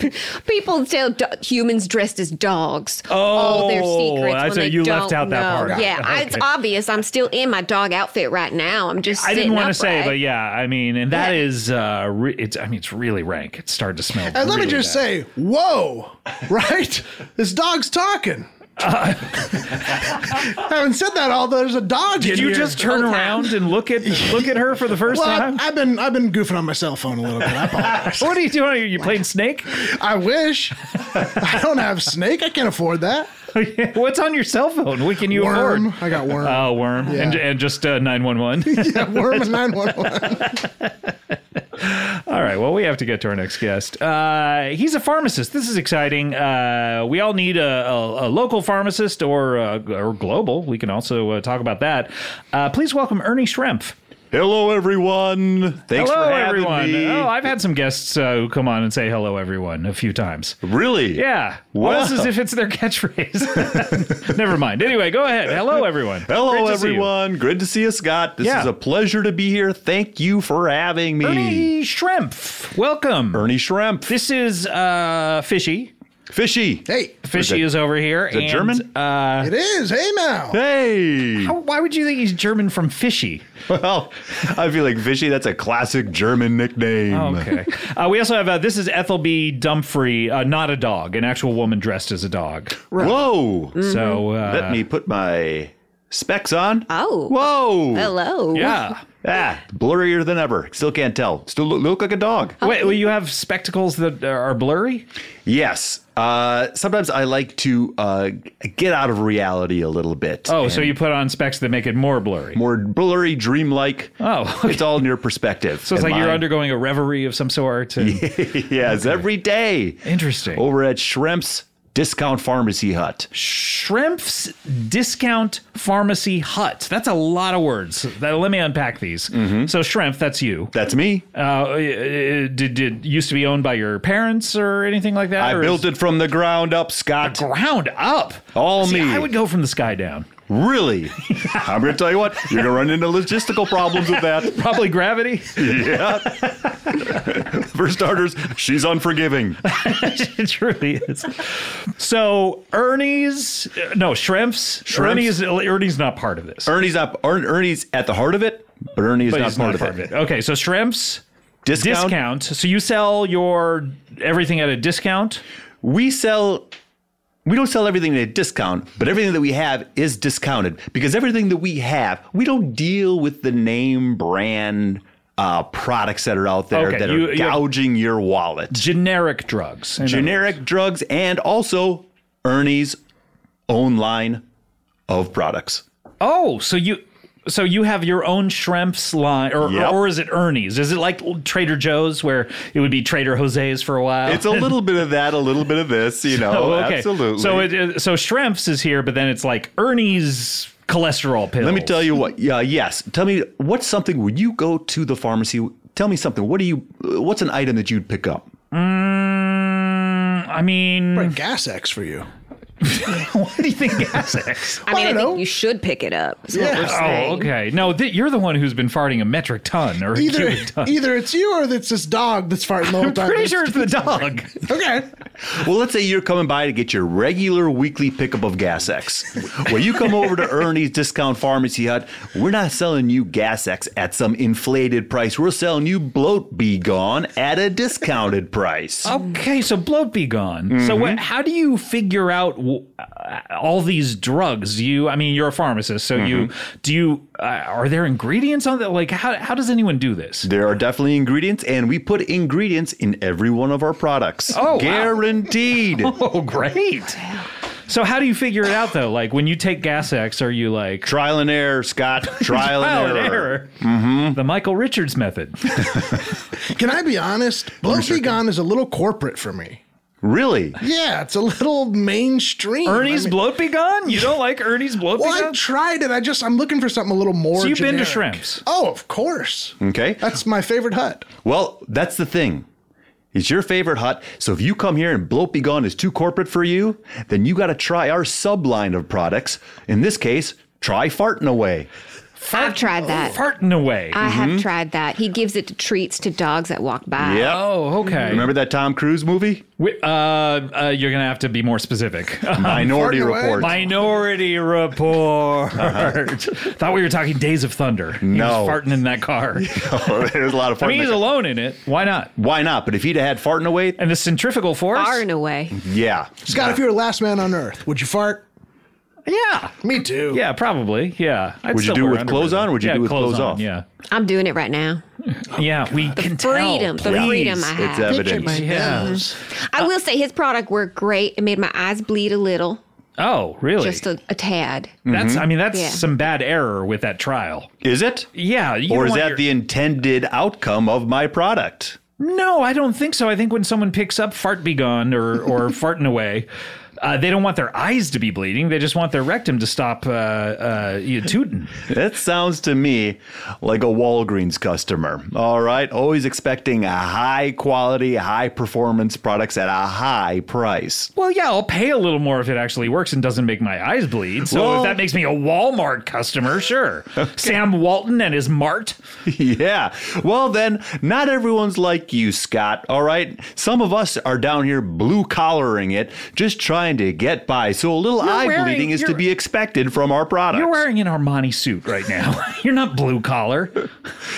[SPEAKER 6] People tell do- humans dressed as dogs all their
[SPEAKER 2] Oh,
[SPEAKER 6] secrets.
[SPEAKER 2] I
[SPEAKER 6] when
[SPEAKER 2] see.
[SPEAKER 6] they
[SPEAKER 2] You left
[SPEAKER 6] don't
[SPEAKER 2] out that
[SPEAKER 6] know.
[SPEAKER 2] part out.
[SPEAKER 6] Yeah, I- it's
[SPEAKER 2] Okay.
[SPEAKER 6] obvious. I'm still in my dog outfit right now. I'm just.
[SPEAKER 2] I didn't
[SPEAKER 6] want to
[SPEAKER 2] say, but yeah, I mean, and that
[SPEAKER 6] Yeah.
[SPEAKER 2] is, uh, re- it's. I mean, it's really rank. It started to smell.
[SPEAKER 3] And Uh, let me
[SPEAKER 2] really
[SPEAKER 3] just
[SPEAKER 2] bad.
[SPEAKER 3] say, whoa, right? this dog's talking.
[SPEAKER 2] Uh,
[SPEAKER 3] Having said that, all there's a dog.
[SPEAKER 2] Did
[SPEAKER 3] in
[SPEAKER 2] you
[SPEAKER 3] here.
[SPEAKER 2] just turn
[SPEAKER 6] Okay.
[SPEAKER 2] around and look at look at her for the first
[SPEAKER 3] Well,
[SPEAKER 2] time?
[SPEAKER 3] I, have been I've been goofing on my cell phone a little bit. I, apologize.
[SPEAKER 2] what are you doing? Are you playing Snake?
[SPEAKER 3] I wish I don't have snake. I can't afford that.
[SPEAKER 2] What's on your cell phone? What can you
[SPEAKER 3] Worm.
[SPEAKER 2] afford?
[SPEAKER 3] I got worm.
[SPEAKER 2] Oh, worm, and and just uh, nine one one.
[SPEAKER 3] yeah, worm and nine one one.
[SPEAKER 2] All right. Well, we have to get to our next guest. Uh, he's a pharmacist. This is exciting. Uh, we all need a, a, a local pharmacist or uh, or global. We can also uh, talk about that. Uh, please welcome Ernie Schrempf.
[SPEAKER 4] Hello, everyone. Thanks
[SPEAKER 2] hello,
[SPEAKER 4] for having
[SPEAKER 2] everyone.
[SPEAKER 4] me.
[SPEAKER 2] Oh, I've had some guests uh, who come on and say hello, everyone, a few times.
[SPEAKER 4] really?
[SPEAKER 2] Yeah. Almost as if it's their catchphrase. Never mind. Anyway, go ahead. Hello, everyone.
[SPEAKER 4] Hello,
[SPEAKER 2] Great to see you.
[SPEAKER 4] everyone. Good to see you, Scott. This
[SPEAKER 2] Yeah.
[SPEAKER 4] is a pleasure to be here. Thank you for having me.
[SPEAKER 2] Ernie Schrempf. Welcome.
[SPEAKER 4] Ernie Shrimp.
[SPEAKER 2] This is uh, Fishy.
[SPEAKER 4] Fishy.
[SPEAKER 3] Hey,
[SPEAKER 2] Fishy is over here.
[SPEAKER 4] that
[SPEAKER 2] and,
[SPEAKER 4] German?
[SPEAKER 2] Uh,
[SPEAKER 3] it is. Hey now.
[SPEAKER 4] Hey.
[SPEAKER 2] How- Why would you think he's German from fishy?
[SPEAKER 4] Well, I feel like Fishy, that's a classic German nickname.
[SPEAKER 2] Okay. uh, we also have uh, this is Ethel B. Dumfrey, uh, not a dog, an actual woman dressed as a dog.
[SPEAKER 4] Whoa.
[SPEAKER 2] So uh,
[SPEAKER 4] Let me put my specs on.
[SPEAKER 6] Oh.
[SPEAKER 4] Whoa.
[SPEAKER 6] Hello.
[SPEAKER 2] yeah.
[SPEAKER 4] Ah, blurrier than ever. Still can't tell. Still look, look like a dog.
[SPEAKER 2] Wait, well, you have spectacles that are blurry.
[SPEAKER 4] Yes. Uh, sometimes I like to uh, get out of reality a little bit.
[SPEAKER 2] Oh, so you put on specs that make it more blurry.
[SPEAKER 4] more blurry, dreamlike.
[SPEAKER 2] Oh, okay.
[SPEAKER 4] it's all near perspective.
[SPEAKER 2] so it's
[SPEAKER 4] And
[SPEAKER 2] like you're
[SPEAKER 4] mine-
[SPEAKER 2] undergoing a reverie of some sort. and-
[SPEAKER 4] yes, every day
[SPEAKER 2] Interesting.
[SPEAKER 4] over at Shrimps Discount Pharmacy Hut.
[SPEAKER 2] Shrimp's Discount Pharmacy Hut. That's a lot of words. That- let me unpack these.
[SPEAKER 4] Mm-hmm.
[SPEAKER 2] So, Shrimp, that's you.
[SPEAKER 4] That's me.
[SPEAKER 2] Uh, it, did it used to be owned by your parents or anything like that?
[SPEAKER 4] I
[SPEAKER 2] or
[SPEAKER 4] built
[SPEAKER 2] is-
[SPEAKER 4] it from the ground up, Scott.
[SPEAKER 2] ground up.
[SPEAKER 4] All
[SPEAKER 2] See,
[SPEAKER 4] me.
[SPEAKER 2] I would go from the sky down.
[SPEAKER 4] Really? I'm going to tell you what, you're going to run into logistical problems with that.
[SPEAKER 2] Probably gravity.
[SPEAKER 4] For starters, she's unforgiving.
[SPEAKER 2] it truly is. So Ernie's, uh, no Shrimp's.
[SPEAKER 4] Shrimp's.
[SPEAKER 2] Ernie's. Ernie's not part of this.
[SPEAKER 4] Ernie's not Ern, Ernie's at the heart of it, but Ernie is
[SPEAKER 2] But
[SPEAKER 4] not
[SPEAKER 2] he's
[SPEAKER 4] part,
[SPEAKER 2] not
[SPEAKER 4] of,
[SPEAKER 2] part
[SPEAKER 4] it.
[SPEAKER 2] of it. Okay, so Shrimp's
[SPEAKER 4] Discount,
[SPEAKER 2] discount. So you sell your everything at a discount.
[SPEAKER 4] We sell we don't sell everything at a discount, but everything that we have is discounted because everything that we have, we don't deal with the name brand uh, products that are out there
[SPEAKER 2] Okay,
[SPEAKER 4] that
[SPEAKER 2] you-
[SPEAKER 4] are
[SPEAKER 2] you have-
[SPEAKER 4] gouging your wallet.
[SPEAKER 2] Generic drugs. And, uh,
[SPEAKER 4] generic drugs and also Ernie's own line of products.
[SPEAKER 2] Oh, so you. So you have your own Shrimp's line, or,
[SPEAKER 4] Yep.
[SPEAKER 2] or is it Ernie's? Is it like Trader Joe's, where it would be Trader Jose's for a while?
[SPEAKER 4] It's a little bit of that, a little bit of this, you know.
[SPEAKER 2] Oh, okay.
[SPEAKER 4] Absolutely.
[SPEAKER 2] So it, it- so Shrimp's is here, but then it's like Ernie's cholesterol pills.
[SPEAKER 4] let me tell you what. Yeah, yes. Tell me what's something when you go to the pharmacy. Tell me something. What do you? What's an item that you'd pick up?
[SPEAKER 2] Mm, I mean,
[SPEAKER 3] Right, Gas X for you.
[SPEAKER 2] what do you think gas X?
[SPEAKER 10] I mean, I,
[SPEAKER 3] don't
[SPEAKER 10] think
[SPEAKER 3] know.
[SPEAKER 10] you should pick it up. is what
[SPEAKER 3] Yeah.
[SPEAKER 10] we're
[SPEAKER 2] Oh,
[SPEAKER 10] saying.
[SPEAKER 2] okay. No, th- you're the one who's been farting a metric ton or a
[SPEAKER 3] Either,
[SPEAKER 2] cubic ton.
[SPEAKER 3] either it's you or it's this dog that's farting the whole
[SPEAKER 2] I'm
[SPEAKER 3] time.
[SPEAKER 2] pretty sure it's the dog.
[SPEAKER 3] Okay.
[SPEAKER 4] Well, let's say you're coming by to get your regular weekly pickup of Gas X. Well, you come over to Ernie's Discount Pharmacy Hut. We're not selling you Gas X at some inflated price. We're selling you Bloat Be Gone at a discounted price.
[SPEAKER 2] Okay, so bloat be gone. So what, how do you figure out w- uh, all these drugs? Do you, I mean, you're a pharmacist, so you do you uh, are there ingredients on that? Like, how how does anyone do this?
[SPEAKER 4] There are definitely ingredients, and we put ingredients in every one of our products.
[SPEAKER 2] Oh, wow.
[SPEAKER 4] guaranteed.
[SPEAKER 2] Oh, great. So how do you figure it out though? Like when you take gas X, are you like
[SPEAKER 4] Trial and error, Scott. Trial,
[SPEAKER 2] trial
[SPEAKER 4] and error.
[SPEAKER 2] Mm-hmm. The Michael Richards method.
[SPEAKER 3] Can I be honest? Blow Be Gone is a little corporate for me.
[SPEAKER 4] Really?
[SPEAKER 3] Yeah, it's a little mainstream.
[SPEAKER 2] Ernie's
[SPEAKER 3] I mean-
[SPEAKER 2] bloat be gone? You don't like Ernie's bloat be
[SPEAKER 3] Well, I
[SPEAKER 2] gone?
[SPEAKER 3] tried it. I just I'm looking for something a little more.
[SPEAKER 2] So you've been to
[SPEAKER 3] generic.
[SPEAKER 2] Shrimps.
[SPEAKER 3] Oh, of course.
[SPEAKER 4] Okay.
[SPEAKER 3] That's my favorite hut.
[SPEAKER 4] Well, that's the thing. It's your favorite hut. So if you come here and Bloat Be Gone is too corporate for you, then you got to try our subline of products. In this case, try Fartin' Away.
[SPEAKER 6] I've tried that.
[SPEAKER 2] Farting away.
[SPEAKER 6] I have tried that. He gives it to treats to dogs that walk by.
[SPEAKER 4] Yep.
[SPEAKER 2] oh, okay.
[SPEAKER 4] Remember that Tom Cruise movie?
[SPEAKER 2] Wi- uh, uh, you're going to have to be more specific.
[SPEAKER 4] Minority
[SPEAKER 3] Fartin' Away.
[SPEAKER 4] Report. Uh-huh.
[SPEAKER 2] Minority Report. Thought we were talking Days of Thunder. He
[SPEAKER 4] No.
[SPEAKER 2] was farting in that car.
[SPEAKER 4] Oh, There's a lot of
[SPEAKER 2] I
[SPEAKER 4] farting.
[SPEAKER 2] mean, he's alone in it. Why not?
[SPEAKER 4] Why not? But if he'd have had Fartin' Away,
[SPEAKER 2] And the centrifugal force?
[SPEAKER 6] Far and away.
[SPEAKER 2] Mm-hmm.
[SPEAKER 4] yeah.
[SPEAKER 3] Scott, if you were last man on earth, would you fart?
[SPEAKER 2] Yeah.
[SPEAKER 3] Me too.
[SPEAKER 2] Yeah, probably. Yeah. I'd
[SPEAKER 4] Would you
[SPEAKER 2] still
[SPEAKER 4] do
[SPEAKER 2] wear
[SPEAKER 4] with
[SPEAKER 2] underwear,
[SPEAKER 4] clothes on, or would you
[SPEAKER 2] though.
[SPEAKER 4] do with clothes
[SPEAKER 2] on,
[SPEAKER 4] off?
[SPEAKER 2] Yeah.
[SPEAKER 6] I'm doing it right now.
[SPEAKER 2] Yeah, we can tell.
[SPEAKER 6] Freedom, Oh, the freedom I
[SPEAKER 2] please.
[SPEAKER 6] have.
[SPEAKER 4] It's evident.
[SPEAKER 3] My nose.
[SPEAKER 6] I will say his product worked great. It made my eyes bleed a little,
[SPEAKER 2] Oh, really?
[SPEAKER 6] just a, a tad.
[SPEAKER 4] Mm-hmm.
[SPEAKER 2] that's I mean that's
[SPEAKER 6] Yeah.
[SPEAKER 2] some bad error with that trial.
[SPEAKER 4] Is it?
[SPEAKER 2] Yeah, you
[SPEAKER 4] Or
[SPEAKER 2] don't
[SPEAKER 4] is
[SPEAKER 2] want
[SPEAKER 4] that
[SPEAKER 2] your-
[SPEAKER 4] the intended outcome of my product?
[SPEAKER 2] No, I don't think so. I think when someone picks up fart be gone or or farting away, uh, they don't want their eyes to be bleeding. They just want their rectum to stop uh, uh, you tooting.
[SPEAKER 4] That sounds to me like a Walgreens customer. All right, always expecting a high quality, high performance products at a high price.
[SPEAKER 2] Well, yeah, I'll pay a little more if it actually works and doesn't make my eyes bleed. So
[SPEAKER 4] Well-
[SPEAKER 2] if that makes me a Walmart customer, sure. Sam Walton and his Mart.
[SPEAKER 4] yeah. Well, then, not everyone's like you, Scott. All right, some of us are down here blue collaring it, just trying to get by. So a little
[SPEAKER 2] You're
[SPEAKER 4] eye
[SPEAKER 2] wearing-
[SPEAKER 4] bleeding is to
[SPEAKER 2] you're-
[SPEAKER 4] be expected from our products.
[SPEAKER 2] You're wearing an Armani suit right now. You're not blue collar.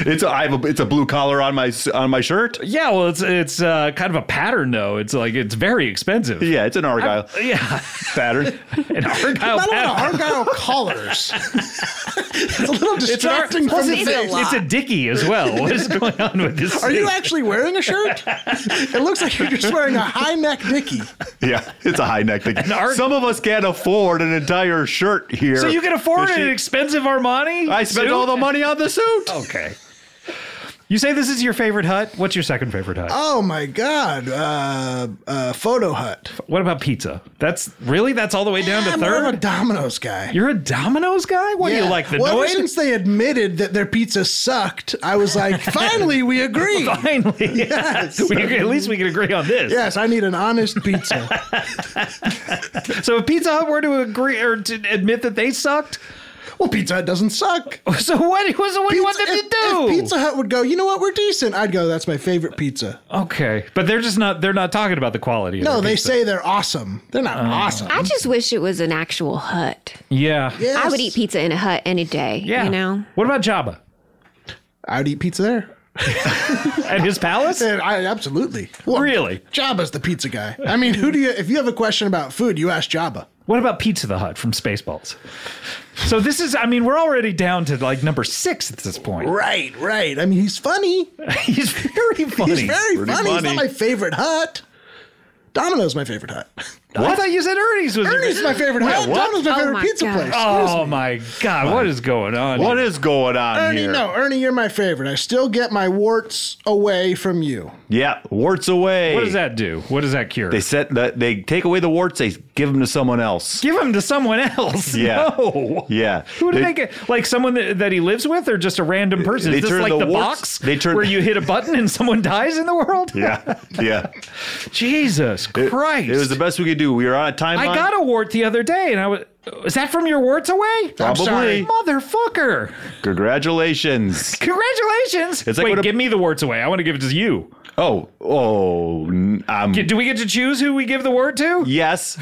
[SPEAKER 4] it's a, I have a, it's a blue collar on my s- on my shirt.
[SPEAKER 2] Yeah, well, it's it's uh, kind of a pattern though. It's like it's very expensive.
[SPEAKER 4] Yeah, it's an argyle
[SPEAKER 2] Yeah,
[SPEAKER 4] pattern.
[SPEAKER 2] an argyle
[SPEAKER 3] Not a lot
[SPEAKER 2] pattern.
[SPEAKER 3] of Argyle collars. it's a little
[SPEAKER 2] It's, an ar-
[SPEAKER 3] distracting
[SPEAKER 2] plus
[SPEAKER 3] from the
[SPEAKER 2] it's,
[SPEAKER 3] face.
[SPEAKER 2] a, it's a dicky as well. What is going on with this?
[SPEAKER 3] Are you
[SPEAKER 2] suit?
[SPEAKER 3] actually wearing a shirt? it looks like you're just wearing a high neck dicky.
[SPEAKER 4] Yeah, it's a high neck thing.
[SPEAKER 2] arg-
[SPEAKER 4] Some of us can't afford an entire shirt here.
[SPEAKER 2] so you can afford
[SPEAKER 4] Is she-
[SPEAKER 2] an expensive Armani? Oh,
[SPEAKER 4] I spent all the money on the suit.
[SPEAKER 2] Okay. You say this is your favorite hut. What's your second favorite hut?
[SPEAKER 3] Oh my God. Uh, uh, Photo Hut.
[SPEAKER 2] what about pizza? That's really that's all the way down to
[SPEAKER 3] I'm more of a
[SPEAKER 2] third.
[SPEAKER 3] Domino's guy.
[SPEAKER 2] You're a Domino's guy. What do you
[SPEAKER 3] Yeah.
[SPEAKER 2] like? The
[SPEAKER 3] well, ever
[SPEAKER 2] noise?
[SPEAKER 3] since they admitted that their pizza sucked, I was like, finally, we agree.
[SPEAKER 2] Finally,
[SPEAKER 3] Yes.
[SPEAKER 2] We agree- at least we can agree on this.
[SPEAKER 3] Yes, I need an honest pizza.
[SPEAKER 2] So if Pizza Hut were to agree or to admit that they sucked,
[SPEAKER 3] well, Pizza Hut doesn't suck.
[SPEAKER 2] so what? What, so what do you want them
[SPEAKER 3] Pizza-
[SPEAKER 2] to do?
[SPEAKER 3] if- if Pizza Hut would go, you know what, we're decent. I'd go, that's my favorite pizza.
[SPEAKER 2] okay, but they're just not. They're not talking about the quality.
[SPEAKER 3] No,
[SPEAKER 2] of their
[SPEAKER 3] they
[SPEAKER 2] pizza.
[SPEAKER 3] say they're awesome. They're not awesome.
[SPEAKER 6] I just wish it was an actual hut.
[SPEAKER 2] Yeah. Yeah.
[SPEAKER 6] I
[SPEAKER 3] Yes.
[SPEAKER 6] would eat pizza in a hut any day.
[SPEAKER 2] Yeah.
[SPEAKER 6] You know?
[SPEAKER 2] What about Jabba
[SPEAKER 3] I would eat pizza there.
[SPEAKER 2] at his palace?
[SPEAKER 3] And I absolutely. Well,
[SPEAKER 2] really?
[SPEAKER 3] Jabba's the pizza guy. I mean, who do you? If you have a question about food, you ask Jabba.
[SPEAKER 2] What about Pizza the Hut from Spaceballs? So this is. I mean, we're already down to like number six at this point.
[SPEAKER 3] Right, right. I mean, he's funny.
[SPEAKER 2] He's very funny.
[SPEAKER 3] He's very funny.
[SPEAKER 4] pretty
[SPEAKER 3] He's
[SPEAKER 4] funny.
[SPEAKER 3] not my favorite hut. Domino's my favorite hut.
[SPEAKER 2] I thought you said Ernie's was.
[SPEAKER 3] Ernie's is my favorite hut. Domino's my
[SPEAKER 6] Oh
[SPEAKER 3] favorite
[SPEAKER 6] my
[SPEAKER 3] pizza
[SPEAKER 6] gosh.
[SPEAKER 3] place.
[SPEAKER 2] Oh my God! What is going on?
[SPEAKER 4] What is going on
[SPEAKER 3] Ernie,
[SPEAKER 4] here?
[SPEAKER 3] no, Ernie, you're my favorite. I still get my warts away from you.
[SPEAKER 4] Yeah, warts away.
[SPEAKER 2] What does that do? What does that cure?
[SPEAKER 4] They set the, they take away the warts. They give them to someone else.
[SPEAKER 2] give him to someone else.
[SPEAKER 4] Yeah.
[SPEAKER 2] No.
[SPEAKER 4] Yeah.
[SPEAKER 2] Who do
[SPEAKER 4] They-
[SPEAKER 2] they, get? Like someone that, that he lives with, or just a random person?
[SPEAKER 4] They
[SPEAKER 2] Is this
[SPEAKER 4] turn
[SPEAKER 2] like the,
[SPEAKER 4] the warts-
[SPEAKER 2] box
[SPEAKER 4] they turn-
[SPEAKER 2] where you hit a button and someone dies in the world?
[SPEAKER 4] Yeah, yeah.
[SPEAKER 2] Jesus
[SPEAKER 4] It-
[SPEAKER 2] Christ!
[SPEAKER 4] It, was the best we could do. We were on a timeline.
[SPEAKER 2] I got a wart the other day, and I was. Is that from your warts away?
[SPEAKER 4] Probably. sorry.
[SPEAKER 2] Motherfucker!
[SPEAKER 4] Congratulations.
[SPEAKER 2] Congratulations!
[SPEAKER 4] It's like
[SPEAKER 2] Wait,
[SPEAKER 4] when a-
[SPEAKER 2] give me the warts away. I want to give it to you.
[SPEAKER 4] Oh, oh, n- I'm.
[SPEAKER 2] Do we get to choose who we give the wart to?
[SPEAKER 4] yes.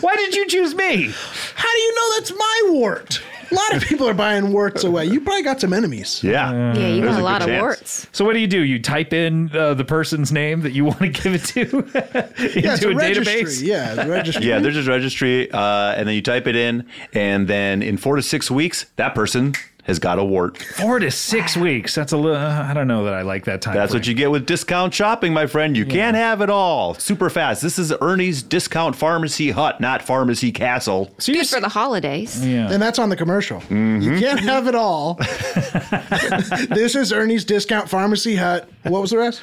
[SPEAKER 2] Why did you choose me?
[SPEAKER 3] How do you know that's my wart? A lot of people are buying warts away. You probably got some enemies.
[SPEAKER 4] Yeah.
[SPEAKER 2] Mm.
[SPEAKER 6] yeah, you got a
[SPEAKER 4] there's a good
[SPEAKER 6] lot of
[SPEAKER 4] chance.
[SPEAKER 6] warts.
[SPEAKER 2] So what do you do? You type in uh, the person's name that you want to give it to into
[SPEAKER 3] Yeah, it's
[SPEAKER 2] a,
[SPEAKER 3] a registry.
[SPEAKER 2] database.
[SPEAKER 3] Yeah, it's a registry.
[SPEAKER 2] Mm-hmm.
[SPEAKER 4] Yeah, there's just registry, uh, and then you type it in, and then in four to six weeks, that person has got a wart.
[SPEAKER 2] Four to six weeks. That's a little. I don't know that I like that time.
[SPEAKER 4] That's what you get with discount shopping, my friend. You can't have it all. Super fast. This is Ernie's Discount Pharmacy Hut, not Pharmacy Castle.
[SPEAKER 2] So you're
[SPEAKER 6] Good for the holidays.
[SPEAKER 3] And that's on the commercial.
[SPEAKER 4] Mm-hmm.
[SPEAKER 3] You can't have it all. this is Ernie's Discount Pharmacy Hut. What was the rest?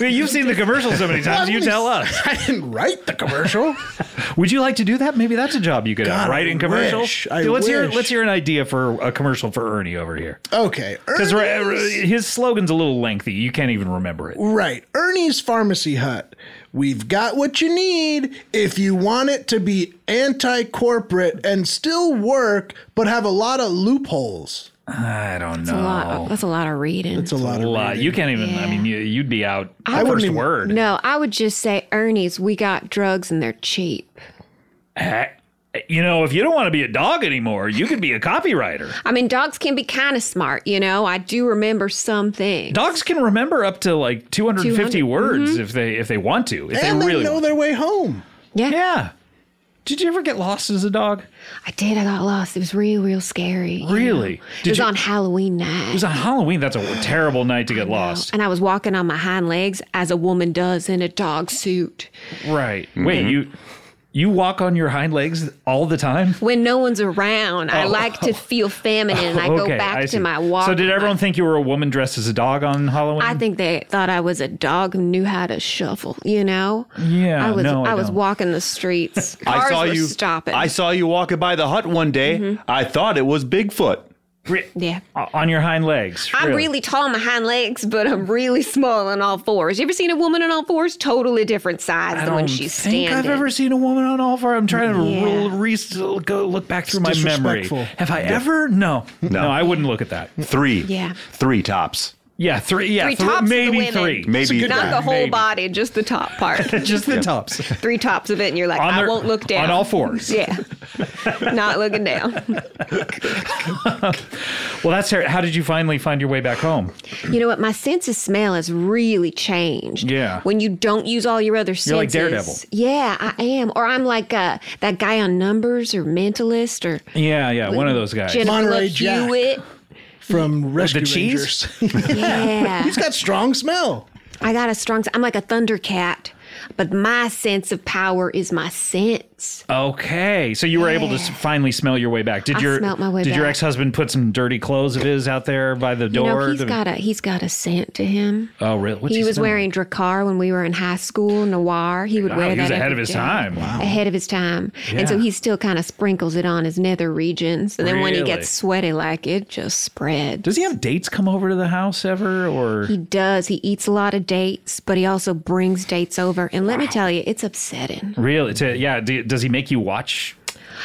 [SPEAKER 2] You've seen the commercial so many times. you tell us.
[SPEAKER 3] I didn't write the commercial.
[SPEAKER 2] Would you like to do that? Maybe that's a job you could
[SPEAKER 3] God,
[SPEAKER 2] have.
[SPEAKER 3] I
[SPEAKER 2] Writing commercials.
[SPEAKER 3] wish. I
[SPEAKER 2] let's hear.
[SPEAKER 3] wish.
[SPEAKER 2] Let's hear an idea for a commercial for Ernie over here.
[SPEAKER 3] Okay.
[SPEAKER 2] Because
[SPEAKER 3] Ernie's-
[SPEAKER 2] his slogan's a little lengthy. You can't even remember it.
[SPEAKER 3] Right. Ernie's Pharmacy Hut. We've got what you need if you want it to be anti corporate and still work, but have a lot of loopholes.
[SPEAKER 2] I don't
[SPEAKER 6] That's a
[SPEAKER 2] know.
[SPEAKER 6] lot. That's a lot of reading.
[SPEAKER 3] It's a lot
[SPEAKER 2] A
[SPEAKER 3] of.
[SPEAKER 2] lot. You can't even. I mean, you, you'd be out
[SPEAKER 6] I
[SPEAKER 2] first
[SPEAKER 3] wouldn't even-
[SPEAKER 2] word.
[SPEAKER 6] No, I would just say, Ernie's, we got drugs and they're cheap.
[SPEAKER 2] Heck, Eh, You know, if you don't want to be a dog anymore, you could be a copywriter.
[SPEAKER 6] I mean, dogs can be kind of smart, you know. I do remember something.
[SPEAKER 2] Dogs can remember up to like 250
[SPEAKER 6] 200,
[SPEAKER 2] words if they if they want to. If
[SPEAKER 3] And
[SPEAKER 2] they
[SPEAKER 3] they
[SPEAKER 2] really
[SPEAKER 3] know
[SPEAKER 2] want.
[SPEAKER 3] their way home.
[SPEAKER 6] yeah,
[SPEAKER 2] Yeah. Did you ever get lost as a dog?
[SPEAKER 6] I did. I got lost. It was real, real scary. you know.
[SPEAKER 2] Really?
[SPEAKER 6] It
[SPEAKER 2] Did
[SPEAKER 6] was
[SPEAKER 2] you-
[SPEAKER 6] on Halloween night.
[SPEAKER 2] It was on Halloween. That's a terrible night to get lost.
[SPEAKER 6] and I was walking on my hind legs as a woman does in a dog suit
[SPEAKER 2] Right.
[SPEAKER 6] Mm-hmm.
[SPEAKER 2] Wait, you you walk on your hind legs all the time?
[SPEAKER 6] when no one's around. I like to feel feminine. and I go back
[SPEAKER 2] Oh. I see.
[SPEAKER 6] to my walk.
[SPEAKER 2] So did
[SPEAKER 6] and
[SPEAKER 2] everyone
[SPEAKER 6] my-
[SPEAKER 2] think you were a woman dressed as a dog on Halloween?
[SPEAKER 6] I think they thought I was a dog who knew how to shuffle. You know?
[SPEAKER 2] Yeah,
[SPEAKER 6] I was.
[SPEAKER 2] no, I
[SPEAKER 6] I, was
[SPEAKER 2] don't.
[SPEAKER 6] walking the streets. Cars
[SPEAKER 4] I saw
[SPEAKER 6] were
[SPEAKER 4] you
[SPEAKER 6] stopping.
[SPEAKER 4] I saw you walking by the hut one day.
[SPEAKER 2] Mm-hmm.
[SPEAKER 4] I thought it was Bigfoot.
[SPEAKER 2] Re-
[SPEAKER 6] yeah.
[SPEAKER 2] o- on your hind legs.
[SPEAKER 6] I'm really tall on my hind legs, but I'm really small on all fours. You ever seen a woman on all fours? Totally different size
[SPEAKER 2] I
[SPEAKER 6] than when
[SPEAKER 2] don't
[SPEAKER 6] she's
[SPEAKER 2] think
[SPEAKER 6] standing.
[SPEAKER 2] I've ever seen a woman on all four. I'm trying to
[SPEAKER 6] Yeah.
[SPEAKER 2] roll- re- still go look back through my memory.
[SPEAKER 3] disrespectful.
[SPEAKER 2] Have I ever? No. no, I wouldn't look at that.
[SPEAKER 4] Three.
[SPEAKER 6] Yeah.
[SPEAKER 4] Three tops.
[SPEAKER 2] Yeah, three. Yeah,
[SPEAKER 6] Three
[SPEAKER 2] three-
[SPEAKER 6] tops of the
[SPEAKER 2] maybe
[SPEAKER 6] women.
[SPEAKER 2] three.
[SPEAKER 4] Maybe
[SPEAKER 6] Not the whole
[SPEAKER 2] Maybe.
[SPEAKER 6] body, just the top part.
[SPEAKER 2] Just the tops.
[SPEAKER 6] Three tops of it, and you're like,
[SPEAKER 2] On
[SPEAKER 6] I
[SPEAKER 2] their-
[SPEAKER 6] won't look down.
[SPEAKER 2] on all fours.
[SPEAKER 6] Yeah. Not looking down.
[SPEAKER 2] Well, that's her. How did you finally find your way back home?
[SPEAKER 6] You know what? My sense of smell has really changed.
[SPEAKER 2] Yeah.
[SPEAKER 6] When you don't use all your other senses.
[SPEAKER 2] You're like Daredevil.
[SPEAKER 6] Yeah, I am. Or I'm like uh, that guy on Numbers or Mentalist or
[SPEAKER 2] Yeah, yeah, one of those guys.
[SPEAKER 6] Jennifer
[SPEAKER 3] Monterey Jack.
[SPEAKER 6] Hewitt.
[SPEAKER 3] From Rescue
[SPEAKER 2] cheese?
[SPEAKER 3] Rangers.
[SPEAKER 6] Yeah.
[SPEAKER 3] He's got strong smell.
[SPEAKER 6] I got a strong. I'm like a thundercat. But my sense of power is my sense.
[SPEAKER 2] Okay, so you were able to s- finally smell your way back. Did
[SPEAKER 6] I
[SPEAKER 2] your
[SPEAKER 6] smelt my way
[SPEAKER 2] did your
[SPEAKER 6] back.
[SPEAKER 2] ex husband put some dirty clothes of his out there by the
[SPEAKER 6] You
[SPEAKER 2] door?
[SPEAKER 6] know, he's
[SPEAKER 2] to-
[SPEAKER 6] got a he's got a scent to him.
[SPEAKER 2] oh, really? What's
[SPEAKER 6] he was
[SPEAKER 2] smell?
[SPEAKER 6] wearing Dracar when we were in high school, Noir. He would
[SPEAKER 2] Wow,
[SPEAKER 6] wear
[SPEAKER 2] Oh, he was
[SPEAKER 6] that
[SPEAKER 2] ahead
[SPEAKER 6] every
[SPEAKER 2] of his
[SPEAKER 6] day.
[SPEAKER 2] time. Wow.
[SPEAKER 6] Ahead of his time. And so
[SPEAKER 2] Oh. Yeah.
[SPEAKER 6] he still kind of sprinkles it on his nether region. So then when he
[SPEAKER 2] Really?
[SPEAKER 6] gets sweaty like it just spreads.
[SPEAKER 2] Does he have dates come over to the house ever? Or
[SPEAKER 6] He does. He eats a lot of dates, but he also brings dates over. And let me tell you, it's upsetting.
[SPEAKER 2] really? To, yeah. Do, does he make you watch?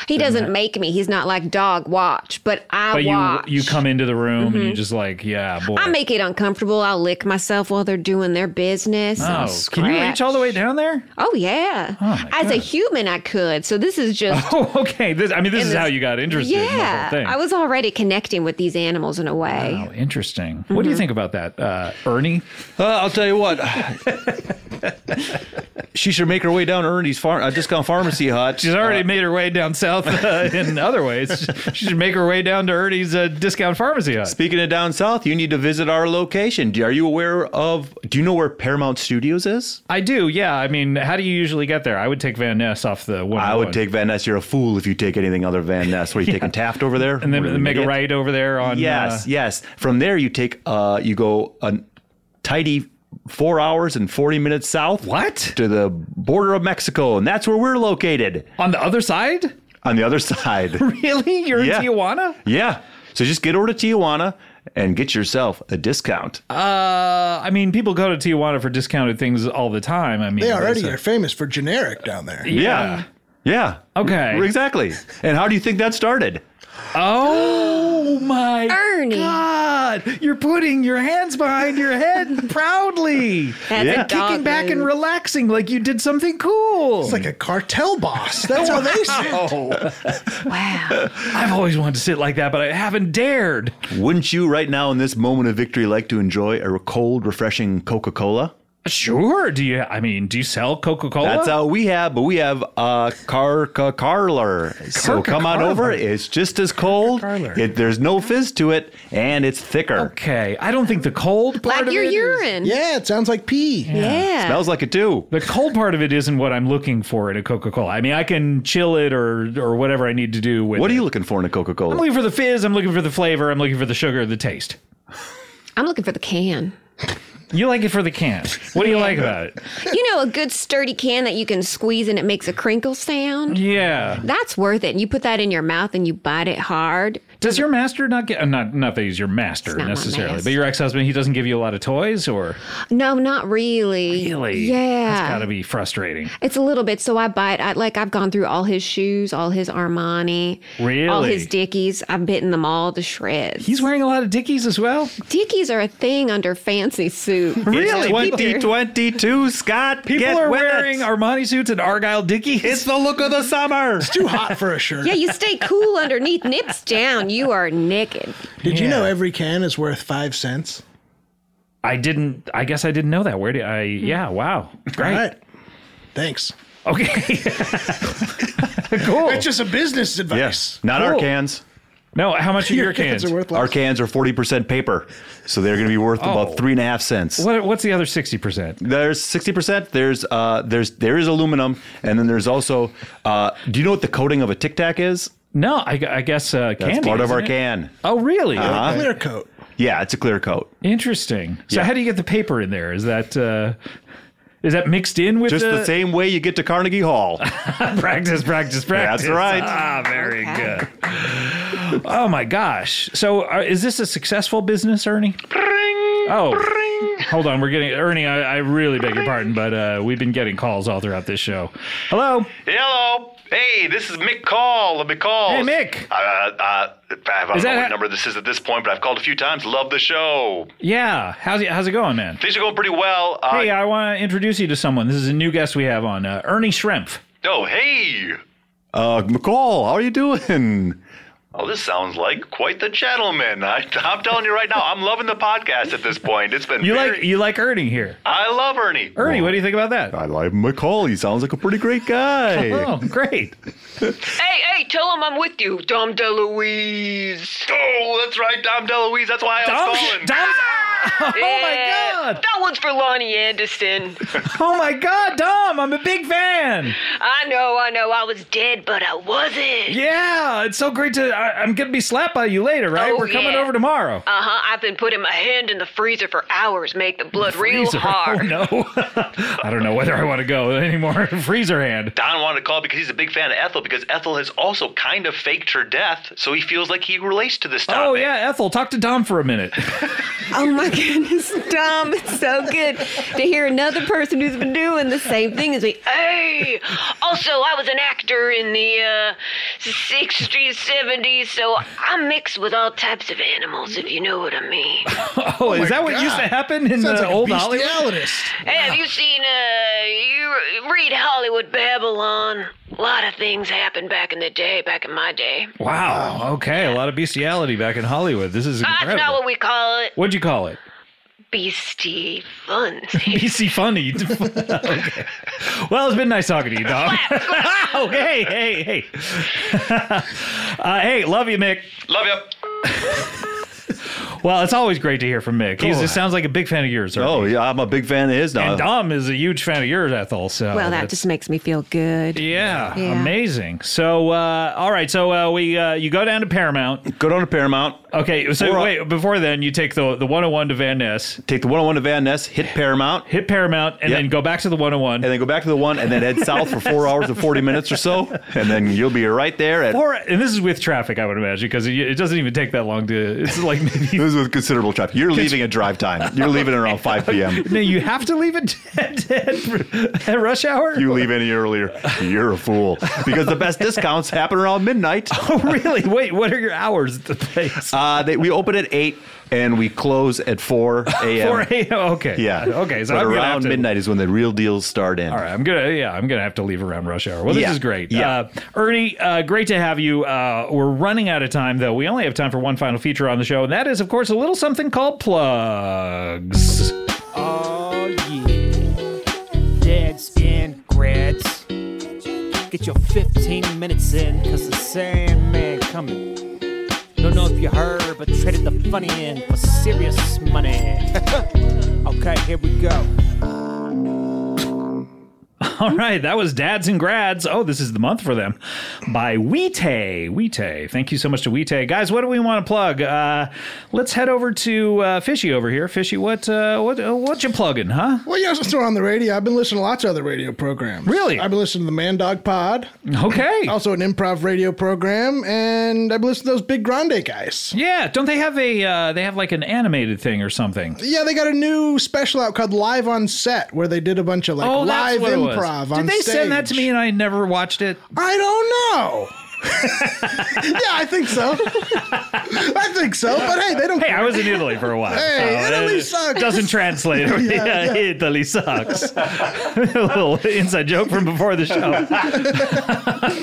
[SPEAKER 6] He doesn't make me. He's not like dog watch, but I
[SPEAKER 2] But
[SPEAKER 6] watch. Mm-hmm.
[SPEAKER 2] you you come into the room and you just like yeah boy.
[SPEAKER 6] I make it uncomfortable. I'll lick myself while they're doing their business. I'll
[SPEAKER 2] oh, can you reach all the way down there?
[SPEAKER 6] Oh yeah. As a human, I could. So this is just.
[SPEAKER 2] Oh, okay. This, I mean, this is how you got interested in the whole
[SPEAKER 6] Yeah,
[SPEAKER 2] thing.
[SPEAKER 6] I was already connecting with these animals in a way.
[SPEAKER 2] Oh, interesting. What do
[SPEAKER 6] Mm-hmm.
[SPEAKER 2] you think about that, uh, Ernie?
[SPEAKER 4] Uh, I'll tell you what. she should make her way down Ernie's farm, uh, discount pharmacy hut.
[SPEAKER 2] She's already made her way down south uh, in other ways. She should make her way down to Ernie's uh, discount pharmacy hut.
[SPEAKER 4] Speaking of down south, you need to visit our location. Do- Are you aware of? Do you know where Paramount Studios is?
[SPEAKER 2] I do, yeah. I mean, how do you usually get there? I would take Van Ness off the one.
[SPEAKER 4] I would take Van Ness. You're a fool if you take anything other than Van Ness. What are you taking Taft over there?
[SPEAKER 2] and then make a right over there on. uh,
[SPEAKER 4] Yes, yes. From there, you take uh, you go a tidy four hours and forty minutes south.
[SPEAKER 2] what
[SPEAKER 4] to the border of Mexico, and that's where we're located
[SPEAKER 2] on the other side?
[SPEAKER 4] on the other side.
[SPEAKER 2] Really? You're
[SPEAKER 4] Yeah.
[SPEAKER 2] in Tijuana?
[SPEAKER 4] yeah. So just get over to Tijuana and get yourself a discount.
[SPEAKER 2] Uh, I mean, people go to Tijuana for discounted things all the time. I mean,
[SPEAKER 3] They already
[SPEAKER 2] there's
[SPEAKER 3] are famous for generic down there.
[SPEAKER 2] a-
[SPEAKER 4] Yeah. Yeah.
[SPEAKER 2] Okay.
[SPEAKER 4] Exactly. And how do you think that started?
[SPEAKER 2] Oh my
[SPEAKER 6] Ernie.
[SPEAKER 2] God! You're putting your hands behind your head proudly.
[SPEAKER 6] That's
[SPEAKER 4] Yeah.
[SPEAKER 6] a dog
[SPEAKER 2] kicking back and
[SPEAKER 6] move.
[SPEAKER 2] relaxing like you did something cool.
[SPEAKER 3] It's like a cartel boss. That's how they sit.
[SPEAKER 2] Oh.
[SPEAKER 6] wow.
[SPEAKER 2] I've always wanted to sit like that, but I haven't dared.
[SPEAKER 4] Wouldn't you, right now in this moment of victory, like to enjoy a cold, refreshing Coca Cola?
[SPEAKER 2] Sure. Do you? I mean, do you sell Coca Cola?
[SPEAKER 4] That's how we have, but we have uh, car ca- Carler. So
[SPEAKER 2] Carca
[SPEAKER 4] come on
[SPEAKER 2] Carler.
[SPEAKER 4] over. It's just as cold. It, there's no fizz to it, and it's thicker.
[SPEAKER 2] okay. I don't think the cold part
[SPEAKER 6] Like
[SPEAKER 2] of
[SPEAKER 6] your
[SPEAKER 2] it is-
[SPEAKER 6] urine.
[SPEAKER 3] Yeah, it sounds like pee.
[SPEAKER 6] Yeah.
[SPEAKER 4] Smells like it too.
[SPEAKER 2] the cold part of it isn't what I'm looking for in a Coca Cola. I mean, I can chill it or or whatever I need to do with.
[SPEAKER 4] What are
[SPEAKER 2] it.
[SPEAKER 4] you looking for in a Coca
[SPEAKER 2] I'm
[SPEAKER 4] Cola?
[SPEAKER 2] looking for the fizz. I'm looking for the flavor. I'm looking for the sugar, the taste.
[SPEAKER 6] I'm looking for the can.
[SPEAKER 2] You like it for the can. What do you like about it?
[SPEAKER 6] You know, a good sturdy can that you can squeeze and it makes a crinkle sound.
[SPEAKER 2] Yeah.
[SPEAKER 6] That's worth it. You put that in your mouth and you bite it hard.
[SPEAKER 2] Does your master not get? Uh, not not that he's your master
[SPEAKER 6] not my
[SPEAKER 2] necessarily,
[SPEAKER 6] master.
[SPEAKER 2] but your ex husband he doesn't give you a lot of toys or
[SPEAKER 6] No, not really.
[SPEAKER 2] really?
[SPEAKER 6] Yeah.
[SPEAKER 2] that's got to be frustrating.
[SPEAKER 6] It's a little bit. So I bite. I like. I've gone through all his shoes, all his Armani, all
[SPEAKER 2] Really?
[SPEAKER 6] his Dickies. I've bitten them all to shreds.
[SPEAKER 2] He's wearing a lot of Dickies as well.
[SPEAKER 6] Dickies are a thing under fancy suit.
[SPEAKER 4] It's 2022, Scott.
[SPEAKER 2] People
[SPEAKER 4] Get
[SPEAKER 2] are
[SPEAKER 4] with it.
[SPEAKER 2] wearing Armani suits and Argyle Dickies.
[SPEAKER 4] It's the look of the summer.
[SPEAKER 3] Too hot for a shirt.
[SPEAKER 6] yeah, you stay cool underneath, nips down. You are naked.
[SPEAKER 3] Did you know every can is worth five cents?
[SPEAKER 2] I didn't. I guess I didn't know that. Where did I?
[SPEAKER 6] Hmm.
[SPEAKER 2] Yeah. Wow. Great.
[SPEAKER 3] All right. Thanks.
[SPEAKER 2] Okay. cool.
[SPEAKER 3] That's just a business advice.
[SPEAKER 4] Yes, not our
[SPEAKER 2] Cool.
[SPEAKER 4] cans.
[SPEAKER 2] no. How much are your
[SPEAKER 3] cans
[SPEAKER 2] cans?
[SPEAKER 3] are worth
[SPEAKER 4] Our
[SPEAKER 3] less.
[SPEAKER 4] cans are 40% paper, so they're going to be worth
[SPEAKER 2] Oh.
[SPEAKER 4] about three and a half cents.
[SPEAKER 2] What, what's the other sixty percent?
[SPEAKER 4] There's 60%. There's uh, there's there is aluminum, and then there's also. Uh, do you know what the coating of a Tic Tac is?
[SPEAKER 2] No. I, I guess uh,
[SPEAKER 4] That's
[SPEAKER 2] candy.
[SPEAKER 4] part of
[SPEAKER 2] isn't
[SPEAKER 4] our
[SPEAKER 2] it?
[SPEAKER 4] can. Uh-huh.
[SPEAKER 2] Oh, really?
[SPEAKER 3] Clear coat.
[SPEAKER 4] Yeah, it's a clear coat.
[SPEAKER 2] Interesting. So
[SPEAKER 4] Yeah.
[SPEAKER 2] how do you get the paper in there? Is that uh, is that mixed in with
[SPEAKER 4] Just the
[SPEAKER 2] the
[SPEAKER 4] same way you get to Carnegie Hall.
[SPEAKER 2] practice, practice, practice?
[SPEAKER 4] That's right.
[SPEAKER 2] Ah, very
[SPEAKER 6] Okay.
[SPEAKER 2] good. oh my gosh. So uh, is this a successful business, Ernie? Oh, hold on. We're getting Ernie. I, I really beg your pardon, but uh, we've been getting calls all throughout this show. Hello.
[SPEAKER 7] Hello. Hey, this is Mick Call of McCall.
[SPEAKER 2] Hey, Mick.
[SPEAKER 7] Uh, uh, I don't
[SPEAKER 2] Is that
[SPEAKER 7] know
[SPEAKER 2] ha-
[SPEAKER 7] what number this is at this point, but I've called a few times. Love the show.
[SPEAKER 2] Yeah. How's it, how's it going, man?
[SPEAKER 7] Things are going pretty well. Uh,
[SPEAKER 2] Hey, I want to introduce you to someone. This is a new guest we have on uh, Ernie Schrempf.
[SPEAKER 7] Oh, hey.
[SPEAKER 4] Uh, McCall, how are you doing?
[SPEAKER 7] Oh, this sounds like quite the gentleman. I, I'm telling you right now, I'm loving the podcast at this point. It's been
[SPEAKER 2] You
[SPEAKER 7] very,
[SPEAKER 2] like you like Ernie here.
[SPEAKER 7] I love Ernie.
[SPEAKER 2] Ernie, what do you think about that?
[SPEAKER 4] I like McCall. He sounds like a pretty great guy.
[SPEAKER 2] Oh, great.
[SPEAKER 6] Hey, hey, tell him I'm with you, Dom DeLuise.
[SPEAKER 7] Oh, that's right, Dom DeLuise. That's why I was
[SPEAKER 2] Dom's,
[SPEAKER 7] calling.
[SPEAKER 2] Dom's, Oh my
[SPEAKER 6] Yeah.
[SPEAKER 2] god!
[SPEAKER 6] That one's for Lonnie Anderson.
[SPEAKER 2] Oh my god, Dom! I'm a big fan.
[SPEAKER 6] I know, I know, I was dead, but I wasn't.
[SPEAKER 2] Yeah, it's so great to. I, I'm gonna be slapped by you later, right?
[SPEAKER 6] Oh,
[SPEAKER 2] We're coming
[SPEAKER 6] yeah.
[SPEAKER 2] over tomorrow.
[SPEAKER 6] Uh huh. I've been putting my hand in the freezer for hours, make the blood real
[SPEAKER 2] Freezer. Oh
[SPEAKER 6] hard.
[SPEAKER 2] no! I don't know whether I want to go anymore. Freezer hand.
[SPEAKER 11] Don wanted to call because he's a big fan of Ethel because Ethel has also kind of faked her death, so he feels like he relates to this topic.
[SPEAKER 2] Oh yeah, Ethel, talk to Dom for a minute.
[SPEAKER 12] Oh my goodness, Dom, it's so good to hear another person who's been doing the same thing as me.
[SPEAKER 6] Hey! Also, I was an actor in the uh, 60s, 70s, so I'm mixed with all types of animals, if you know what I mean.
[SPEAKER 2] Oh, is that what used to happen in
[SPEAKER 3] Sounds
[SPEAKER 2] the
[SPEAKER 3] like
[SPEAKER 2] Uh, old
[SPEAKER 3] a
[SPEAKER 2] Hollywood?
[SPEAKER 3] bestialitist.
[SPEAKER 6] Hey, have you seen, uh, you read Hollywood Babylon? A lot of things happened back in the day, back in my day.
[SPEAKER 2] Wow. Okay, a lot of bestiality back in Hollywood. This
[SPEAKER 12] Ah,
[SPEAKER 2] is
[SPEAKER 6] That's
[SPEAKER 2] incredible.
[SPEAKER 6] not what we call it.
[SPEAKER 2] What'd you call it?
[SPEAKER 6] Beastie funsies.
[SPEAKER 2] PC funny. okay. Well, it's been nice talking to you, Dom. oh, hey, hey, hey. uh, hey, love you, Mick.
[SPEAKER 11] Love you.
[SPEAKER 2] Well, it's always great to hear from Mick. He sounds like a big fan of yours. Ernie.
[SPEAKER 4] Oh, uh, yeah, I'm a big fan of his now.
[SPEAKER 2] And Dom is a huge fan of yours, Ethel. So
[SPEAKER 12] Well, that
[SPEAKER 2] that's-
[SPEAKER 12] just makes me feel good.
[SPEAKER 2] yeah,
[SPEAKER 12] Yeah.
[SPEAKER 2] amazing. So, uh, all right. So uh, we uh, you go down to Paramount.
[SPEAKER 4] Go down to Paramount,
[SPEAKER 2] Okay. So
[SPEAKER 4] Or-
[SPEAKER 2] wait, before then, you take the the 101 to Van Ness,
[SPEAKER 4] take the 101 to Van Ness, hit Paramount,
[SPEAKER 2] hit Paramount, and
[SPEAKER 4] Yep.
[SPEAKER 2] then go back to the 101.
[SPEAKER 4] and then go back to the one, and then head south for four hours and 40 minutes or so, and then you'll be right there at.
[SPEAKER 2] Or and this is with traffic, I would imagine, because it, it doesn't even take that long to. It's like maybe
[SPEAKER 4] This is with considerable traffic. You're leaving at drive time. You're leaving around 5 p.m.
[SPEAKER 2] No, you have to leave at, at, at, at rush hour?
[SPEAKER 4] You leave any earlier, you're a fool. Because the best discounts happen around midnight.
[SPEAKER 2] oh, really? Wait, what are your hours at the place?
[SPEAKER 4] Uh, they, we open at 8 and we close at 4 a.m.
[SPEAKER 2] 4 a.m. Okay.
[SPEAKER 4] Yeah.
[SPEAKER 2] Okay. So
[SPEAKER 4] but
[SPEAKER 2] I'm gonna have
[SPEAKER 4] around
[SPEAKER 2] to,
[SPEAKER 4] midnight is when the real deals start in.
[SPEAKER 2] All right, I'm gonna yeah, I'm gonna have to leave around rush hour. Well, this
[SPEAKER 4] Yeah.
[SPEAKER 2] is great.
[SPEAKER 4] Yeah.
[SPEAKER 2] uh, Ernie, uh, great to have you. Uh, we're running out of time though. We only have time for one final feature on the show, and that is, of course, a little something called plugs.
[SPEAKER 13] Oh yeah. Deadspin grads. Get your 15 minutes in, cause the Sandman coming. Don't know if you heard, but traded the funny in for serious money. okay, here we go.
[SPEAKER 2] All right, that was Dads and Grads. Oh, this is the month for them by Weetay. Weetay. Thank you so much to Weetay. Guys, what do we want to plug? Uh, let's head over to uh, Fishy over here. Fishy, what uh, what uh, what you plugging, huh?
[SPEAKER 3] Well, yeah, it's still on the radio. I've been listening to lots of other radio programs.
[SPEAKER 2] Really?
[SPEAKER 3] I've been listening to the Man Dog Pod,
[SPEAKER 2] Okay.
[SPEAKER 3] also an improv radio program, and I've been listening to those Big Grande guys.
[SPEAKER 2] Yeah, don't they have a uh, they have like an animated thing or something?
[SPEAKER 3] Yeah, they got a new special out called Live on Set, where they did a bunch of like
[SPEAKER 2] Oh, that's
[SPEAKER 3] live
[SPEAKER 2] what it was.
[SPEAKER 3] improv on
[SPEAKER 2] Did they
[SPEAKER 3] stage.
[SPEAKER 2] send that to me and I never watched it?
[SPEAKER 3] I don't know. yeah, I think so. I think so. But hey, they don't.
[SPEAKER 2] Hey, I was in Italy for a while.
[SPEAKER 3] Hey, Italy
[SPEAKER 2] it
[SPEAKER 3] sucks.
[SPEAKER 2] Doesn't translate. yeah, Italy sucks. a little inside joke from before the show.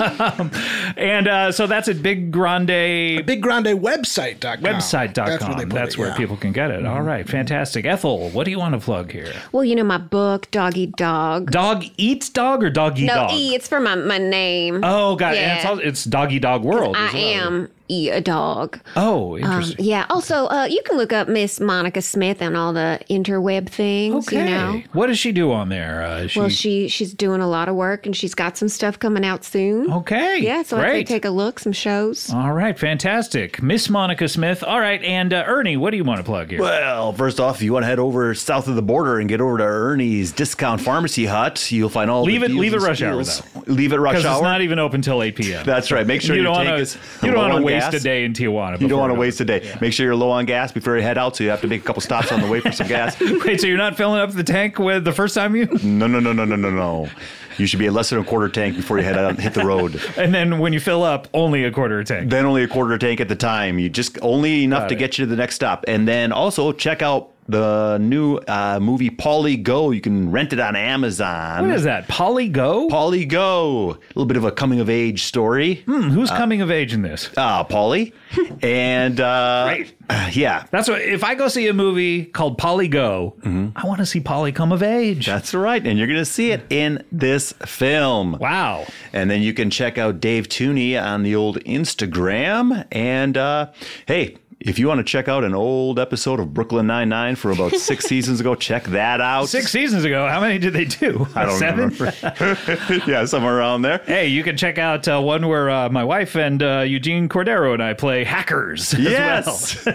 [SPEAKER 2] and uh, so that's at Big Grande
[SPEAKER 3] BigGrandeWebsite.com.
[SPEAKER 2] website.com. That's where,
[SPEAKER 3] they put it, yeah. Mm-hmm.
[SPEAKER 2] people can get it. All right, fantastic. Ethel, what do you want to plug here?
[SPEAKER 12] Well, you know my book, Doggy Dog.
[SPEAKER 2] Dog eats dog or dog eat
[SPEAKER 12] no,
[SPEAKER 2] dog?
[SPEAKER 12] E, it's for my, my name.
[SPEAKER 2] Oh, God.
[SPEAKER 12] Yeah.
[SPEAKER 2] And it's, also, it's doggy dog world.
[SPEAKER 12] I
[SPEAKER 2] as well.
[SPEAKER 12] am E, a dog.
[SPEAKER 2] Oh,
[SPEAKER 12] Um,
[SPEAKER 2] interesting.
[SPEAKER 12] yeah. Also, uh, you can look up Miss Monica Smith on all the interweb things.
[SPEAKER 2] okay.
[SPEAKER 12] You know.
[SPEAKER 2] What does she do on there? Uh, she,
[SPEAKER 12] Well, she she's doing a lot of work, and she's got some stuff coming out soon.
[SPEAKER 2] okay.
[SPEAKER 12] Yeah, so I
[SPEAKER 2] great.
[SPEAKER 12] can take a look, some shows.
[SPEAKER 2] All right, fantastic. Miss Monica Smith. All right, and uh, Ernie, what do you want to plug here?
[SPEAKER 4] Well, first off, if you want to head over south of the border and get over to Ernie's Discount Pharmacy Hut, you'll find all
[SPEAKER 2] Leave it-
[SPEAKER 4] the deals
[SPEAKER 2] leave it
[SPEAKER 4] and
[SPEAKER 2] rush hour,
[SPEAKER 4] steals. Leave it rush
[SPEAKER 2] Because
[SPEAKER 4] hour.
[SPEAKER 2] it's not even open till 8 p.m.
[SPEAKER 4] That's right. Make sure
[SPEAKER 2] you
[SPEAKER 4] you
[SPEAKER 2] don't
[SPEAKER 4] take
[SPEAKER 2] wanna-
[SPEAKER 4] is
[SPEAKER 2] you
[SPEAKER 4] low
[SPEAKER 2] don't want
[SPEAKER 4] on
[SPEAKER 2] to waste
[SPEAKER 4] gas.
[SPEAKER 2] a day in Tijuana.
[SPEAKER 4] You
[SPEAKER 2] before
[SPEAKER 4] don't want to
[SPEAKER 2] it
[SPEAKER 4] waste a day. Make sure you're low on gas before you head out, so you have to make a couple stops on the way for some gas.
[SPEAKER 2] opens. Wait, so you're not filling up the tank with the first time you,
[SPEAKER 4] No, no, no, no, no, no, no. You should be at less than a quarter tank before you head out and hit the road.
[SPEAKER 2] and then when you fill up, only a quarter tank.
[SPEAKER 4] Then only a quarter tank at the time. You just only enough to
[SPEAKER 2] it.
[SPEAKER 4] get you to the next stop. And then also check out the new uh, movie Polly Go. You can rent it on Amazon.
[SPEAKER 2] What is that? Polly Go?
[SPEAKER 4] Polly Go, a little bit of a coming of age story.
[SPEAKER 2] Hmm, Who's coming of age in this?
[SPEAKER 4] Uh, Polly, and uh,
[SPEAKER 2] Right.
[SPEAKER 4] uh, yeah,
[SPEAKER 2] That's what. If I go see a movie called Polly Go, I want to see Polly come of age.
[SPEAKER 4] Mm-hmm. that's right. And you're gonna see it in this film.
[SPEAKER 2] Hmm. wow.
[SPEAKER 4] And then you can check out Dave Tooney on the old Instagram. And uh, hey, If you want to check out an old episode of Brooklyn Nine-Nine for about six seasons ago, check that out.
[SPEAKER 2] Six seasons ago, how many did they do?
[SPEAKER 4] I don't
[SPEAKER 2] Seven?
[SPEAKER 4] remember. yeah, somewhere around there.
[SPEAKER 2] Hey, you can check out uh, one where uh, my wife and uh, Eugene Cordero and I play hackers. as
[SPEAKER 4] Yes.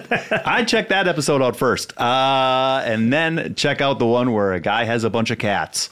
[SPEAKER 4] I checked that episode out first. Uh, and then check out the one where a guy has a bunch of cats.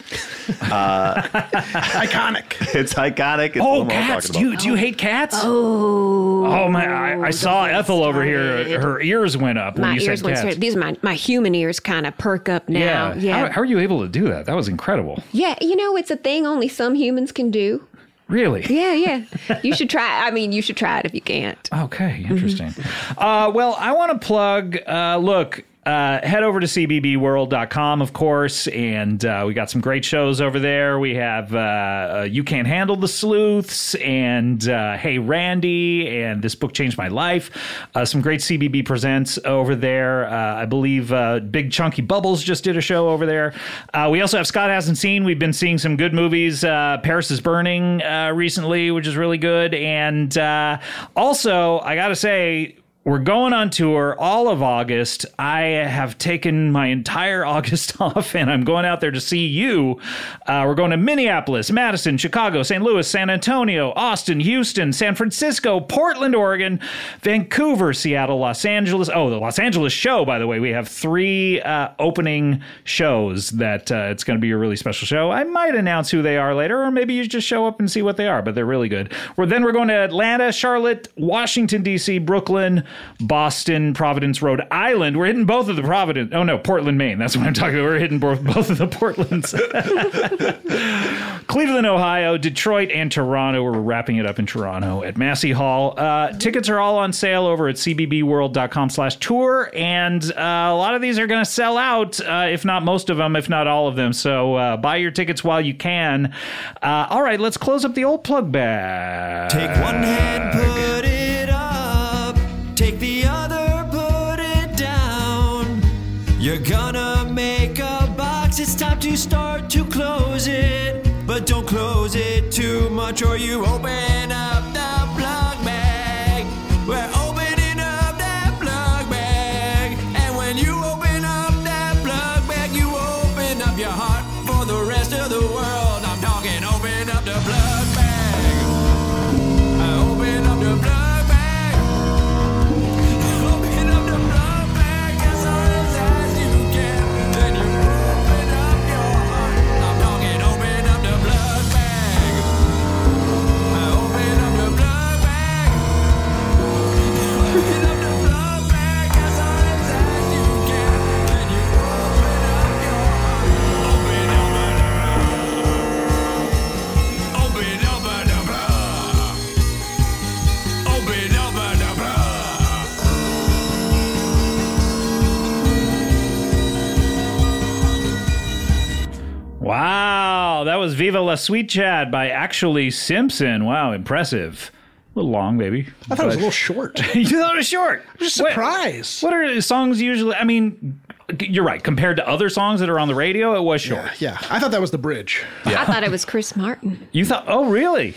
[SPEAKER 14] Iconic.
[SPEAKER 4] It's iconic. It's
[SPEAKER 2] well.
[SPEAKER 4] the
[SPEAKER 2] Oh,
[SPEAKER 4] one we're
[SPEAKER 2] cats! Do
[SPEAKER 4] talking
[SPEAKER 2] you,
[SPEAKER 4] about.
[SPEAKER 2] do you hate cats? Oh,
[SPEAKER 12] Oh,
[SPEAKER 2] my! I, I saw
[SPEAKER 12] don't get
[SPEAKER 2] Ethel over here.
[SPEAKER 12] started.
[SPEAKER 2] Her ears went up Oh, when
[SPEAKER 12] my
[SPEAKER 2] you
[SPEAKER 12] ears
[SPEAKER 2] said
[SPEAKER 12] went
[SPEAKER 2] cats.
[SPEAKER 12] straight. These are my, my human ears kind of perk up now.
[SPEAKER 2] yeah.
[SPEAKER 12] Yeah. Yeah.
[SPEAKER 2] How, how are you able to do that? That was incredible.
[SPEAKER 12] You know, it's a thing only some humans can do.
[SPEAKER 2] Really?
[SPEAKER 12] Yeah. Yeah. you should try. I mean, you should try it if you can't.
[SPEAKER 2] Okay, interesting. uh, well, I want to plug. Uh, look. Uh, head over to cbbworld.com, of course, and uh, we got some great shows over there. We have uh, uh, You Can't Handle the Sleuths and uh, Hey Randy and This Book Changed My Life. Uh, some great CBB presents over there. Uh, I believe uh, Big Chunky Bubbles just did a show over there. Uh, we also have Scott Hasn't Seen. We've been seeing some good movies. Uh, Paris is Burning uh, recently, which is really good. And uh, also, I got to say, we're going on tour all of August. I have taken my entire August off and I'm going out there to see you. Uh, we're going to Minneapolis, Madison, Chicago, St. Louis, San Antonio, Austin, Houston, San Francisco, Portland, Oregon, Vancouver, Seattle, Los Angeles. Oh, the Los Angeles show, by the way. We have three uh, opening shows that uh, it's going to be a really special show. I might announce who they are later, or maybe you just show up and see what they are, but they're really good. We're, then we're going to Atlanta, Charlotte, Washington, D.C., Brooklyn, Boston, Providence, Rhode Island. We're hitting both of the Providence. Oh, no, Portland, Maine. That's what I'm talking about. We're hitting both, both of the Portlands. Cleveland, Ohio, Detroit, and Toronto. We're wrapping it up in Toronto at Massey Hall. Uh, tickets are all on sale over at cbbworld.com slash tour, and uh, a lot of these are going to sell out, uh, if not most of them, if not all of them. So uh, buy your tickets while you can. Uh, all right, let's close up the old plug bag.
[SPEAKER 3] Take one
[SPEAKER 15] Uh,
[SPEAKER 3] hand, put it up. Take the other, put it down. You're gonna make a box. It's time to start to close it. But don't close it too much, or you open up the plug bag. We're opening up that plug bag. And when you open up that plug bag, you open up your heart for the rest of the world. I'm talking open up the plug bag. I open up the blood bag. I open up the blood bag as hard as you can. Then you open up your heart. I'm talking open up the blood bag. I open up the blood bag. Open up the blood bag as hard as you can. Then you open up your heart. Open up the blood. Open up the blood. Open up the bra.
[SPEAKER 2] Wow, that was Viva La Sweet Chad by Actually Simpson. Wow, impressive. A little long, maybe.
[SPEAKER 14] I thought it was a little short.
[SPEAKER 2] you thought it was short.
[SPEAKER 14] Just
[SPEAKER 2] Wait,
[SPEAKER 14] surprised.
[SPEAKER 2] What are songs usually? I mean, you're right. Compared to other songs that are on the radio, it was short.
[SPEAKER 14] Yeah, I thought that was the bridge.
[SPEAKER 12] I thought it was Chris Martin.
[SPEAKER 2] You thought, oh, really?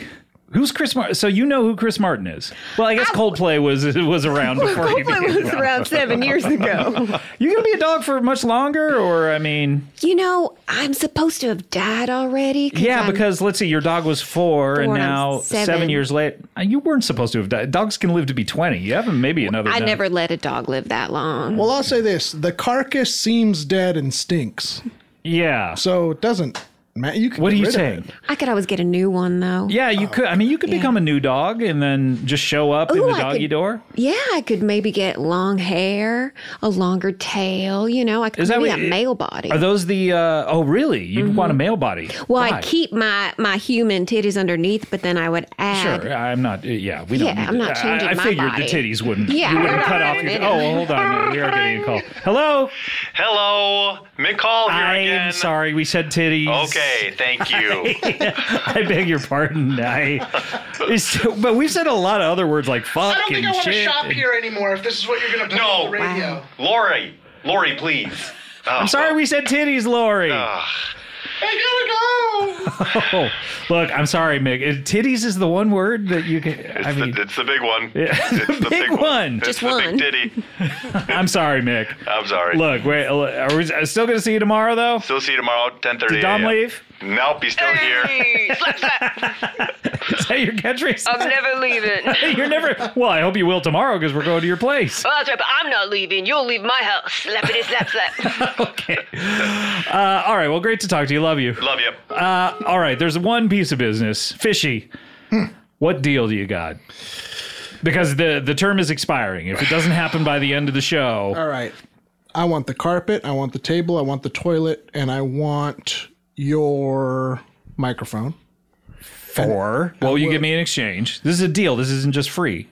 [SPEAKER 2] Who's Chris Martin? So you know who Chris Martin is? Well, I guess
[SPEAKER 12] I-
[SPEAKER 2] Coldplay was was around before he
[SPEAKER 12] Coldplay
[SPEAKER 2] became.
[SPEAKER 12] was around seven years ago.
[SPEAKER 2] You gonna be a dog for much longer, or I mean,
[SPEAKER 12] You know, I'm supposed to have died already.
[SPEAKER 2] yeah,
[SPEAKER 12] I'm-
[SPEAKER 2] because let's see, your dog was four, and
[SPEAKER 12] Four, and I'm
[SPEAKER 2] now seven.
[SPEAKER 12] seven.
[SPEAKER 2] years late. Uh, You weren't supposed to have died. Dogs can live to be twenty. You have maybe another.
[SPEAKER 12] I
[SPEAKER 2] nine.
[SPEAKER 12] never let a dog live that long.
[SPEAKER 14] Well, I'll say this: the carcass seems dead and stinks,
[SPEAKER 2] Yeah.
[SPEAKER 14] so it doesn't. matter. you can
[SPEAKER 2] What
[SPEAKER 14] get
[SPEAKER 2] do you
[SPEAKER 14] rid of
[SPEAKER 2] think?
[SPEAKER 14] it.
[SPEAKER 12] I could always get a new one though.
[SPEAKER 2] Yeah, you could. I mean, you could
[SPEAKER 12] Oh, yeah.
[SPEAKER 2] become a new dog and then just show up in
[SPEAKER 12] Ooh,
[SPEAKER 2] the
[SPEAKER 12] I
[SPEAKER 2] doggy
[SPEAKER 12] could-
[SPEAKER 2] door.
[SPEAKER 12] Yeah, I could maybe get long hair, a longer tail. You know, I could
[SPEAKER 2] Is that
[SPEAKER 12] maybe
[SPEAKER 2] what-
[SPEAKER 12] a male body.
[SPEAKER 2] Are those the? Uh, oh, really? You'd want a male body?
[SPEAKER 12] Mm-hmm. well,
[SPEAKER 2] Why?
[SPEAKER 12] I'd keep my my human titties underneath, but then I would add.
[SPEAKER 2] Sure, I'm not. uh, Yeah, we don't.
[SPEAKER 12] Yeah,
[SPEAKER 2] need
[SPEAKER 12] I'm
[SPEAKER 2] to-
[SPEAKER 12] not changing
[SPEAKER 2] I, I
[SPEAKER 12] my
[SPEAKER 2] figured
[SPEAKER 12] body.
[SPEAKER 2] the titties wouldn't.
[SPEAKER 12] Yeah,
[SPEAKER 2] you wouldn't
[SPEAKER 12] we're
[SPEAKER 2] cut
[SPEAKER 12] not
[SPEAKER 2] off your.
[SPEAKER 12] doing
[SPEAKER 2] Oh,
[SPEAKER 12] it.
[SPEAKER 2] hold on, we are getting a call. Hello,
[SPEAKER 15] Hello, Mick Hall here again.
[SPEAKER 2] I'm sorry, we said titties.
[SPEAKER 15] Okay, thank you.
[SPEAKER 2] I beg your pardon. I, it's, but we've said a lot of other words like fuck
[SPEAKER 16] I don't think I
[SPEAKER 2] and
[SPEAKER 16] want to
[SPEAKER 2] shit.
[SPEAKER 16] shop here anymore if this is what you're going to play
[SPEAKER 15] No.
[SPEAKER 16] on the radio.
[SPEAKER 15] Lori, Lori, please.
[SPEAKER 2] I'm sorry, we said titties, Lori.
[SPEAKER 16] I gotta go.
[SPEAKER 2] Oh, look, I'm sorry, Mick. It- titties is the one word that you can. I
[SPEAKER 17] It's,
[SPEAKER 2] mean,
[SPEAKER 17] the, it's the big one. It's the
[SPEAKER 2] big one.
[SPEAKER 17] It's
[SPEAKER 2] Just
[SPEAKER 17] the
[SPEAKER 2] one.
[SPEAKER 17] big titty.
[SPEAKER 2] I'm sorry, Mick.
[SPEAKER 17] I'm sorry.
[SPEAKER 2] Look, wait. uh, Are we still going to see you tomorrow, though?
[SPEAKER 17] Still see you tomorrow, 10:30.
[SPEAKER 2] Did Dom
[SPEAKER 17] a.m.
[SPEAKER 2] leave?
[SPEAKER 17] Nope, he's still here.
[SPEAKER 2] Is that your catchphrase?
[SPEAKER 6] I'm never leaving.
[SPEAKER 2] You're never. Well, I hope you will tomorrow because we're going to your place.
[SPEAKER 6] Well, Oh, that's right, but I'm not leaving. You'll leave my house. Slappity slap slap.
[SPEAKER 2] Uh, all right. Well, great to talk to you. Love you.
[SPEAKER 17] Love you.
[SPEAKER 2] Uh, all right. There's one piece of business. Fishy, what deal do you got? Because the the term is expiring. If it doesn't happen by the end of the show,
[SPEAKER 3] All right. I want the carpet, I want the table, I want the toilet, and I want your microphone.
[SPEAKER 2] four. What will you give me in exchange? This is a deal. This isn't just free.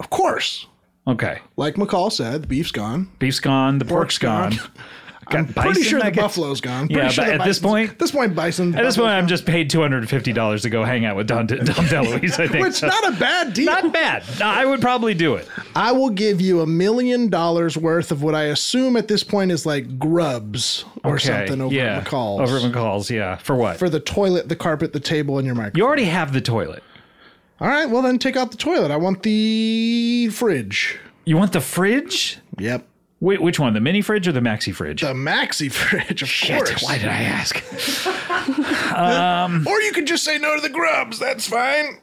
[SPEAKER 3] Of course.
[SPEAKER 2] Okay.
[SPEAKER 3] Like McCall said, the beef's gone.
[SPEAKER 2] Beef's gone. The pork's gone.
[SPEAKER 3] gone. I'm
[SPEAKER 2] Got
[SPEAKER 3] pretty
[SPEAKER 2] bison,
[SPEAKER 3] sure
[SPEAKER 2] I
[SPEAKER 3] the
[SPEAKER 2] guess?
[SPEAKER 3] buffalo's gone.
[SPEAKER 2] Yeah,
[SPEAKER 3] Pretty sure
[SPEAKER 2] but
[SPEAKER 3] the
[SPEAKER 2] at this
[SPEAKER 3] bison's-
[SPEAKER 2] point-
[SPEAKER 3] at this point, bison.
[SPEAKER 2] At this point, I'm just paid two hundred and fifty dollars to go hang out with Don, Don DeLuise. I think
[SPEAKER 3] It's not a bad deal.
[SPEAKER 2] not bad. I would probably do it.
[SPEAKER 3] I will give you a million dollars worth of what I assume at this point is like grubs or something over
[SPEAKER 2] yeah.
[SPEAKER 3] at McCall's.
[SPEAKER 2] Over at McCall's, yeah. For what?
[SPEAKER 3] for the toilet, the carpet, the table, and your microphone.
[SPEAKER 2] you already have the toilet.
[SPEAKER 3] All right, well then take out the toilet. I want the fridge.
[SPEAKER 2] You want the fridge?
[SPEAKER 3] Yep.
[SPEAKER 2] Wait, which one? The mini fridge or the maxi fridge?
[SPEAKER 3] The maxi fridge, of course.
[SPEAKER 2] Why did I ask?
[SPEAKER 3] Or you could just say no to the grubs. That's fine.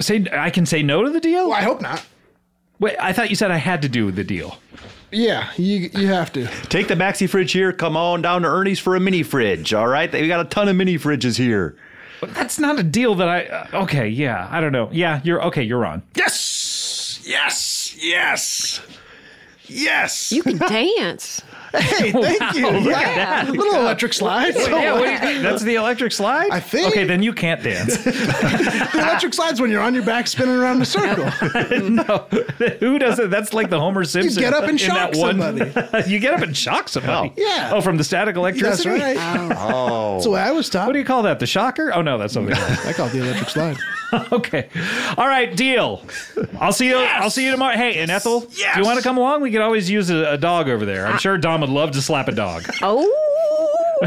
[SPEAKER 2] Say I can say no to the deal?
[SPEAKER 3] Well, I hope not.
[SPEAKER 2] Wait, I thought you said I had to do the deal.
[SPEAKER 3] Yeah, you you have to.
[SPEAKER 4] Take the maxi fridge here. Come on down to Ernie's for a mini fridge. All right, we got a ton of mini fridges here.
[SPEAKER 2] But that's not a deal that I uh, Okay, yeah. I don't know. Yeah, you're okay, you're on.
[SPEAKER 3] Yes, yes, yes, yes.
[SPEAKER 18] You can dance.
[SPEAKER 3] hey, thank you. yeah, little electric slide.
[SPEAKER 2] Yeah, what do you think? That's the electric slide?
[SPEAKER 3] I think-
[SPEAKER 2] Okay, then you can't dance.
[SPEAKER 3] the electric slides when you're on your back spinning around in a circle.
[SPEAKER 2] no. Who does it? That's like the Homer Simpson.
[SPEAKER 3] get up and
[SPEAKER 2] in
[SPEAKER 3] shock
[SPEAKER 2] that
[SPEAKER 3] somebody.
[SPEAKER 2] you get up and shock somebody.
[SPEAKER 3] Yeah.
[SPEAKER 2] Oh, from the static
[SPEAKER 3] That's
[SPEAKER 2] electricity?
[SPEAKER 3] right. That's the way I was taught.
[SPEAKER 2] What do you call that? The shocker? Oh no, that's something. else.
[SPEAKER 3] I call it the electric slide.
[SPEAKER 2] okay. All right, deal. I'll see you. I'll see you tomorrow. Hey, and Ethel, do you want to come along? We could always use a, a dog over there. I'm sure Dom would love to slap a dog.
[SPEAKER 18] Oh,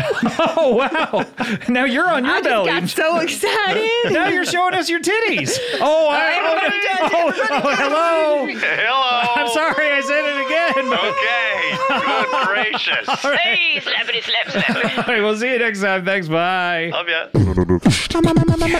[SPEAKER 2] oh wow! Now you're on your
[SPEAKER 18] I just
[SPEAKER 2] belly.
[SPEAKER 18] got so excited.
[SPEAKER 2] now you're showing us your titties. Oh, I, oh, no. oh, oh, hello.
[SPEAKER 17] Hello.
[SPEAKER 2] I'm sorry, I said
[SPEAKER 17] Okay.
[SPEAKER 2] it again.
[SPEAKER 17] Good gracious.
[SPEAKER 6] hey, slappity slap slap.
[SPEAKER 2] All right, we'll see you next time. Thanks. Bye.
[SPEAKER 17] Love ya.